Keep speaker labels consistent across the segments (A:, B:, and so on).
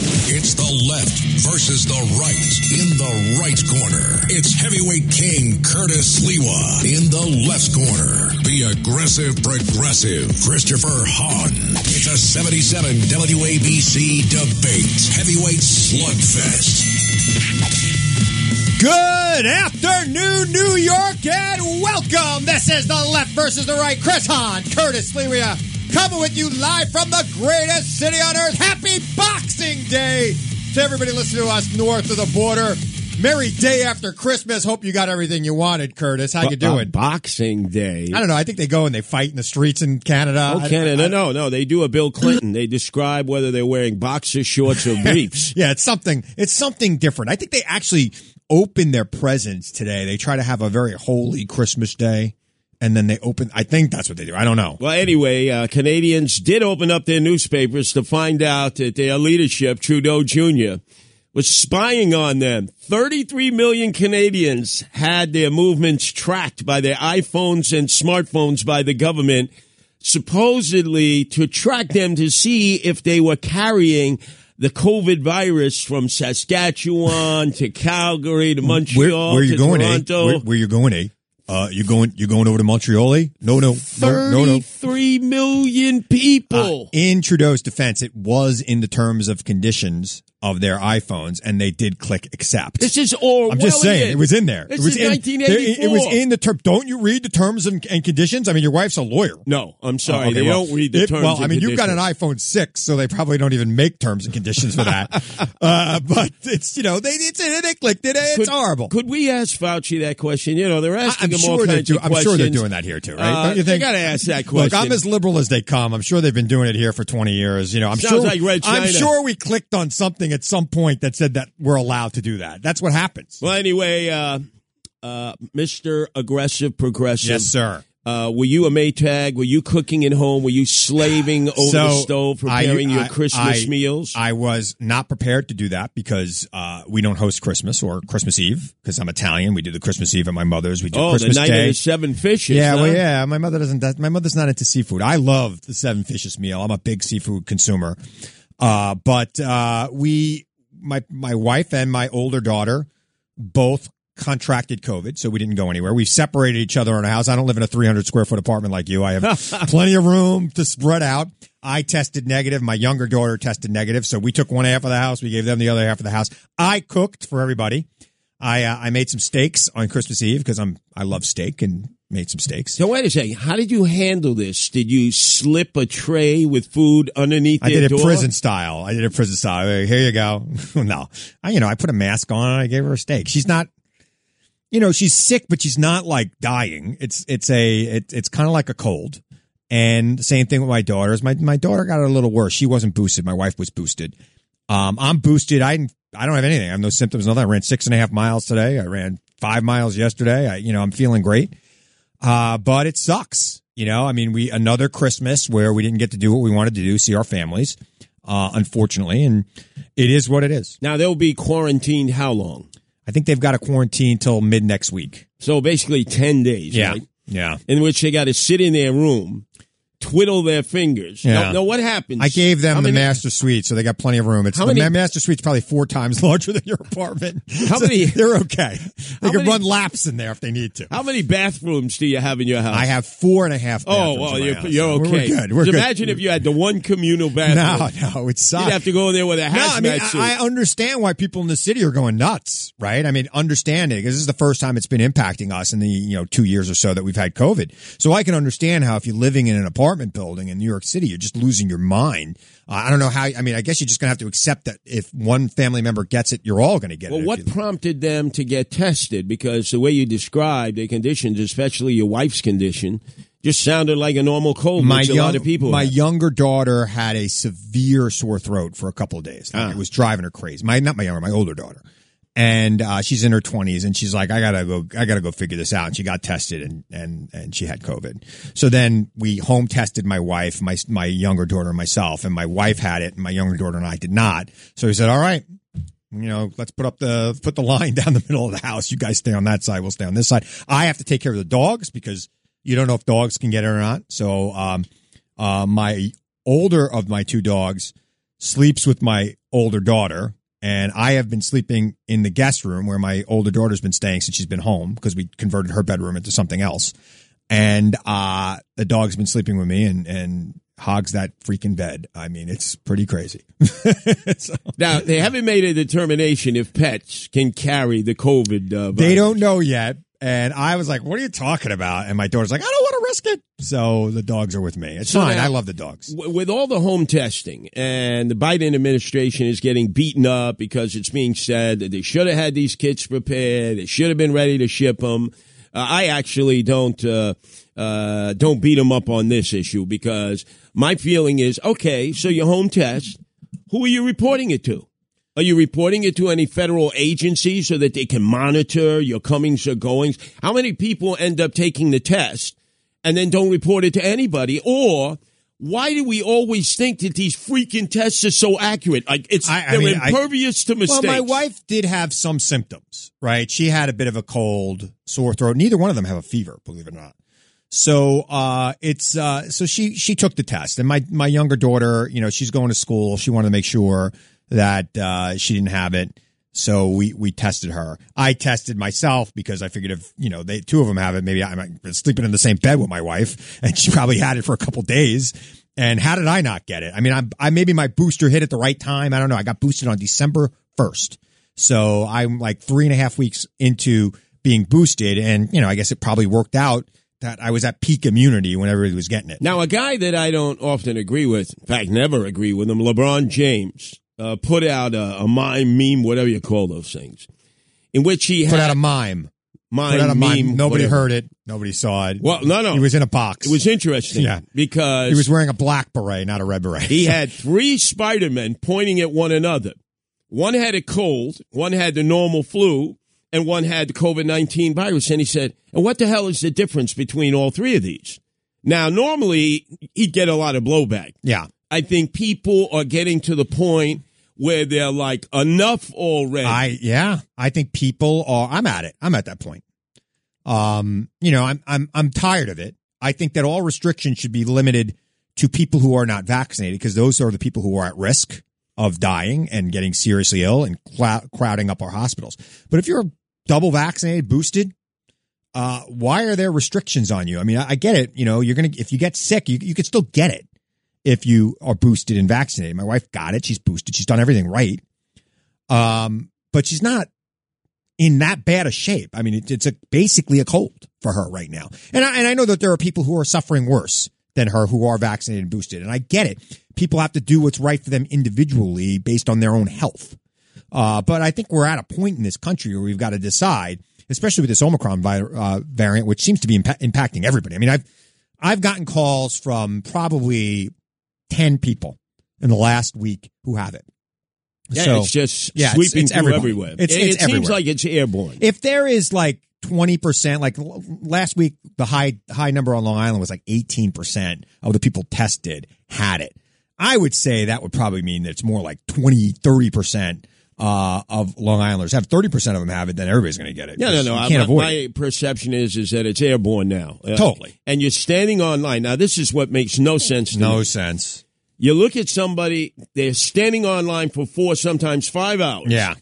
A: It's the left versus the right. In the right corner, it's heavyweight king Curtis Lewa. In the left corner, the aggressive progressive Christopher Hahn. It's a 77 WABC debate heavyweight slugfest.
B: Good afternoon, New York, and welcome. This is the left versus the right. Chris Hahn, Curtis Leria, coming with you live from the greatest city on earth. Happy Boxing Day to everybody listening to us north of the border. Merry day after Christmas. Hope you got everything you wanted, Curtis. How you
C: Bu- uh,
B: doing?
C: Boxing Day.
B: I don't know. I think they go and they fight in the streets in Canada.
C: Oh,
B: I-
C: Canada.
B: I-
C: no, no. They do a Bill Clinton. They describe whether they're wearing boxer shorts or briefs.
B: Yeah, it's something. It's something different. I think they actually open their presents today. They try to have a very holy Christmas day, and then they open. I think that's what they do. I don't know.
C: Well, anyway, uh, Canadians did open up their newspapers to find out that their leadership, Trudeau Jr., was spying on them. 33 million Canadians had their movements tracked by their iPhones and smartphones by the government, supposedly to track them to see if they were carrying the COVID virus from Saskatchewan to Calgary to
B: Where,
C: Montreal
B: where you
C: to
B: going? Eh?
C: Oh, Toronto.
B: Where, where you going? Eh? Uh, you going? You going over to Montreal? Eh? No, no, no, no, no.
C: 33 million people.
B: In Trudeau's defense, it was in the terms of conditions of their iPhones, and they did click accept.
C: This is Orwellian.
B: I'm just saying, it was in there.
C: This
B: it
C: is
B: was in,
C: 1984.
B: It was in the term. Don't you read the terms and, and conditions? I mean, your wife's a lawyer.
C: No, I'm sorry.
B: Okay,
C: they
B: well,
C: don't read the
B: it-
C: terms.
B: Well,
C: and
B: I mean, you've got an
C: conditions.
B: iPhone six, so they probably don't even make terms and conditions for that. uh, but it's you know they it's they clicked it. It's
C: Could-
B: horrible.
C: Could we ask Fauci that question? You know, they're
B: I-
C: asking
B: I'm
C: him
B: sure
C: all
B: they
C: kinds
B: do.
C: of
B: I'm
C: questions.
B: sure they're doing that here too, right?
C: Uh,
B: don't you think?
C: got to ask that question.
B: Look, I'm as liberal as they come. I'm sure they've been doing it here for 20 years. You know, I'm
C: Sounds
B: sure.
C: like Red
B: I'm
C: China.
B: sure we clicked on something at some point that said that we're allowed to do that. That's what happens.
C: well, anyway, uh, uh, Mr. Aggressive Progressive.
B: yes, sir.
C: Uh, were you a Maytag? Were you cooking at home? Were you slaving over the stove,
B: I-
C: preparing your
B: I-
C: Christmas
B: I-
C: meals?
B: I was not prepared to do that because uh, we don't host Christmas or Christmas Eve because I'm Italian. We do the Christmas Eve at my mother's. We do
C: oh,
B: Christmas
C: the night
B: Day.
C: of the seven fishes.
B: yeah,
C: huh?
B: well, yeah. My mother doesn't. That, my mother's not into seafood. I love the seven fishes meal. I'm a big seafood consumer. Uh, but uh, we, my my wife and my older daughter, both contracted COVID, so we didn't go anywhere. We've separated each other in a house. I don't live in a 300 square foot apartment like you. I have plenty of room to spread out. I tested negative. My younger daughter tested negative, so we took one half of the house. We gave them the other half of the house. I cooked for everybody. I uh, I made some steaks on Christmas Eve because I'm I love steak and made some steaks.
C: So wait a second. How did you handle this? Did you slip a tray with food underneath
B: I
C: their
B: did it
C: door?
B: prison style. I did it prison style. Hey, Here you go. no, I, you know, I put a mask on and I gave her a steak. She's not, you know, she's sick, but she's not like dying. It's, it's a, it, it's kind of like a cold. And same thing with my daughters. My, my daughter got a little worse. She wasn't boosted. My wife was boosted. Um, I'm boosted. I didn't, I don't have anything. I have no symptoms. Nothing. I ran six and a half miles today. I ran five miles yesterday. I, you know, I'm feeling great. Uh, but it sucks. You know, I mean, we another Christmas where we didn't get to do what we wanted to do, see our families, uh, unfortunately, and it is what it is.
C: Now they'll be quarantined how long?
B: I think they've got a quarantine till mid next week.
C: So basically ten days, right?
B: yeah.
C: In which they got to sit in their room, twiddle their fingers.
B: Yeah.
C: Now, now what happens?
B: I gave them
C: how
B: the
C: many,
B: master suite, so they got plenty of room. It's
C: How
B: the
C: many-
B: master suite's probably four times larger than your apartment.
C: How
B: So
C: many-
B: They're okay. They
C: How
B: can
C: many-
B: run laps in there if they need to.
C: How many bathrooms do you have in your house?
B: I have four and a half.
C: Oh,
B: bathrooms
C: well,
B: in my
C: you're,
B: house.
C: you're
B: We're-
C: okay.
B: We're good. We're
C: Just
B: good.
C: Imagine if you had the one communal
B: no,
C: bathroom.
B: no, it's
C: You'd have to go in there with a
B: No, I
C: hazmat
B: mean,
C: suit.
B: I, I understand why people in the city are going nuts, right? I mean, understand it because this is the first time it's been impacting us in the, you know, two years or so that we've had COVID. So I can understand how if you're living in an apartment building in New York City, you're just losing your mind. Uh, I don't know how, I mean, I guess you're just going to have to accept that if one family member gets it, you're all going to get
C: well,
B: it. if
C: what
B: you-
C: prompted them to get tested? Because the way you described their conditions, especially your wife's condition, just sounded like a normal cold, which a lot of people
B: My
C: have.
B: younger daughter had a severe sore throat for a couple of days.
C: Ah.
B: Like, It was driving her crazy. My not my younger, my older daughter, and uh, she's in her twenties, and she's like, I gotta go, I gotta go figure this out. And she got tested, and and and she had COVID. So then we home tested my wife, my my younger daughter, and myself, and my wife had it, and my younger daughter and I did not. So he said, all right. You know, let's put up the put the line down the middle of the house. You guys stay on that side. We'll stay on this side. I have to take care of the dogs because you don't know if dogs can get it or not. So, um, uh, my older of my two dogs sleeps with my older daughter, and I have been sleeping in the guest room where my older daughter's been staying since she's been home because we converted her bedroom into something else. And uh, the dog's been sleeping with me and and hogs that freaking bed. I mean, it's pretty crazy. So-
C: Now, they haven't made a determination if pets can carry the COVID uh, virus.
B: They don't know yet. And I was like, what are you talking about? And my daughter's like, I don't want to risk it. So the dogs are with me. It's
C: So
B: fine.
C: now-
B: I love the dogs.
C: W- With all the home testing and the Biden administration is getting beaten up because it's being said that they should have had these kits prepared, they should have been ready to ship them. Uh, I actually don't uh, uh, don't beat them up on this issue because my feeling is okay. So your home test, who are you reporting it to? Are you reporting it to any federal agency so that they can monitor your comings or goings? How many people end up taking the test and then don't report it to anybody? Or why do we always think that these freaking tests are so accurate? Like it's
B: I- I
C: they're
B: mean, I-
C: impervious to mistakes.
B: Well, my wife did have some symptoms, right? She had a bit of a cold, sore throat. Neither one of them have a fever, believe it or not. So uh, it's uh, so she she took the test, and my my younger daughter, you know, she's going to school. She wanted to make sure that uh, she didn't have it, so we we tested her. I tested myself because I figured if you know they two of them have it, maybe I'm like, sleeping in the same bed with my wife, and she probably had it for a couple days. And how did I not get it? I mean, I, I maybe my booster hit at the right time. I don't know. I got boosted on December first, so I'm like three and a half weeks into being boosted, and you know, I guess it probably worked out that I was at peak immunity when everybody was getting it.
C: Now, a guy that I don't often agree with, in fact, never agree with him, LeBron James, uh, put out a, a mime, meme, whatever you call those things, in which he
B: Put
C: had
B: out a mime.
C: mime,
B: Put out a mime.
C: meme,
B: Nobody
C: whatever.
B: heard it. Nobody saw it.
C: Well, no, no.
B: He was in a box.
C: It was interesting
B: Yeah.
C: because
B: He was wearing a black beret, not a red beret.
C: He had three Spider Men pointing at one another. One had a cold, one had the normal flu, and one had the COVID 19 virus. And he said, And what the hell is the difference between all three of these? Now, normally, he'd get a lot of blowback.
B: yeah.
C: I think people are getting to the point where they're like, Enough already.
B: I yeah, I think people are. I'm at it. I'm at that point. Um, you know, I'm I'm I'm tired of it. I think that all restrictions should be limited to people who are not vaccinated because those are the people who are at risk of dying and getting seriously ill and clou- crowding up our hospitals. But if you're double vaccinated, boosted, uh, why are there restrictions on you? I mean, I, I get it. You know, you're gonna if you get sick, you you could still get it if you are boosted and vaccinated. My wife got it. She's boosted. She's done everything right. Um, but she's not in that bad a shape. I mean, it, it's a basically a cold for her right now. And I, and I know that there are people who are suffering worse than her who are vaccinated and boosted. And I get it. People have to do what's right for them individually based on their own health. Uh, but I think we're at a point in this country where we've got to decide, especially with this Omicron vi- uh, variant, which seems to be impa- impacting everybody. I mean, I've, I've gotten calls from probably 10 people in the last week who have it.
C: yeah,
B: so-
C: it's just
B: yeah, it's-
C: sweeping
B: it's
C: through
B: everybody.
C: everywhere.
B: It's-
C: it
B: it's
C: it seems
B: everywhere.
C: like it's airborne.
B: if there is like 20% like l- last week the high high number on long island was like 18% of the people tested had it i would say that would probably mean that it's more like 20 30% uh, of long islanders have 30% of them have it then everybody's going to get it
C: No, no, no.
B: You
C: I-
B: can't
C: my,
B: avoid
C: my
B: it.
C: perception is is that it's airborne now. Uh,
B: Totally.
C: And you're standing online. Now, this is what makes no sense to me.
B: no sense
C: You look at somebody, they're standing online for four, sometimes five hours.
B: yeah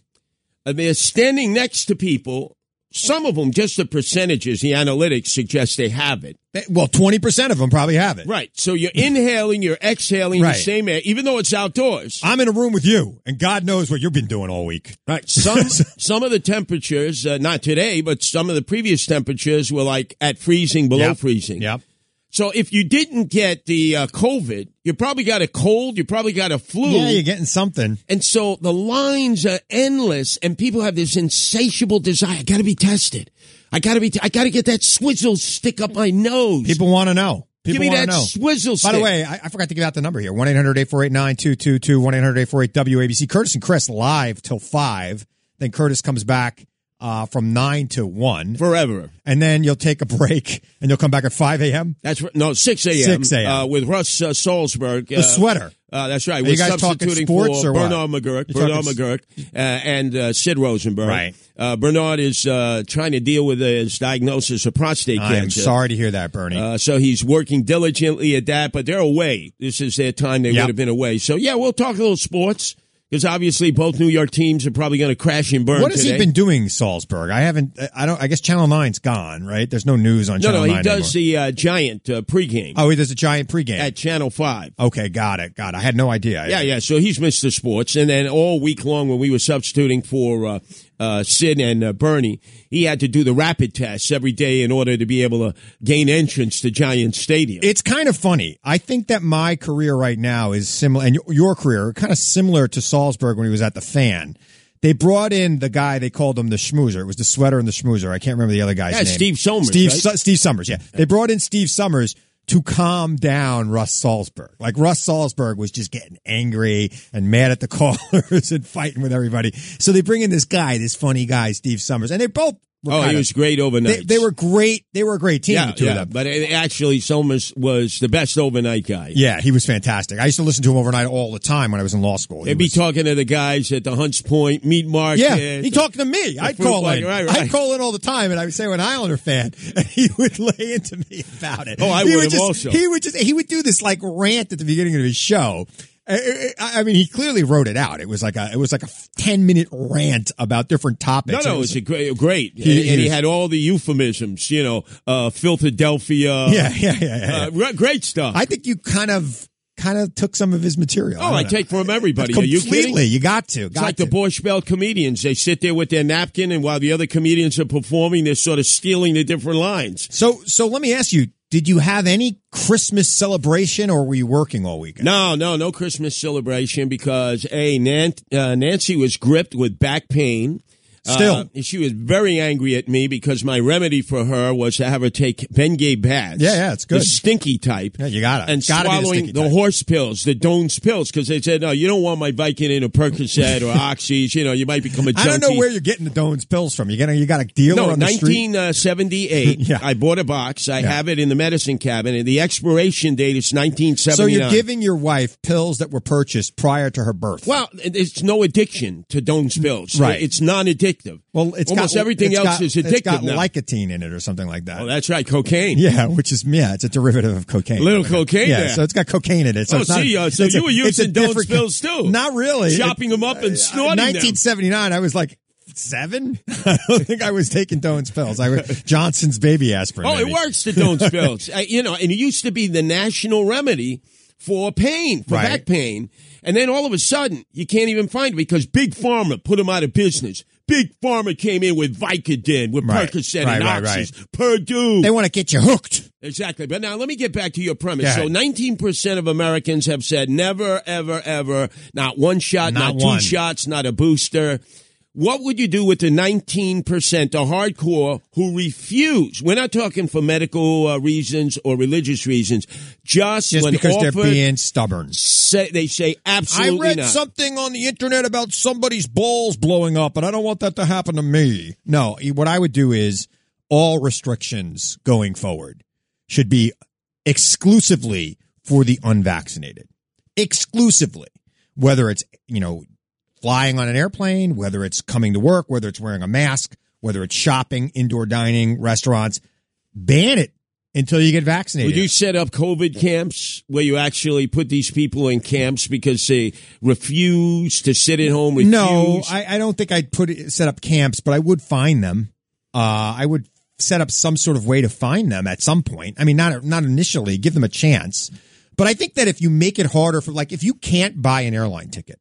C: And they're standing next to people. Some of them, just the percentages, the analytics suggest they have it.
B: They- well 20% of them probably have it
C: Right. So you're inhaling, you're exhaling
B: Right.
C: the same air, even though it's outdoors.
B: i'm in a room with you and god knows what you've been doing all week
C: Right. Some some of the temperatures, uh, not today, but some of the previous temperatures were like at freezing, below
B: Yep.
C: freezing.
B: yep
C: So if you didn't get the uh, COVID, you probably got a cold, you probably got a flu.
B: yeah you're getting something
C: and so the lines are endless and people have this insatiable desire. I got to be tested. I got to be, t- I got to get that swizzle stick up my nose.
B: people want to know
C: Give
B: people
C: me
B: want to
C: that
B: know
C: swizzle stick.
B: By the way, I, I forgot to give out the number here 1 800 848 9222, 1 800 848 WABC. Curtis and Chris live till 5. Then Curtis comes back uh, from 9 to 1.
C: forever.
B: And then you'll take a break and you'll come back at 5 a.m.
C: That's r- no six a.m.
B: 6 a.m..
C: Uh, with Russ uh, Salzburg.
B: The sweater.
C: Uh, that's right.
B: you
C: We're
B: guys talking
C: substituting
B: sports
C: for
B: or what?
C: Bernard McGurk,
B: You're
C: Bernard
B: talking
C: McGurk, uh, and uh, Sid Rosenberg.
B: Right.
C: Uh, Bernard is uh, trying to deal with his diagnosis of prostate
B: I'm
C: cancer.
B: sorry to hear that, Bernie.
C: Uh, so he's working diligently at that, but they're away. This is their time. They
B: Yep.
C: would have been away. So yeah, we'll talk a little sports because obviously both New York teams are probably going to crash and burn.
B: what has
C: today.
B: he been doing, Salzburg? I haven't. I don't. I guess Channel 9's gone, right? There's no news on
C: No,
B: Channel
C: no, he
B: 9
C: does
B: anymore.
C: the uh, Giant uh, pregame
B: Oh, wait, there's a giant pregame.
C: at Channel Five.
B: okay, got it. God, I had no idea.
C: Yeah, yeah. So he's Mr. Sports, and then all week long when we were substituting for uh, uh, Sid and uh, Bernie, he had to do the rapid tests every day in order to be able to gain entrance to Giant Stadium.
B: It's kind of funny. I think that my career right now is similar, and your- your career kind of similar to Salzburg when he was at the fan. They brought in the guy they called him the schmoozer. It was the sweater and the schmoozer. I can't remember the other guy's
C: Yeah,
B: name.
C: Steve Somers,
B: Steve,
C: right?
B: Su- Steve Summers. Yeah, they brought in Steve Summers to calm down Russ Salzburg. Like Russ Salzburg was just getting angry and mad at the callers and fighting with everybody. So they bring in this guy, this funny guy, Steve Summers, and they both. Were
C: oh,
B: kind
C: he
B: of-
C: was great overnight.
B: They, they were great. They were a great team.
C: yeah,
B: the two
C: yeah,
B: of them.
C: But it, actually, Somers was the best overnight guy.
B: Yeah, he was fantastic. I used to listen to him overnight all the time when I was in law school. He
C: They'd be
B: was-
C: talking to the guys at the Hunts Point meat market.
B: yeah, he talked to me. I'd
C: fruit
B: call
C: plug,
B: in.
C: right,
B: I'd
C: right.
B: call in all the time, and I would say I'm an Islander fan, and he would lay into me about it.
C: Oh, I
B: He
C: would have
B: just,
C: also.
B: He would just he would do this like rant at the beginning of his show. I I- I mean, he clearly wrote it out. It was like a it was like a ten minute rant about different
C: No,
B: topics.
C: no,
B: It was-
C: it's a great, great.
B: He-
C: and, and he
B: he was-
C: had all the euphemisms, you know, uh, Philadelphia.
B: yeah, yeah, yeah. yeah, yeah.
C: Uh, re- great stuff.
B: I think you kind of kind of took some of his material.
C: oh,
B: don't
C: I,
B: know.
C: take from everybody. Are you
B: completely.
C: kidding?
B: you got to.
C: It's
B: Got
C: like
B: to.
C: the Borscht Belt comedians. They sit there with their napkin, and while the other comedians are performing, they're sort of stealing the different lines.
B: So, so let me ask you: Did you have any Christmas celebration, or were you working all weekend?
C: No, no, no Christmas celebration because a Nan- uh, Nancy was gripped with back pain.
B: Still.
C: uh, she was very angry at me because my remedy for her was to have her take Bengay baths.
B: Yeah, yeah, it's good.
C: The stinky type.
B: Yeah, you gotta-
C: and
B: gotta be the
C: swallowing
B: stinky
C: the
B: type.
C: horse pills, the Doan's pills, because they said no, you don't want my Viking in a Percocet or Oxys. You know, you might become a junkie.
B: I don't know where you're getting the Doan's pills from. You got you got a dealer
C: No,
B: on the street.
C: 1978.
B: Yeah.
C: I bought a box. I have it in the medicine cabinet. The expiration date is 1979.
B: So you're giving your wife pills that were purchased prior to her birth.
C: Well, it's no addiction to Doan's pills.
B: Right.
C: It's non-addictive.
B: well, it's
C: almost
B: got,
C: everything
B: it's
C: else
B: got-
C: is
B: It's
C: addictive
B: got
C: now.
B: lycotine in it or something like that.
C: oh, that's right, cocaine.
B: yeah, which is yeah, it's a derivative of cocaine.
C: Little cocaine
B: Yeah,
C: there.
B: so it's got cocaine in it. So
C: Oh,
B: it's not,
C: see, uh, so
B: it's
C: you were
B: it's
C: using Doan's
B: different-
C: pills too.
B: Not really.
C: Chopping them up and snorting them.
B: 1979, Uh, I was like seven. I don't think I was taking Doan's pills. I was Johnson's baby aspirin.
C: Oh, it
B: maybe.
C: works, the Doan's pills. I, you know, and it used to be the national remedy for pain, for
B: Right.
C: back pain. And then all of a sudden, you can't even find it because Big Pharma put them out of business. Big Pharma came in with Vicodin, with
B: Right.
C: Percocet
B: Right,
C: and
B: right,
C: Oxys, Purdue.
B: They want to get you hooked.
C: Exactly. But now let me get back to your
B: Go
C: premise. So
B: ahead.
C: 19% of Americans have said never, ever, ever, not one shot, not,
B: Not
C: two
B: one.
C: shots, not a booster. What would you do with the 19%, the hardcore, who refuse? We're not talking for medical uh, reasons or religious reasons. Just,
B: Just
C: when
B: because
C: offered,
B: they're being stubborn.
C: say, they say absolutely
B: I read
C: not.
B: something on the internet about somebody's balls blowing up, and I don't want that to happen to me. No, e, what I would do is all restrictions going forward should be exclusively for the unvaccinated. Exclusively. Whether it's, you know, flying on an airplane, whether it's coming to work, whether it's wearing a mask, whether it's shopping, indoor dining, restaurants, ban it until you get vaccinated.
C: Would you set up COVID camps where you actually put these people in camps because they refuse to sit at home? Refuse
B: No, I, I don't think I'd put it, set up camps, but I would find them. Uh, I would set up some sort of way to find them at some point. I mean, not not initially. Give them a chance, but I think that if you make it harder for, like, if you can't buy an airline ticket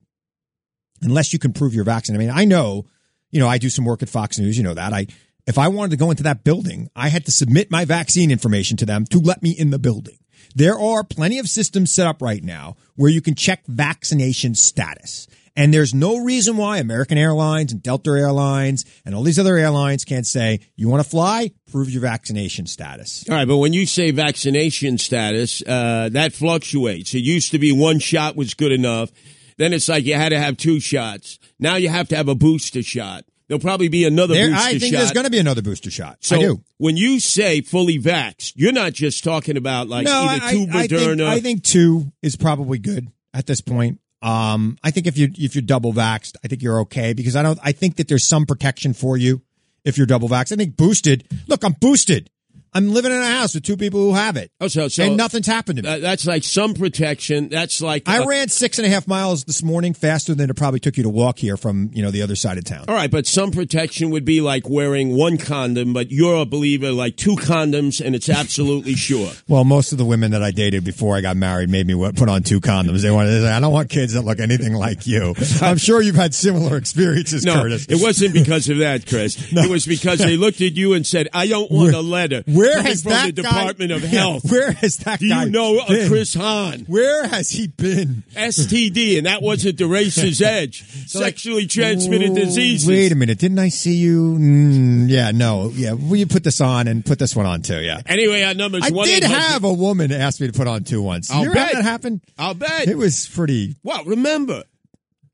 B: unless you can prove you're vaccinated. I mean, I know, you know, I do some work at Fox News. You know that I. If I wanted to go into that building, I had to submit my vaccine information to them to let me in the building. There are plenty of systems set up right now where you can check vaccination status. And there's no reason why American Airlines and Delta Airlines and all these other airlines can't say, you want to fly? Prove your vaccination status.
C: All right, but when you say vaccination status, uh, that fluctuates. It used to be one shot was good enough. Then it's like you had to have two shots. Now you have to have a booster shot. There'll probably be another
B: There,
C: booster
B: I think
C: shot.
B: there's going to be another booster shot.
C: so
B: I do.
C: when you say fully vaxxed, you're not just talking about like either two
B: I think,
C: Moderna.
B: I think two is probably good at this point. Um, I think if you if you're double vaxxed, I think you're okay because I don't. I think that there's some protection for you if you're double vaxxed. I think boosted. Look, I'm boosted. I'm living in a house with two people who have it,
C: oh, so, so
B: and nothing's happened to me.
C: that- that's like some protection. That's like
B: I
C: a-
B: ran six and a half miles this morning faster than it probably took you to walk here from you know the other side of town.
C: All right, but some protection would be like wearing one condom, but you're a believer like two condoms, and it's absolutely sure.
B: Well, most of the women that I dated before I got married made me wa- put on two condoms. They wanted. They said, I don't want kids that look anything like you. I'm sure you've had similar experiences,
C: No,
B: Curtis.
C: it wasn't because of that, Chris. It was because they looked at you and said, "I don't want a letter."
B: Where
C: coming
B: has
C: from
B: that
C: the
B: guy-
C: Department of
B: Yeah,
C: Health?
B: where has that
C: Do
B: guy
C: you know a
B: been?
C: Chris Hahn?
B: Where has he been?
C: STD, and that wasn't the race's edge. Sexually transmitted diseases.
B: oh, Wait a minute, didn't I see you? Mm, yeah, no, yeah. Will you put this on and put this one on too? Yeah,
C: Anyway, our numbers.
B: I
C: one
B: did have a woman ask me to put on two once.
C: I'll
B: you remember
C: bet.
B: that happened?
C: I'll bet.
B: It was pretty.
C: Well, remember,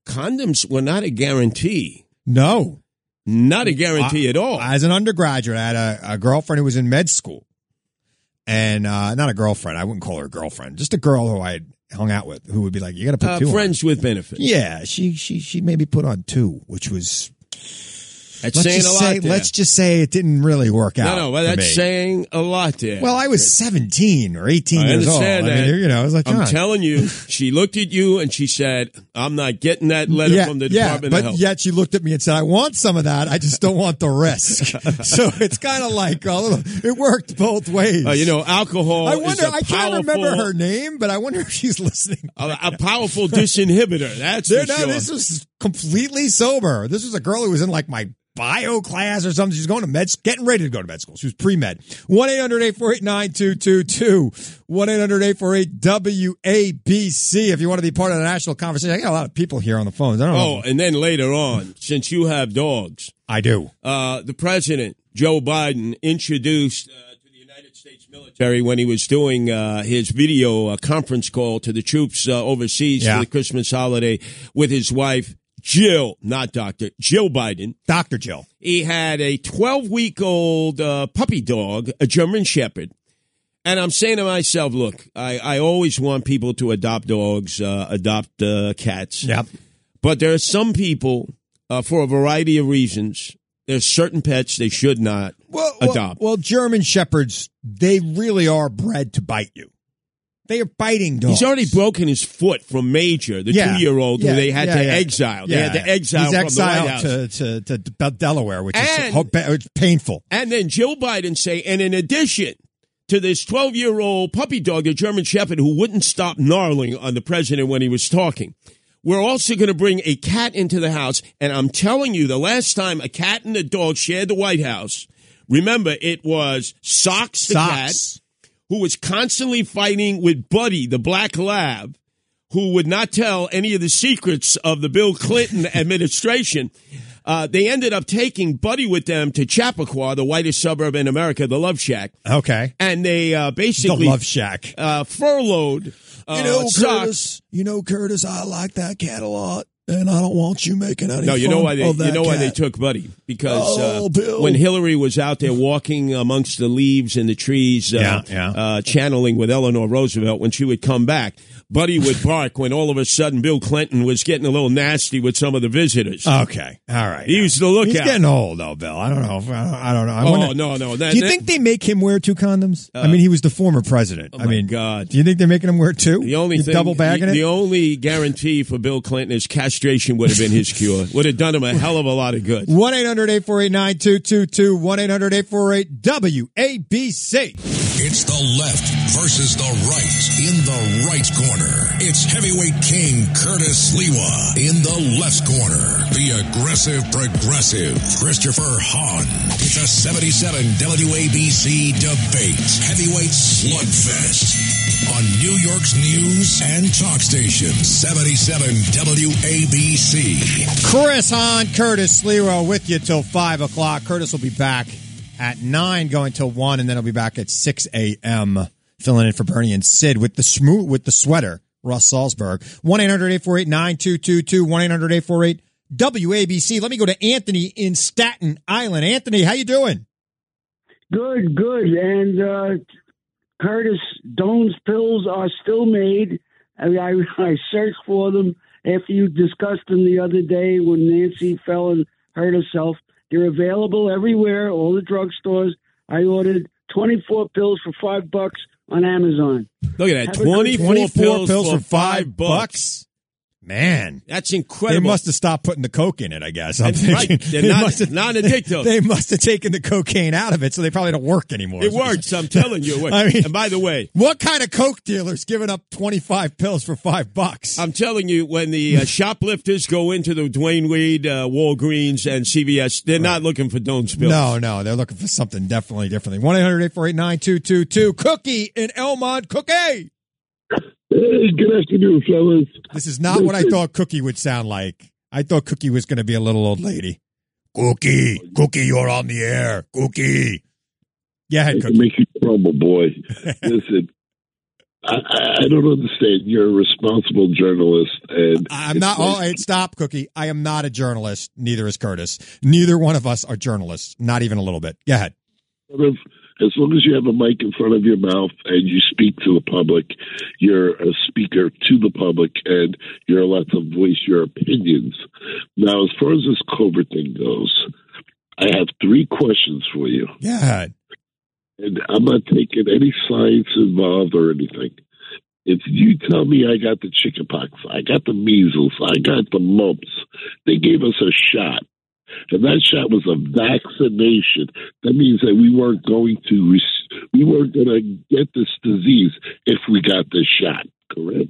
C: condoms were not a guarantee.
B: No,
C: Not a guarantee at all.
B: As an undergraduate, I had a, a girlfriend who was in med school, and uh, not a girlfriend. I wouldn't call her a girlfriend. Just a girl who I had hung out with who would be like, "You got to put
C: uh,
B: two on."
C: friends with benefits.
B: Yeah, she she she maybe put on two, which was
C: That's
B: let's
C: saying
B: just
C: a lot.
B: say
C: there.
B: let's just say it didn't really work out.
C: no, no. Well,
B: for
C: that's
B: me.
C: saying a lot there.
B: Well, I was seventeen or eighteen
C: I
B: years old.
C: understand
B: I
C: that.
B: mean, you know, I was like,
C: I'm
B: God.
C: telling you, she looked at you and she said, "I'm not getting that letter
B: yeah,
C: from the
B: yeah,
C: Department
B: but
C: of Health."
B: yet she looked at me and said, "I want some of that. I just don't want the risk." so it's kind of like a little, it worked both ways.
C: Uh, you know, alcohol.
B: I
C: is
B: wonder.
C: a
B: I can't
C: powerful-
B: remember her name, but I wonder if she's listening.
C: A, a powerful disinhibitor. That's
B: There,
C: for
B: no,
C: sure.
B: this was completely sober. This was a girl who was in like my bio class or something. She was going to med, getting ready to go to med school. She was pre med. One 9222 One eight hundred eight four eight WABC. If you want to be part of the national conversation, I got a lot of people here on the phones. I don't
C: oh,
B: know.
C: and then later on, since you have dogs,
B: I do.
C: uh, the president Joe Biden introduced. uh, to the United States Military when he was doing uh, his video uh, conference call to the troops uh, overseas
B: Yeah.
C: for the Christmas holiday with his wife Jill, not Doctor Jill Biden,
B: Dr. Jill.
C: he had a 12 week old uh, puppy dog, a German Shepherd. And I'm saying to myself, look, I, I always want people to adopt dogs, uh, adopt uh, cats.
B: Yep.
C: But there are some people, uh, for a variety of reasons, there's certain pets they should not
B: well, well-
C: adopt.
B: Well, German shepherds, they really are bred to bite you. They are biting dogs.
C: He's already broken his foot from Major, the
B: Yeah.
C: two year old
B: Yeah.
C: who they had
B: Yeah,
C: to
B: yeah.
C: exile. They had to exile
B: He's
C: from the
B: exiled
C: White House.
B: to, to, to Bel- Delaware, which is
C: And-
B: ho- pa- it's painful.
C: And then Joe Biden say, and in addition to this 12 year old puppy dog, a German Shepherd who wouldn't stop gnarling on the president when he was talking, we're also going to bring a cat into the house. And I'm telling you, the last time a cat and a dog shared the White House, remember it was Socks the cat,
B: Socks.
C: who was constantly fighting with Buddy, the black lab, who would not tell any of the secrets of the Bill Clinton administration. Uh, they ended up taking Buddy with them to Chappaqua, the whitest suburb in America, the Love Shack,
B: Okay.
C: and they uh,
B: The
C: basically
B: Love Shack.
C: uh, furloughed uh, Socks.
B: you know, Curtis, I like that cat a lot, and I don't want you making any
C: No, you know why they you know why they took Buddy because
B: Oh,
C: uh,
B: Bill.
C: when Hillary was out there walking amongst the leaves and the trees, uh,
B: Yeah, yeah.
C: Uh, channeling with Eleanor Roosevelt, when she would come back, Buddy would bark when all of a sudden Bill Clinton was getting a little nasty with some of the visitors.
B: Okay, all right.
C: He used to look
B: He's
C: out.
B: getting old, though, Bill. I don't know. If, I, don't, I don't know. I
C: Oh,
B: wonder-
C: no, no, that-
B: do you
C: that-
B: think they make him wear two condoms? I mean, he was the former president. I
C: oh my
B: mean,
C: God.
B: do you think they're making him wear two?
C: the only
B: You
C: thing,
B: double bagging
C: the,
B: it.
C: the only guarantee for Bill Clinton is castration would have been his cure. Would have done him a hell of a lot of good.
B: 1 800 848 9222 1 800 848 WABC.
A: It's the left versus the right. In the right corner, it's heavyweight king Curtis Lewa. In the left corner, the aggressive progressive Christopher Hahn. It's a 77 WABC debate. Heavyweight slugfest on New York's news and talk station. 77 WABC.
B: Chris Hahn, Curtis Leroy with you till 5 o'clock. Curtis will be back at 9, going till 1, and then he'll be back at 6 a.m. filling in for Bernie and Sid with the smo- with the sweater, Russ Salzburg. 1 800 848 9222 1 800 848 WABC. Let me go to Anthony in Staten Island. Anthony, how you doing?
D: Good, good. And uh, Curtis Doan's pills are still made. I, I I searched for them after you discussed them the other day when Nancy fell and hurt herself. They're available everywhere, all the drugstores. I ordered 24 pills for five bucks on Amazon.
C: Look at that.
D: Have a good
C: 24,
B: 24
C: pills, for five bucks.
B: Man.
C: That's
B: They
C: incredible.
B: must have stopped putting the coke in it, I guess. I'm
C: That's
B: thinking.
C: right. They're not- non-addictive.
B: They, must have taken the cocaine out of it, so they probably don't work anymore.
C: it works, I'm telling you. It
B: I
C: works.
B: mean-
C: and by the way,
B: What kind of coke dealer's giving up 25 pills for five bucks?
C: I'm telling you, when the uh, shoplifters go into the Dwayne Wade, uh, Walgreens, and CVS, they're not looking for Doan's pills.
B: No, no, they're looking for something definitely differently. 1 800 848 Cookie in Elmont. Cookie!
E: Hey, good afternoon, fellas.
B: This is not what I thought Cookie would sound like. I thought Cookie was going to be a little old lady. Cookie, Cookie, you're on the air. Cookie. Yeah, head
E: It
B: Cookie.
E: makes you trouble, boy. Listen, I, I I don't understand. You're a responsible journalist, and
B: I'm not.
E: it's like-
B: Oh, hey, stop, Cookie. I am not a journalist. Neither is Curtis. Neither one of us are journalists. Not even a little bit. Go ahead.
E: sort of, as long as you have a mic in front of your mouth and you speak to the public, you're a speaker to the public and you're allowed to voice your opinions. Now, as far as this COVID thing goes, I have three questions for you,
B: Go ahead.
E: and I'm not taking any science involved or anything. If you tell me I got the chickenpox, I got the measles, I got the mumps, they gave us a shot. And that shot was a vaccination. That means that we weren't going to re- we weren't going to get this disease if we got this shot. Correct?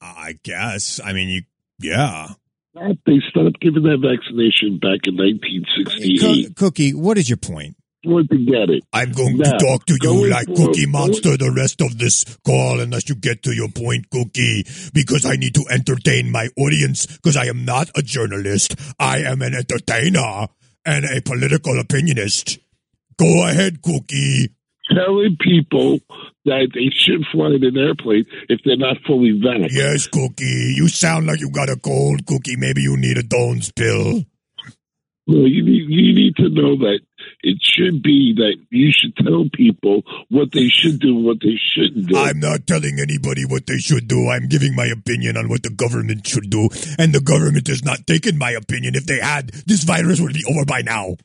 B: I guess. I mean, you. Yeah.
E: But They stopped giving that vaccination back in 1968.
B: Coo- Uh, Cookie, what is your point?
E: Want to get it?
B: I'm going
E: to Now, talk to you going like forward- Cookie Monster
B: the rest of this call unless you get to your point, Cookie, because I need to entertain my audience because I am not a journalist. I am an entertainer and a political opinionist. Go ahead, Cookie.
E: Telling people that they should fly in an airplane if they're not fully vaccinated.
B: Yes, Cookie. You sound like you got a cold, Cookie. Maybe you need a Doan's pill.
E: Well, you need, you need to know that it should be that you should tell people what they should do, and what they shouldn't do.
B: I'm not telling anybody what they should do. I'm giving my opinion on what the government should do. And the government has not taken my opinion. If they had, this virus would be over by now.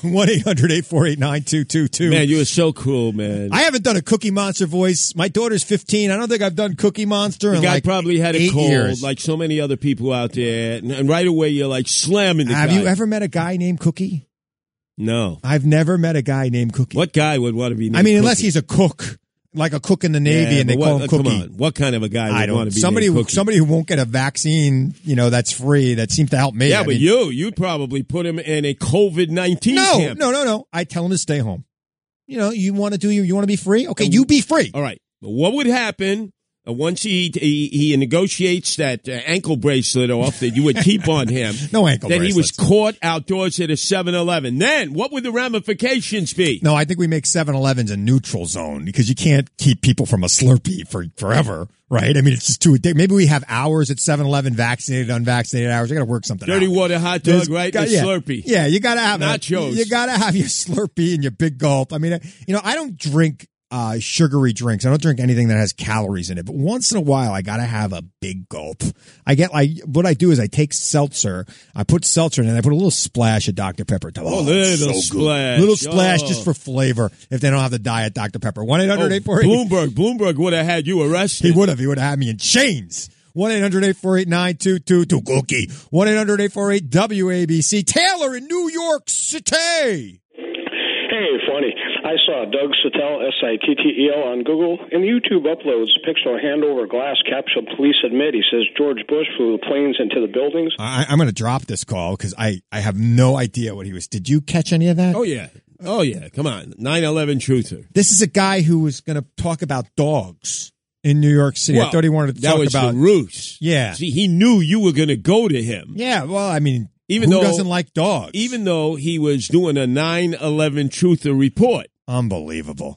B: 1 800 848
C: Man,
B: 9222.
C: you were so cool, man.
B: I haven't done a Cookie Monster voice. My daughter's 15. I don't think I've done Cookie Monster
C: the
B: in
C: guy
B: like
C: probably had a
B: eight
C: cold,
B: years.
C: like so many other people out there, and, and right away you're like slamming the
B: Have
C: guy.
B: you ever met a guy named Cookie?
C: No.
B: I've never met a guy named Cookie.
C: What guy would want to be? Named
B: I mean, unless
C: Cookie?
B: he's a cook, like a cook in the
C: Yeah,
B: Navy, and they
C: but
B: call
C: what, uh,
B: him
C: come
B: Cookie.
C: on. What kind of a guy
B: I
C: would want
B: don't.
C: to be
B: Somebody,
C: named
B: who,
C: Cookie?
B: somebody who won't get a vaccine, you know, that's free. That seemed to help me.
C: Yeah,
B: I
C: but
B: mean,
C: you you'd probably put him in a COVID nineteen
B: no,
C: camp.
B: no, no, no. I tell him to stay home. You know, you want to do you, you want to be free. Okay, you be free.
C: All right, but what would happen? uh, Once he, he he negotiates that uh, ankle bracelet off that you would keep on him,
B: No ankle.
C: that he was
B: bracelets.
C: caught outdoors at a 7-Eleven. Then what would the ramifications be?
B: No, I think we make 7-Elevens a neutral zone because you can't keep people from a Slurpee for forever, right? I mean, it's just too addictive. Maybe we have hours at 7-Eleven, vaccinated, unvaccinated hours. You got to work something out.
C: Dirty water hot dog,
B: There's
C: right?
B: got-
C: And
B: yeah.
C: Slurpee.
B: Yeah, you gotta have a-
C: Nachos.
B: You gotta have your Slurpee and your big gulp. I mean, uh, you know, I don't drink uh, sugary drinks. I don't drink anything that has calories in it. But once in a while, I gotta have a big gulp. I get like what I do is I take seltzer. I put seltzer in, and I put a little splash of Dr Pepper. Oh,
C: A
B: it's
C: little
B: so good.
C: splash.
B: Little splash
C: Oh.
B: just for flavor. If they don't have the diet Dr Pepper, one eight
C: Oh,
B: hundred eight four eight.
C: Bloomberg. Bloomberg would have had you
B: He
C: arrested.
B: would have. He would have had me in chains. 1 800 848 9222 Gookie. 1 800 848 WABC. Taylor in New York City.
F: Hey, funny. I saw Doug Sattel, S I T T E L, on Google, and YouTube uploads a picture of a hand over glass capsule. Police admit he says George Bush flew the planes into the buildings.
B: I, I'm going to drop this call because I, I have no idea what he was. Did you catch any of that?
C: Oh yeah. Oh yeah. Come on. 9-11 truther.
B: This is a guy who was going to talk about dogs in New York City. I
C: Well,
B: thought he wanted to
C: that
B: talk
C: was
B: about.
C: the ruse.
B: Yeah.
C: See, he knew you were going to go to him,
B: Yeah, well, I mean,
C: Even
B: who
C: though-
B: doesn't like dogs?
C: even though he was doing a 9-11 truther report.
B: Unbelievable.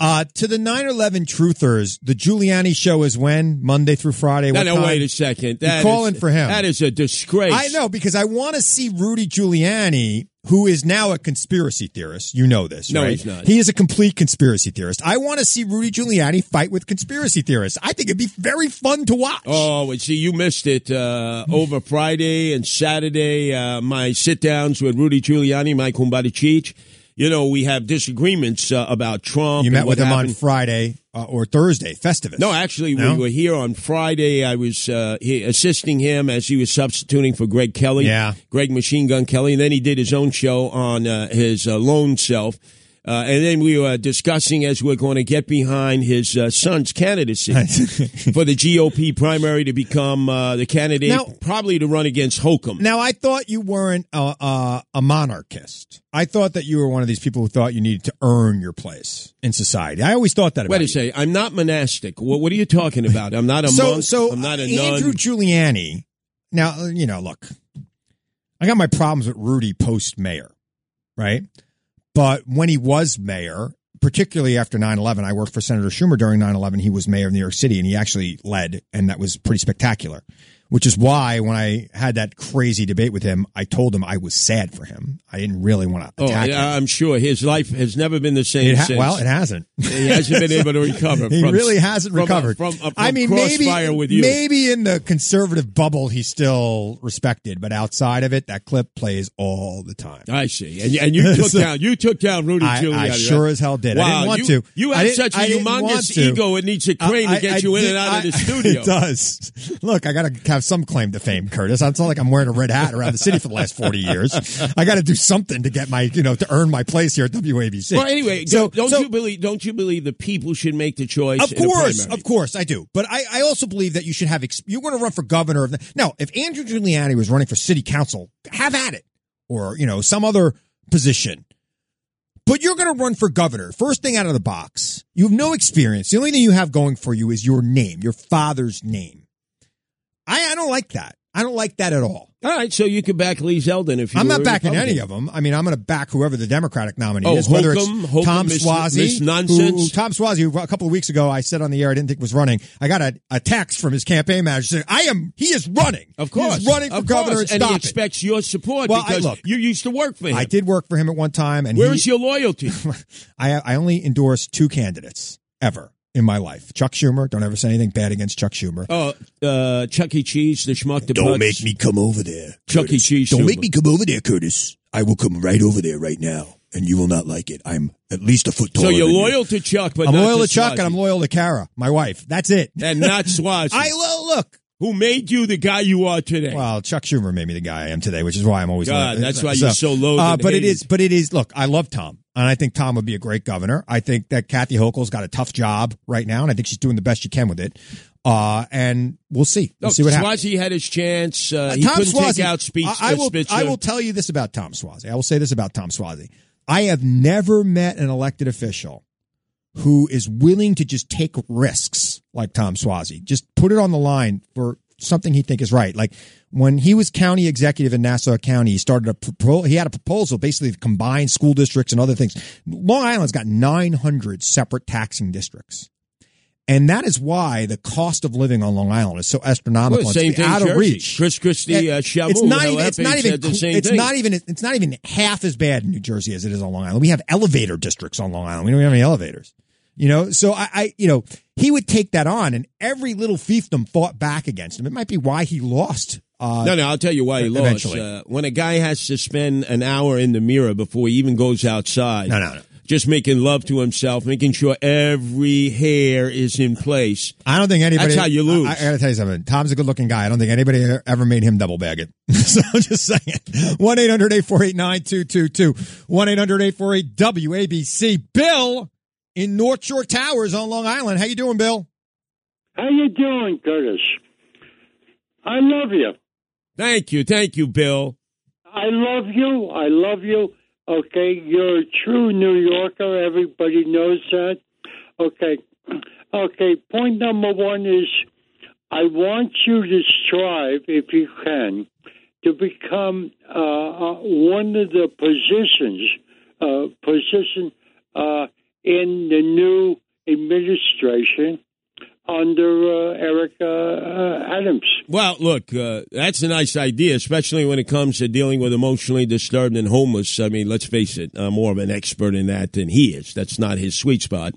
B: Uh, to the 9-11 truthers, the Giuliani show is when? Monday through Friday?
C: No,
B: What
C: no,
B: time?
C: wait a second. That is-
B: calling for him.
C: That is a disgrace.
B: I know because I want to see Rudy Giuliani, who is now a conspiracy theorist. You know this,
C: No,
B: right?
C: he's not.
B: He is a complete conspiracy theorist. I want to see Rudy Giuliani fight with conspiracy theorists. I think it'd be very fun to watch.
C: Oh, and see, you missed it uh, over Friday and Saturday. Uh, my sit downs with Rudy Giuliani, Mike Humbadicic. You know, we have disagreements uh, about Trump.
B: you
C: and
B: met
C: what
B: with him on
C: happened.
B: Friday uh, or Thursday, Festivus.
C: No, actually,
B: No?
C: we were here on Friday. I was uh, he, assisting him as he was substituting for Greg Kelly.
B: Yeah.
C: Greg Machine Gun Kelly. And then he did his own show on uh, his uh, lone self. Uh, and then we were discussing as we're going to get behind his uh, son's candidacy for the GOP primary to become uh, the candidate,
B: Now-
C: probably to run against Hokum.
B: Now, I thought you weren't a, a, a monarchist. I thought that you were one of these people who thought you needed to earn your place in society. I always thought that about
C: Wait
B: you.
C: a second. I'm not monastic. What, what are you talking about? I'm not a
B: so,
C: monk.
B: So uh,
C: I'm not a
B: Andrew
C: nun.
B: Giuliani. Now uh, you know. Look, I got my problems with Rudy post mayor, right? But when he was mayor, particularly after 9-11, I worked for Senator Schumer during 9-11. He was mayor of New York City, and he actually led, and that was pretty spectacular. Which is why when I had that crazy debate with him, I told him I was sad for him. I didn't really want to
C: Oh, I-
B: attack him.
C: I'm sure his life has never been the same
B: It ha-
C: since.
B: well, it hasn't.
C: he hasn't been able to recover.
B: He
C: from-
B: really hasn't
C: from a-
B: recovered.
C: from, a, from
B: I mean,
C: crossfire
B: maybe
C: with you.
B: maybe in the conservative bubble he's still respected, but outside of it, that clip plays all the time.
C: I see, and, and you took
B: So-
C: down you took down Rudy
B: I- I
C: Giuliani. right?
B: sure as hell did. I
C: Wow,
B: didn't want
C: you,
B: to.
C: You
B: I
C: have
B: didn't-
C: such a
B: I didn't want
C: humongous
B: to.
C: ego. It needs a crane to
B: I-
C: get
B: I
C: you in
B: did-
C: and out
B: I-
C: of the studio.
B: It does. Look, I got to have some claim to fame, Curtis. It's not like I'm wearing a red hat around the city for the last 40 years. I got to do something to get my, you know, to earn my place here at WABC.
C: Well, anyway,
B: So-
C: don't, don't
B: so-
C: you believe? Don't you believe the people should make the choice?
B: Of
C: in a
B: course,
C: primary?
B: of course, I do. But I, I also believe that you should have. Ex- you're going to run for governor of. The- now, if Andrew Giuliani was running for city council, have at it, or you know some other position. But you're going to run for governor. First thing out of the box, you have no experience. The only thing you have going for you is your name, your father's name. I, I don't like that. I don't like that at all.
C: All right, so you could back Lee Zeldin if you.
B: I'm
C: were
B: not
C: a
B: backing any
C: Republican.
B: of them. I mean, I'm going to back whoever the Democratic nominee
C: Oh,
B: is, whether
C: Holcomb-
B: it's
C: Holcomb
B: Tom
C: is-
B: Swazi.
C: is
B: who-
C: nonsense.
B: who- Tom Swazi, who a couple of weeks ago I said on the air I didn't think was running. I got a, a text from his campaign manager saying, I am, he is running.
C: Of course,
B: He is running for
C: Of
B: governor
C: course, and
B: and
C: he
B: stop it.
C: expects your support
B: Well, I-
C: because
B: look.
C: you used to work for him.
B: I did work for him at one time. and
C: Where
B: he,
C: is your loyalty?
B: I, I only endorsed two candidates ever in my life. Chuck Schumer. Don't ever say anything bad against Chuck Schumer.
C: Oh, uh, Chuck E. Cheese, the schmuck, the
B: Don't
C: putz.
B: make me come over there.
C: Chuck E.
B: Curtis.
C: Cheese
B: Don't
C: Schumer.
B: make me come over there, Curtis. I will come right over there right now, and you will not like it. I'm at least a foot taller.
C: So you're
B: than you.
C: loyal to Chuck, but
B: I'm
C: not
B: loyal to Chuck,
C: Swazi.
B: and I'm loyal to Kara, my wife. That's it.
C: and not Swazi,
B: I lo- look.
C: who made you the guy you are today.
B: Well, Chuck Schumer made me the guy I am today, which is why I'm always.
C: God,
B: loyal.
C: that's why you're so loathed
B: Uh,
C: and
B: but
C: hated.
B: it is. But it is. Look, I love Tom, and I think Tom would be a great governor. I think that Kathy Hochul's got a tough job right now, and I think she's doing the best she can with it. Uh, and we'll see. We'll
C: Look,
B: see what happens.
C: Swazi had his chance. Uh,
B: Uh,
C: he couldn't
B: Suozzi-
C: take out speech.
B: I, I will.
C: Spitzer.
B: I will tell you this about Tom Swazi. I will say this about Tom Swazi. I have never met an elected official who is willing to just take risks like Tom Swazi. Just put it on the line for something he think is right. Like when he was county executive in Nassau County, he started a propo- he had a proposal basically to combine school districts and other things. Long Island's got 900 separate taxing districts. And that is why the cost of living on Long Island is so astronomical.
C: Well,
B: It's
C: same thing.
B: out of
C: Jersey.
B: reach.
C: Chris Christie, uh,
B: It's
C: Shamu,
B: not
C: El
B: even. It's
C: Hefe
B: not even.
C: said the
B: cl-
C: same
B: It's
C: thing.
B: not even. It's not even half as bad in New Jersey as it is on Long Island. We have elevator districts on Long Island. We don't have any elevators. You know, so I, I, you know, he would take that on, and every little fiefdom fought back against him. It might be why he lost. Uh,
C: no, no, I'll tell you why he lost.
B: Eventually.
C: Uh, when a guy has to spend an hour in the mirror before he even goes outside,
B: No, no, no.
C: just making love to himself, making sure every hair is in place.
B: I don't think anybody.
C: That's how you lose.
B: I, I gotta tell you something. Tom's a good-looking guy. I don't think anybody ever made him double bag it. so I'm just saying. One 800-848-9222. One 800-848 WABC. Bill in North Shore Towers on Long Island. How you doing, Bill?
G: How you doing, Curtis? I love you.
C: Thank you, thank you, Bill.
G: I love you. I love you. Okay, you're a true New Yorker. Everybody knows that. Okay. Okay, point number one is I want you to strive, if you can, to become uh, uh, one of the positions, uh, position uh, in the new administration under uh, Eric uh, uh, Adams.
C: Well, look, uh, that's a nice idea, especially when it comes to dealing with emotionally disturbed and homeless. I mean, let's face it, I'm more of an expert in that than he is. That's not his sweet spot.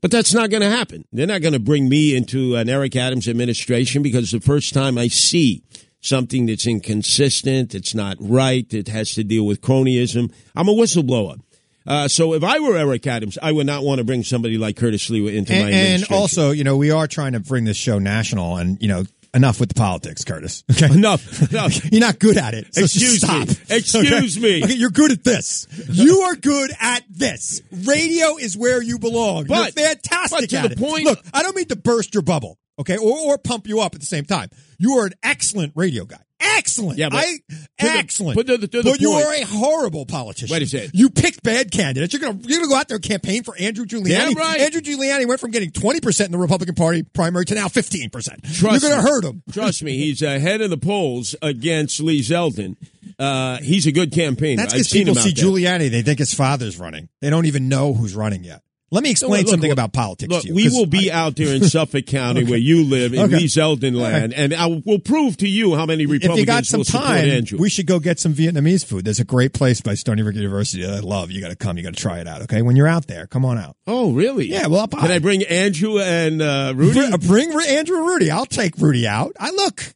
C: But that's not going to happen. They're not going to bring me into an Eric Adams administration because the first time I see something that's inconsistent, it's not right, it has to deal with cronyism, I'm a whistleblower. Uh, so if I were Eric Adams, I would not want to bring somebody like Curtis Lewa into my
B: and, and
C: administration.
B: also, you know, we are trying to bring this show national, and you know, enough with the politics, Curtis. Okay,
C: Enough. Enough.
B: You're not good at it. So just
C: Excuse
B: stop.
C: me. Excuse
B: Okay?
C: me.
B: Okay, you're good at this. You are good at this. Radio is where you belong.
C: But-
B: you're fantastic
C: but to
B: at
C: the
B: it.
C: point-
B: Look, I don't mean to burst your bubble, okay, or, or pump you up at the same time. You are an excellent radio guy. Excellent.
C: Yeah, but-
B: I,
C: the-
B: excellent.
C: but to the- to the
B: But you
C: point-
B: are a horrible politician.
C: Wait a second.
B: You pick bad candidates. You're gonna you're gonna go out there and campaign for Andrew Giuliani.
C: Damn right.
B: Andrew Giuliani went from getting twenty percent in the Republican Party primary to now fifteen percent.
C: Trust
B: you're gonna
C: me.
B: hurt him.
C: Trust me, he's ahead of the polls against Lee Zeldin. Uh, he's a good campaigner.
B: That's
C: I've
B: because
C: seen
B: people
C: him out
B: see
C: there.
B: Giuliani, they think his father's running. They don't even know who's running yet. Let me explain
C: No, look,
B: something
C: look,
B: about politics
C: Look,
B: to you.
C: we
B: 'cause
C: will be
B: I-
C: out there in Suffolk County where you live in
B: Okay.
C: Lee Zeldin land, and I will prove to you how many
B: if
C: Republicans
B: you got some
C: will support
B: time,
C: Andrew.
B: we should go get some Vietnamese food. There's a great place by Stony Brook University that I love. You got to come. You got to try it out. Okay, when you're out there, come on out.
C: oh, really?
B: Yeah, well, I'll buy
C: can I
B: it.
C: bring Andrew and uh, Rudy?
B: Br- Bring, Ru- Andrew Rudy. I'll take Rudy out. I look.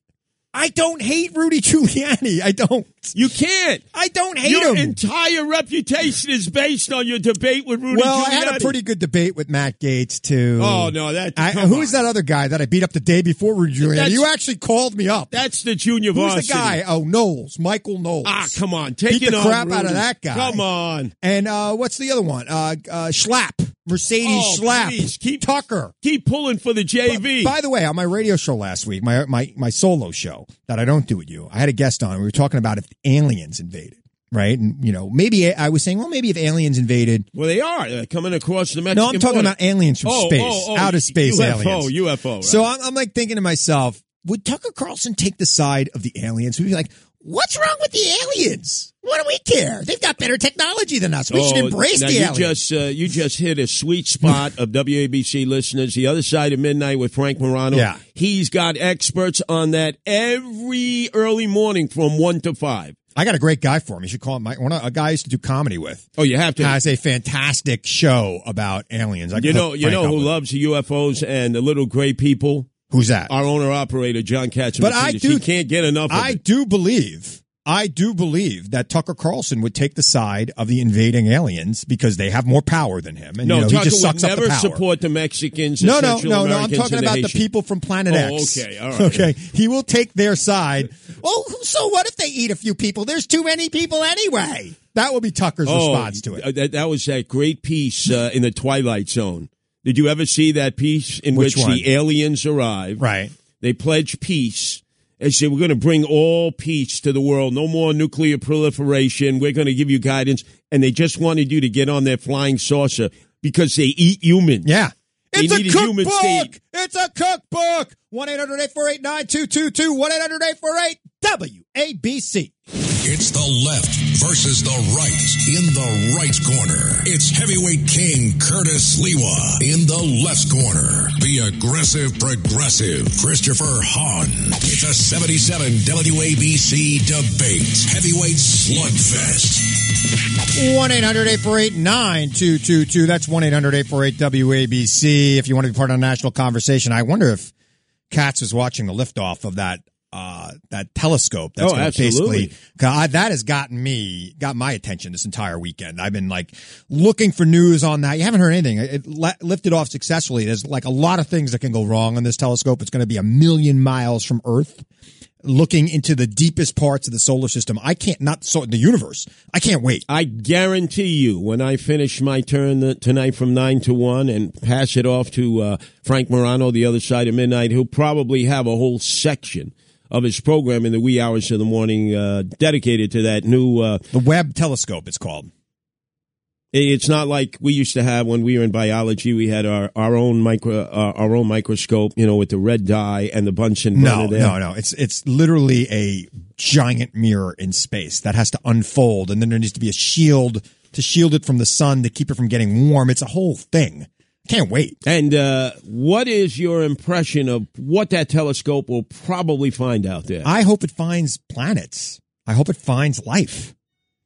B: I don't hate Rudy Giuliani. I don't.
C: You can't.
B: I don't hate
C: Your
B: him.
C: entire reputation is based on your debate with Rudy.
B: well, I had a
C: Giuliani.
B: pretty good debate with Matt Gates too.
C: Oh no, that
B: I,
C: come
B: who is
C: on.
B: that other guy that I beat up the day before Rudy Giuliani?
C: That's-
B: you actually called me up.
C: That's the junior
B: Who's
C: varsity.
B: the guy? Oh, Knowles, Michael Knowles.
C: Ah, come on, take
B: Beat
C: it
B: the
C: on
B: crap out of
C: Rudy.
B: that guy.
C: Come on.
B: And uh, what's the other one? Uh, uh, Schlapp, Mercedes
C: Oh,
B: Schlapp,
C: please, keep-
B: Tucker.
C: Keep pulling for the JV.
B: By the way, on my radio show last week, my my my solo show that I don't do with you, I had a guest on. We were talking about if aliens invaded, right? And you know, maybe I was saying, well, maybe if aliens invaded.
C: well, they are They're coming across the Mexican
B: No, I'm talking
C: border.
B: about aliens from
C: Oh,
B: space,
C: oh, oh,
B: out of space
C: UFO,
B: aliens.
C: UFO. Right?
B: So uh, I'm, I'm like thinking to myself, would Tucker Carlson take the side of the aliens? We'd be like, what's wrong with the aliens? What do we care? They've got better technology than us. We should
C: Oh,
B: embrace
C: now
B: the
C: you
B: aliens.
C: Just, uh, you just hit a sweet spot of WABC listeners. The other side of midnight with Frank Morano.
B: Yeah.
C: he's got experts on that every early morning from one to five.
B: I got a great guy for him. You should call him Mike. One of- a guy I used to do comedy with.
C: Oh, you have to.
B: Has a fantastic show about aliens. I
C: you
B: can
C: know,
B: hook
C: you
B: Frank
C: know
B: up
C: who
B: with him.
C: loves the UFOs and the little gray people.
B: who's that?
C: Our owner operator John Katz.
B: But I do-
C: He can't get enough. Of
B: I
C: it.
B: do believe, I do believe that Tucker Carlson would take the side of the invading aliens because they have more power than him, and
C: No,
B: you know,
C: Tucker
B: he just
C: would
B: sucks up
C: never
B: the power.
C: support the Mexicans. the
B: no, no,
C: Central
B: no, no. I'm
C: Americans,
B: talking
C: and
B: about the
C: Haitians.
B: people from Planet
C: Oh,
B: X.
C: okay, all right.
B: Okay, he will take their side. Oh, so what if they eat a few people? There's too many people anyway. That will be Tucker's response to it.
C: uh, That, that was that great piece uh, in the Twilight Zone. Did you ever see that piece in
B: Which
C: which,
B: one?
C: the aliens arrive?
B: Right.
C: They pledge peace. They say, we're going to bring all peace to the world. No more nuclear proliferation. We're going to give you guidance. And they just wanted you to get on their flying saucer because they eat humans.
B: Yeah.
C: They
B: It's a,
C: need a human
B: cookbook.
C: state.
B: It's a cookbook. 1 800 848 9222 1 800 848 WABC.
A: It's the left versus the right. In the right corner, it's heavyweight king Curtis Lewa. In the left corner, the aggressive progressive Christopher Hahn. It's a 77 WABC debate heavyweight slugfest.
B: 1 800 848 9222. That's 1 800 848 WABC. If you want to be part of a national conversation, I wonder if Katz is watching the liftoff of that. Uh, that telescope that's
C: Oh,
B: gonna
C: absolutely.
B: basically God, that has gotten me got my attention this entire weekend i've been like looking for news on that you haven't heard anything it li- lifted off successfully there's like a lot of things that can go wrong on this telescope it's going to be a million miles from earth looking into the deepest parts of the solar system i can't not so the universe i can't wait
C: I guarantee you, when I finish my turn th- tonight from 9 to 1 and pass it off to uh, Frank Morano, the other side of midnight, he'll probably have a whole section of his program in the wee hours of the morning uh, dedicated to that new. Uh,
B: The Webb Telescope, it's called.
C: it- it's not like we used to have when we were in biology. We had our, our own micro uh, our own microscope, you know, with the red dye and the Bunsen
B: No,
C: burner there.
B: no, no. It's it's literally a giant mirror in space that has to unfold, and then there needs to be a shield to shield it from the sun to keep it from getting warm. It's a whole thing. Can't wait.
C: And uh, what is your impression of what that telescope will probably find out there?
B: I hope it finds planets. I hope it finds life.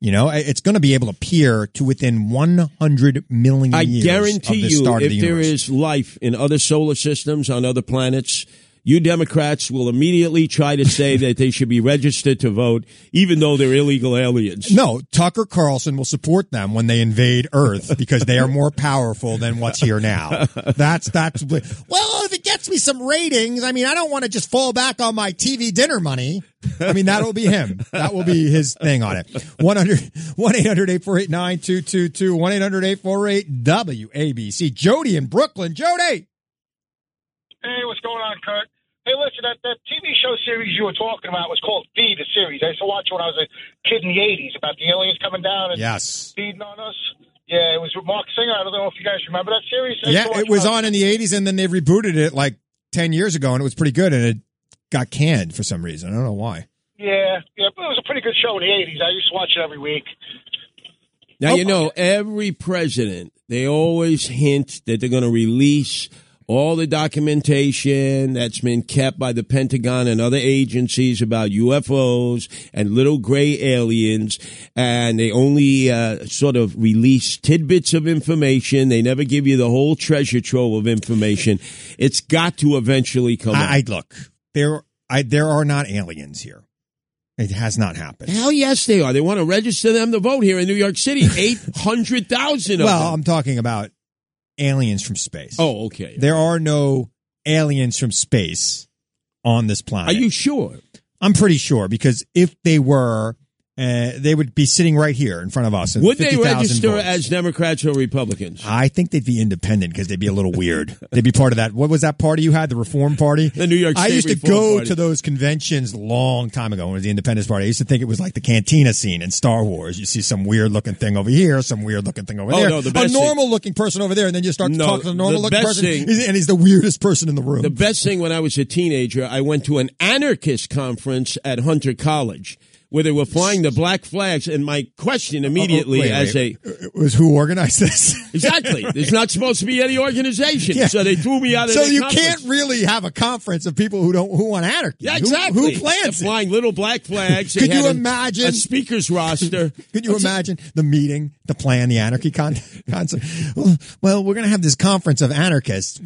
B: You know, I- it's going to be able to peer to within 100 million
C: I
B: years
C: guarantee
B: of the
C: you,
B: start
C: if
B: of the
C: there
B: universe.
C: is life in other solar systems on other planets, you Democrats will immediately try to say that they should be registered to vote, even though they're illegal aliens.
B: No, Tucker Carlson will support them when they invade Earth because they are more powerful than what's here now. That's that's well, if it gets me some ratings, I mean, I don't want to just fall back on my TV dinner money. I mean, that'll be him. That will be his thing on it. 100 1-800-848-9222, 1-800-848-WABC. Jody in Brooklyn. Jody.
H: Hey, what's going on, Kurt? Hey, listen, that, that TV show series you were talking about was called Feed the Series. I used to watch it when I was a kid in the 80s about the aliens coming down and
B: Yes.
H: feeding on us. Yeah, it was with Mark Singer. I don't know if you guys remember that series. I used to
B: Yeah,
H: watch
B: it was
H: when I
B: on in the 80s and then they rebooted it like 10 years ago and it was pretty good and it got canned for some reason. I don't know why.
H: Yeah, yeah, but it was a pretty good show in the 80s. I used to watch it every week.
C: Now,
B: Oh,
C: you know, every president, they always hint that they're going to release all the documentation that's been kept by the Pentagon and other agencies about UFOs and little gray aliens. And they only uh, sort of release tidbits of information. They never give you the whole treasure trove of information. It's got to eventually come out.
B: I, I look there. I there are not aliens here. It has not happened.
C: Hell yes, they are. They want to register them to vote here in New York City. 800,000 of
B: Well,
C: them.
B: I'm talking about aliens from space.
C: Oh, okay.
B: there are no aliens from space on this planet.
C: Are you sure?
B: I'm pretty sure because if they were, uh, they would be sitting right here in front of us. and
C: Would they
B: 50,000
C: register
B: votes.
C: as Democrats or Republicans?
B: I think they'd be independent because they'd be a little weird. they'd be part of that. What was that party you had? The Reform Party?
C: The New York
B: I
C: State
B: used to
C: Reform
B: go
C: Party.
B: to those conventions long time ago when it was the Independence Party. I used to think it was like the cantina scene in Star Wars. You see some weird looking thing over here, some weird looking thing over
C: Oh,
B: there.
C: no, the best
B: a normal looking person over there, and then you start to
C: No,
B: talk to the
C: the
B: normal looking
C: best
B: person,
C: thing-
B: he's- and he's the weirdest person in the room.
C: The best thing when I was a teenager, I went to an anarchist conference at Hunter College where they were flying the black flags. And my question immediately,
B: Oh, wait,
C: as
B: wait.
C: a
B: It was who organized this?
C: exactly, there's not supposed to be any organization,
B: Yeah.
C: so they threw me out of.
B: so
C: the
B: you
C: conference.
B: can't really have a conference of people who don't who want anarchy.
C: Yeah,
B: Who-
C: exactly.
B: Who,
C: They're
B: plans it?
C: flying little black flags? They
B: Could you
C: had a-
B: imagine-
C: a speakers roster?
B: Could you
C: That's it.
B: imagine the meeting, the plan, the anarchy con- concept? Well, well, we're going to have this conference of anarchists,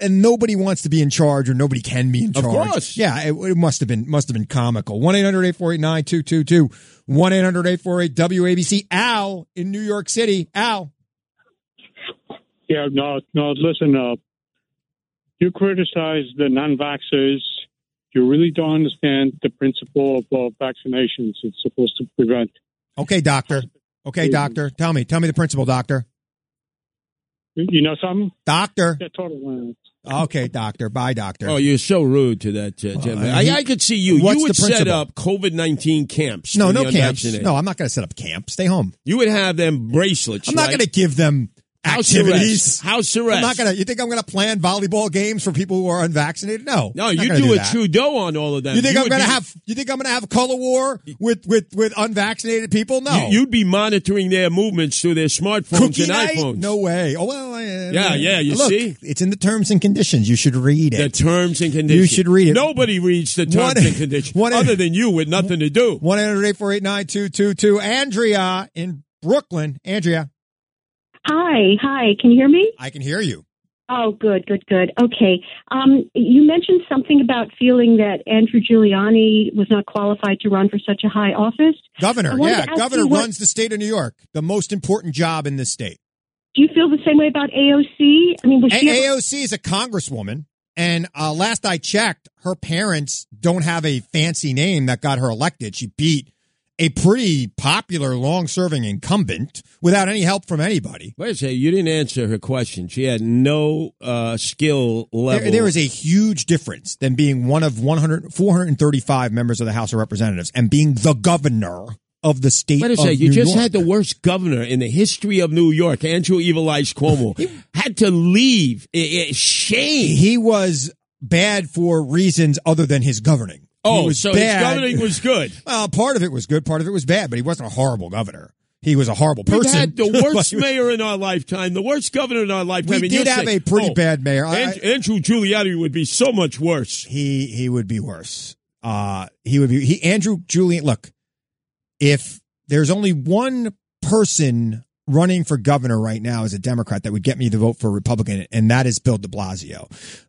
B: and nobody wants to be in charge, or nobody can be in
C: Of
B: charge.
C: course.
B: yeah, it, it must have been must have been comical. One 848 one 848 WABC. Al in New York City. Al,
I: Yeah, no, no. Listen, uh, you criticize the non-vaxxers. You really don't understand the principle of uh, vaccinations. It's supposed to prevent.
B: okay, doctor. Okay, doctor. Tell me, tell me the principal, doctor.
I: You know something?
B: Doctor.
I: They're total liars.
B: Okay, doctor. Bye, doctor.
C: Oh, you're so rude to that uh, gentleman.
B: he-
C: I, I could see you.
B: What's
C: you would
B: the
C: set
B: principle?
C: up COVID nineteen camps.
B: no,
C: for
B: no
C: the
B: camps.
C: unvaccinated.
B: No, I'm not going to set up camp. Stay home.
C: You would have them bracelets.
B: I'm not
C: right?
B: going to give them
C: House
B: activities.
C: arrest. House arrest.
B: I'm not gonna. You think I'm gonna plan volleyball games for people who are unvaccinated? No.
C: No,
B: I'm not
C: you
B: gonna
C: do, a
B: that.
C: Trudeau on all of them.
B: You think I'm
C: would
B: gonna
C: be-
B: have? You think I'm gonna have color war with with with unvaccinated people? No.
C: You, would be monitoring their movements through their smartphones
B: cookie
C: and
B: night?
C: iPhones.
B: No way. Oh well. I-
C: Yeah, yeah, you
B: Look,
C: see?
B: it's in the terms and conditions. You should read
C: The
B: it.
C: terms and conditions.
B: should read it.
C: Nobody reads the terms
B: What-
C: and conditions
B: what-
C: other than you with nothing to do.
B: One eight eight four eight nine two two two. Andrea in Brooklyn. Andrea,
J: Hi, hi. Can you hear me?
B: I can hear you.
J: Oh, good, good, good. Okay. Um, you mentioned something about feeling that Andrew Giuliani was not qualified to run for such a high office.
B: Governor,
J: I wanted
B: yeah,
J: to ask
B: governor
J: you what-
B: runs the state of New York, the most important job in this state.
J: Do you feel the same way about AOC? I mean, was she?
B: A- AOC is a congresswoman, and uh, last I checked, her parents don't have a fancy name that got her elected. She beat a pretty popular, long-serving incumbent without any help from anybody.
C: Wait a second. You didn't answer her question. She had no uh, skill level.
B: There, there is a huge difference than being one of 100, 435 members of the House of Representatives and being the governor of the state.
C: Wait a
B: of
C: second. You
B: New
C: just
B: York.
C: had the worst governor in the history of New York, Andrew Evilize Cuomo, had to leave. I- I- shame.
B: He was bad for reasons other than his governing.
C: oh,
B: he was
C: so
B: bad.
C: his governing was good.
B: Well, part of it was good, part of it was bad, but he wasn't a horrible governor. he was a horrible
C: We've
B: person.
C: had the
B: but
C: worst
B: he was-
C: mayor in our lifetime, the worst governor in our lifetime.
B: We
C: and you're
B: did have
C: saying,
B: a pretty
C: oh,
B: bad mayor. I-
C: Andrew, Andrew Giuliani would be so much worse.
B: He he would be worse. Uh he would be he Andrew Julian look, if there's only one person running for governor right now as a Democrat that would get me to vote for a Republican, and that is Bill de Blasio.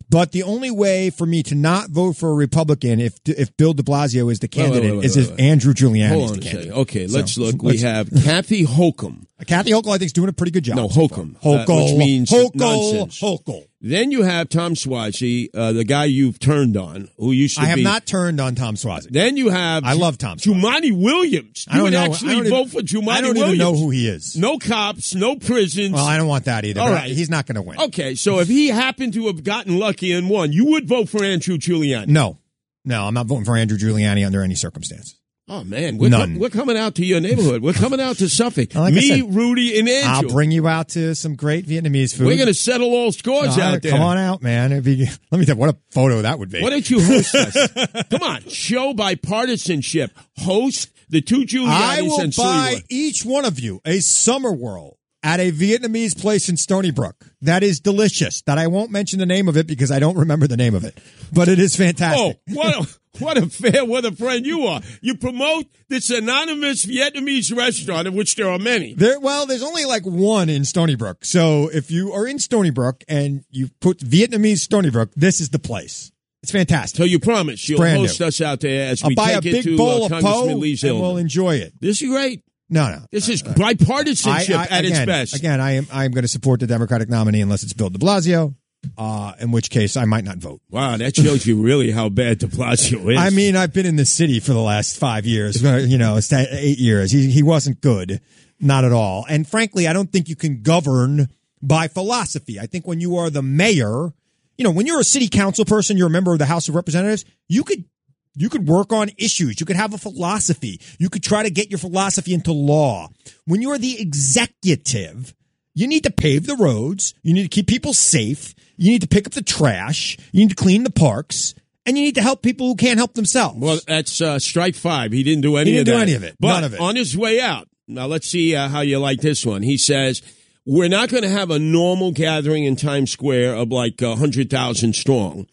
B: But the only way for me to not vote for a Republican if if Bill de Blasio is
C: Wait,
B: the
C: wait,
B: candidate
C: wait, wait,
B: is
C: wait,
B: if
C: wait.
B: Andrew Giuliani
C: Hold
B: is
C: on
B: the
C: a second.
B: candidate.
C: Okay,
B: So,
C: let's look. We
B: let's-
C: have Kathy Hokum.
B: Kathy Hochul, I think, is doing a pretty good job.
C: No,
B: so far.
C: Hochul, uh,
B: Hochul.
C: which means
B: Hochul.
C: nonsense.
B: Hochul.
C: Then you have Tom Swazi, uh, the guy you've turned on, who used to
B: I have
C: be.
B: not turned on Tom Swazik.
C: Then you have.
B: I love Tom Swazik.
C: Jumani Williams. You
B: I don't
C: would
B: know.
C: actually
B: I don't
C: vote
B: even-
C: for Jumani
B: I don't
C: Williams.
B: even know who he is.
C: No cops, no prisons.
B: Well, I don't want that either.
C: All
B: but
C: right.
B: he's not going to win.
C: Okay, so if he happened to have gotten lucky and won, you would vote for Andrew Giuliani.
B: No, no, I'm not voting for Andrew Giuliani under any circumstance.
C: Oh man, we're,
B: None.
C: we're coming out to your neighborhood. We're coming out to Suffolk.
B: Like I
C: Me,
B: said,
C: Rudy, and Andrew.
B: I'll bring you out to some great Vietnamese food.
C: We're going to settle all scores
B: No,
C: out there.
B: Come on out, man. It'd be, let me tell you, what a photo that would be.
C: Why don't you host us? Come on, show bipartisanship. Host the two Giulianis
B: I will buy
C: and Sliwa.
B: each one of you a summer whirl at a Vietnamese place in Stony Brook that is delicious. That I won't mention the name of it because I don't remember the name of it, but it is
C: Oh,
B: fantastic.
C: what a, what a fair weather friend you are. You promote this anonymous Vietnamese restaurant, of which there are many.
B: There, well, there's only like one in Stony Brook. So if you are in Stony Brook and you put Vietnamese Stony Brook, this is the place. It's fantastic.
C: So you promise you'll
B: Brand
C: host
B: new.
C: us out there as
B: I'll
C: we
B: buy a
C: take it
B: big
C: to
B: bowl
C: uh,
B: of po
C: Congressman Lee
B: and we'll
C: Zeldin.
B: enjoy it.
C: This is great.
B: No, no.
C: This is bipartisanship
B: I- I-
C: at
B: again,
C: its best.
B: Again, I am I am going to support the Democratic nominee unless it's Bill De Blasio, uh, in which case I might not vote.
C: Wow, that shows you really how bad De Blasio is.
B: I mean, I've been in this city for the last five years, uh, you know, it's that- eight years. He he wasn't good, not at all. And frankly, I don't think you can govern by philosophy. I think when you are the mayor, you know, when you're a city council person, you're a member of the House of Representatives, you could you could work on issues. You could have a philosophy. You could try to get your philosophy into law. When you're the executive, you need to pave the roads. You need to keep people safe. You need to pick up the trash. You need to clean the parks. And you need to help people who can't help themselves.
C: well, that's uh, strike five. He didn't do any
B: He
C: of
B: didn't
C: that.
B: do any of it.
C: But
B: None of it.
C: on his way out, now let's see uh, how you like this one. He says, We're not going to have a normal gathering in Times Square of like a 100,000 strong.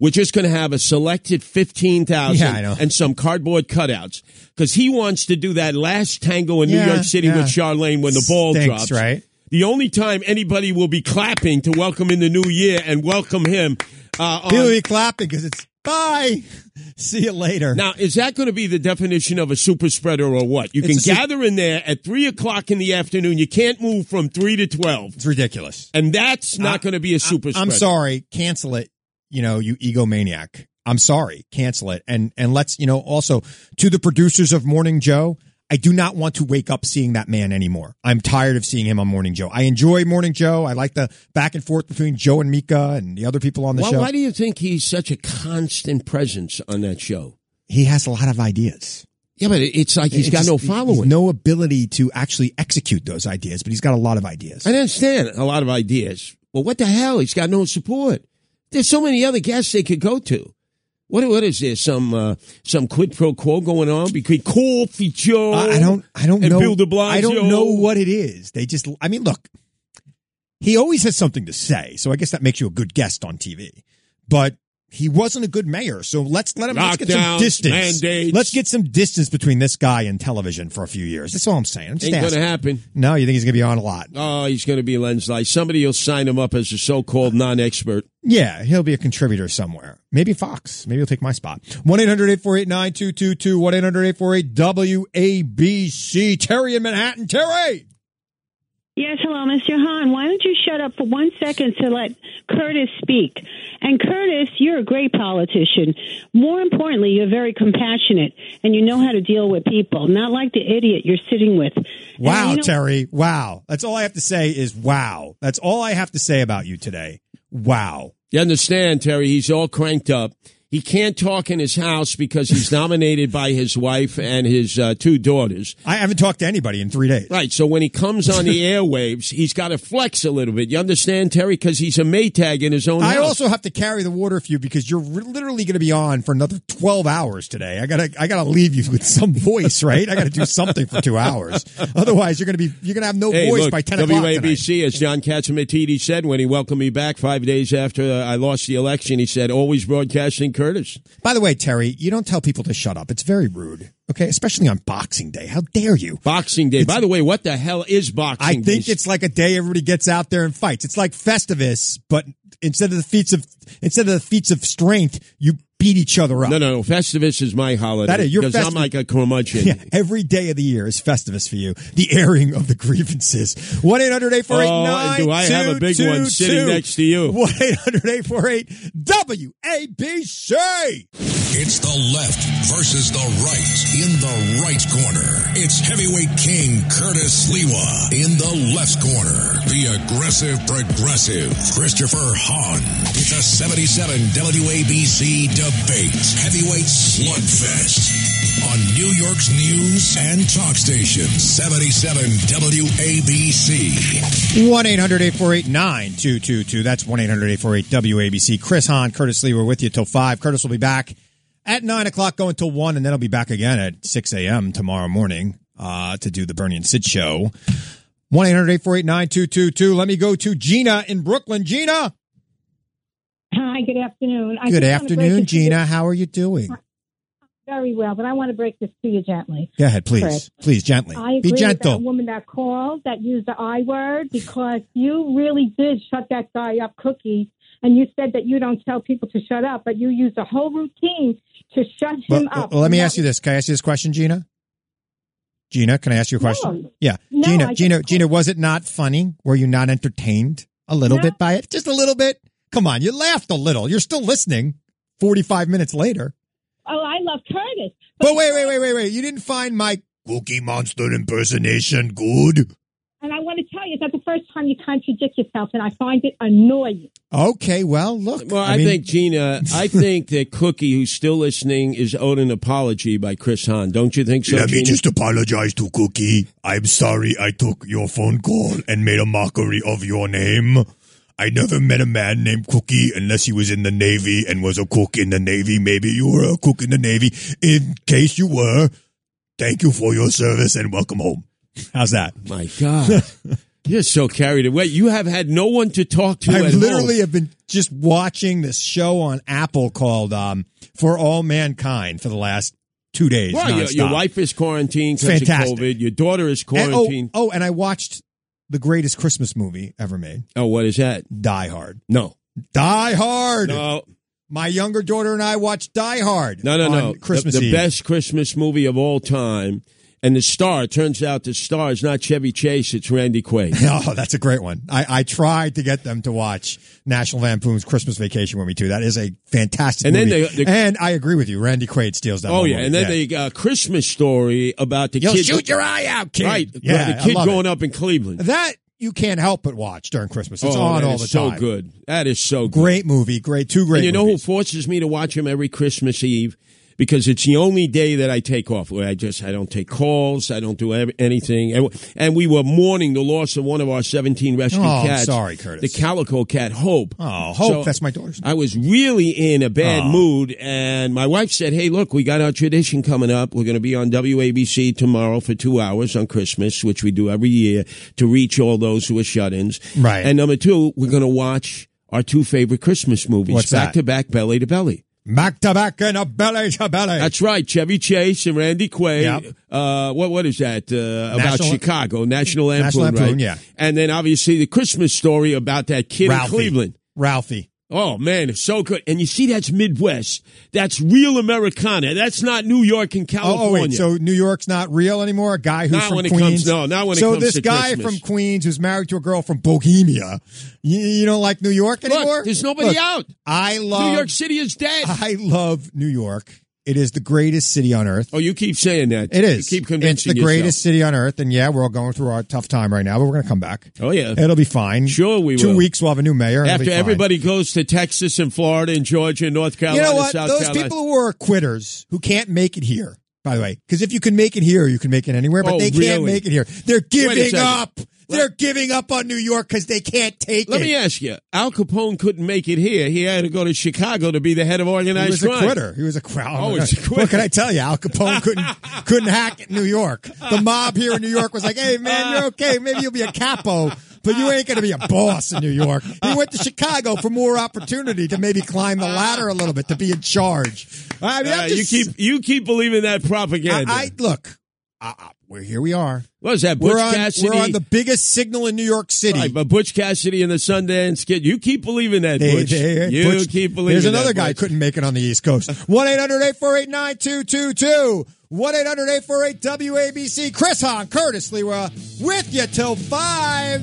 C: We're just going to have a selected 15,000
B: Yeah, I know.
C: and some cardboard cutouts because he wants to do that last tango in New
B: Yeah,
C: York City
B: yeah.
C: with Charlene when the ball
B: Stinks,
C: drops.
B: right?
C: The only time anybody will be clapping to welcome in the new year and welcome him. Uh, on-
B: People be clapping because it's bye. See you later.
C: now, is that going to be the definition of a super spreader or what? You can
B: It's a su-
C: gather in there at 3 o'clock in the afternoon. You can't move from 3 to 12.
B: it's ridiculous.
C: And that's not
B: I-
C: going to be a super spreader.
B: I'm sorry, cancel it. You know, you egomaniac. I'm sorry, cancel it. And and let's you know also to the producers of Morning Joe. I do not want to wake up seeing that man anymore. I'm tired of seeing him on Morning Joe. I enjoy Morning Joe. I like the back and forth between Joe and Mika and the other people on the
C: Why,
B: show.
C: why do you think he's such a constant presence on that show?
B: he has a lot of ideas.
C: Yeah, but it- it's like he's
B: It's
C: got
B: just-
C: no
B: he's
C: following.
B: no ability to actually execute those ideas, but he's got a lot of ideas.
C: I understand a lot of ideas. Well, what the hell? He's got no support. There's so many other guests they could go to. What, what is there? Some uh, some quid pro quo going on between Coffee Joe?
B: I I don't. I don't
C: and
B: know.
C: Bill de Blasio.
B: I don't know what it is. They just. I mean, look. He always has something to say, so I guess that makes you a good guest on TV. But he wasn't a good mayor, so let's let him let's get some
C: Lockdowns,
B: distance.
C: mandates.
B: Let's get some distance between this guy and television for a few years. That's all I'm saying. I'm just
C: ain't going
B: asking.
C: to happen.
B: No, you think he's going to be on a lot?
C: Oh, he's going to be lens light. Somebody will sign him up as a so-called non-expert.
B: Yeah, he'll be a contributor somewhere. Maybe Fox. Maybe he'll take my spot. 1-800-848-9222. 1-800-848-WABC. Terry in Manhattan. Terry!
J: Yes, hello, Mr. Hahn. Why don't you shut up for one second to let Curtis speak? And Curtis, you're a great politician. More importantly, you're very compassionate and you know how to deal with people, not like the idiot you're sitting with.
B: Wow,
J: And you know-
B: Terry. Wow. That's all I have to say is wow. That's all I have to say about you today. Wow.
C: You understand, Terry? He's all cranked up. He can't talk in his house because he's nominated by his wife and his uh, two daughters.
B: I haven't talked to anybody in three days.
C: Right. So when he comes on the airwaves, he's got to flex a little bit. You understand, Terry? Because he's a Maytag in his own
B: I
C: house.
B: also have to carry the water for you because you're re- literally going to be on for another 12 hours today. I got to I got to leave you with some voice, right? I got to do something for 2 hours. Otherwise, you're going to be you're going to have no
C: hey,
B: voice
C: look,
B: by 10 o'clock tonight.
C: WABC, as John Katzimatidis said when he welcomed me back five days after uh, I lost the election, he said, always broadcasting Curtis.
B: By the way, Terry, you don't tell people to shut up. It's very rude. Okay, especially on Boxing Day. How dare you?
C: Boxing Day. By the way, what the hell is Boxing
B: I
C: Day?
B: think it's like a day everybody gets out there and fights. It's like Festivus, but instead of the feats of instead of the feats of strength, you beat each other up.
C: No, no, no. Festivus is my holiday.
B: That is- you're
C: because I'm
B: Festiv-
C: like a curmudgeon.
B: Yeah, every day of the year is Festivus for you. The airing of the grievances. 1 800 848
C: Oh, do I have a big one sitting next to you?
B: 1 800 848 WABC.
A: It's the left versus the right in the right corner. It's heavyweight king Curtis Lewa in the left corner. The aggressive progressive Christopher Hahn. It's a 77 WABC debate heavyweight slugfest on New York's news and talk station 77 WABC.
B: 1 800 848 9222. That's 1 800 848 WABC. Chris Hahn, Curtis Lee, we're with you till 5. Curtis will be back at 9 o'clock, going till 1, and then I'll be back again at 6 a.m. tomorrow morning uh, to do the Bernie and Sid show. 1 800 848 9222. Let me go to Gina in Brooklyn. Gina!
K: Hi, good afternoon. I
B: Good
K: just wanna break
B: afternoon,
K: this to you
B: Gina. How are you doing?
K: Very well, but I want to break this to you gently.
B: Go ahead, please.
K: Correct.
B: Please, gently.
K: I agree
B: Be
K: with that
B: gentle.
K: woman that called that used the I word because you really did shut that guy up, Cookie. And you said that you don't tell people to shut up, but you used a whole routine to shut him
B: Well,
K: up.
B: well, let me
K: No,
B: ask you this. Can I ask you this question, Gina? Gina, can I ask you a question?
K: No.
B: Yeah.
K: No, I
B: Gina,
K: just-
B: Gina, Gina, was it not funny? Were you not entertained a little
K: No.
B: bit by it? Just a little bit? Come on, you laughed a little. You're still listening 45 minutes later.
K: Oh, I love Curtis.
B: But wait, wait, wait, wait, wait. You didn't find my Cookie Monster impersonation good?
K: And I want to tell you, it's not the first time you contradict yourself, and I find it annoying.
B: Okay, well, look.
C: Well, I,
B: mean,
C: think, Gina, I think that Cookie, who's still listening, is owed an apology by Chris Hahn. Don't you think so,
A: Let me
C: Gina?
A: just apologize to Cookie. I'm sorry I took your phone call and made a mockery of your name. I never met a man named Cookie unless he was in the Navy and was a cook in the Navy. Maybe you were a cook in the Navy. In case you were, thank you for your service and welcome home.
B: How's that?
C: My God. You're so carried away. You have had no one to talk to
B: I
C: at
B: literally
C: home.
B: have been just watching this show on Apple called um, "For All Mankind" for the last two days.
C: Well, your,
B: nonstop.
C: your wife is quarantined because of
B: Fantastic.
C: COVID. Your daughter is
B: And- oh,
C: quarantined.
B: oh, and I watched the greatest Christmas movie ever made,
C: oh, what is that?
B: Die Hard.
C: No.
B: Die Hard.
C: No,
B: My younger daughter and I watched Die Hard.
C: No, no,
B: on
C: no.
B: Christmas
C: the, the
B: Eve.
C: best Christmas movie of all time. And the star, turns out the star is not Chevy Chase, it's Randy Quaid.
B: Oh, that's a great one. I, I tried to get them to watch National Lampoon's Christmas Vacation with me too. That is a fantastic
C: And then
B: movie.
C: they- they-
B: and I agree with you. Randy Quaid steals that.
C: Oh,
B: whole
C: yeah.
B: movie.
C: And then the uh, Christmas story about the
B: You'll
C: kid.
B: shoot your eye out, kid.
C: Right.
B: Yeah,
C: the
B: I
C: kid
B: love
C: growing
B: it.
C: up in Cleveland.
B: That you can't help but watch during Christmas. It's
C: oh,
B: on
C: that
B: all
C: is
B: the
C: so
B: time.
C: good. That is so good.
B: Great movie. Great. Two great.
C: And you know
B: movies.
C: who forces me to watch him every Christmas Eve? Because it's the only day that I take off. Where I just I don't take calls. I don't do ev- anything. And, and we were mourning the loss of one of our seventeen rescue
B: Oh, I'm
C: cats.
B: sorry, Curtis.
C: The calico cat Hope.
B: Oh, Hope.
C: So
B: that's my daughter's. name.
C: I was really in a bad mood, and my wife said, "Hey, look, we got our tradition coming up. We're going to be on WABC tomorrow for two hours on Christmas, which we do every year to reach all those who are shut-ins.
B: Right.
C: And number two, we're going to watch our two favorite Christmas movies,
B: What's that?
C: back to back, belly to belly.
B: Back to back and a belly to belly.
C: That's right, Chevy Chase and Randy Quaid.
B: Yep.
C: Uh, what what is that uh, about
B: National-
C: Chicago? National Lampoon,
B: National Lampoon,
C: right?
B: yeah.
C: And then obviously the Christmas story about that kid
B: Ralphie.
C: in Cleveland.
B: Ralphie.
C: Oh man, it's so good. And you see, that's Midwest. That's real Americana. That's not New York and
B: Oh, oh,
C: California.
B: wait. So New York's not real anymore. A guy who's
C: Not
B: from
C: when it
B: Queens.
C: comes- no, not when it
B: so
C: comes
B: this
C: to
B: guy
C: Christmas.
B: from Queens who's married to a girl from Bohemia. You, you don't like New York
C: Look,
B: anymore.
C: there's nobody
B: Look,
C: out.
B: I love
C: New York City is dead.
B: I love New York. It is the greatest city on earth.
C: Oh, you keep saying that.
B: It is.
C: You keep convincing
B: It's the
C: yourself.
B: greatest city on earth, and yeah, we're all going through our tough time right now, but we're going to come back.
C: Oh yeah.
B: It'll be fine. Sure,
C: we
B: Two
C: will.
B: weeks, we'll have a new mayor. and it'll be
C: After
B: fine.
C: everybody goes to Texas and Florida and Georgia and North
B: you
C: Carolina,
B: know what?
C: South
B: Those
C: Carolina.
B: people who are quitters who can't make it here. By the way, because if you can make it here, you can make it anywhere, but
C: Oh,
B: they can't
C: really?
B: make it here. They're giving
C: second.
B: up. They're giving up on New York because they can't take
C: Let
B: it.
C: me ask you. Al Capone couldn't make it here. He had to go to Chicago to be the head of
B: He
C: organized
B: was a
C: crime.
B: quitter. He was a crowd.
C: Oh, he's a quitter.
B: What can I tell you? Al Capone couldn't couldn't hack it in New York. The mob here in New York was like, "Hey man, you're okay. Maybe you'll be a capo, but you ain't going to be a boss in New York." He went to Chicago for more opportunity to maybe climb the ladder a little bit to be in charge. I mean, I'm
C: Uh,
B: just-
C: you keep you keep believing that propaganda.
B: I- I- look. uh, We're here. We are.
C: What is that? Butch
B: We're on,
C: Cassidy.
B: we're on the biggest signal in New York City.
C: Right, but Butch Cassidy and the Sundance Kid. You keep believing that,
B: They-
C: Butch.
B: they-
C: you
B: Butch-
C: keep believing.
B: There's another
C: that,
B: guy
C: Butch.
B: couldn't make it on the East Coast. 1 800 848 9222. 1 800 848 WABC. Chris Hahn, Curtis Lewa, with you till 5.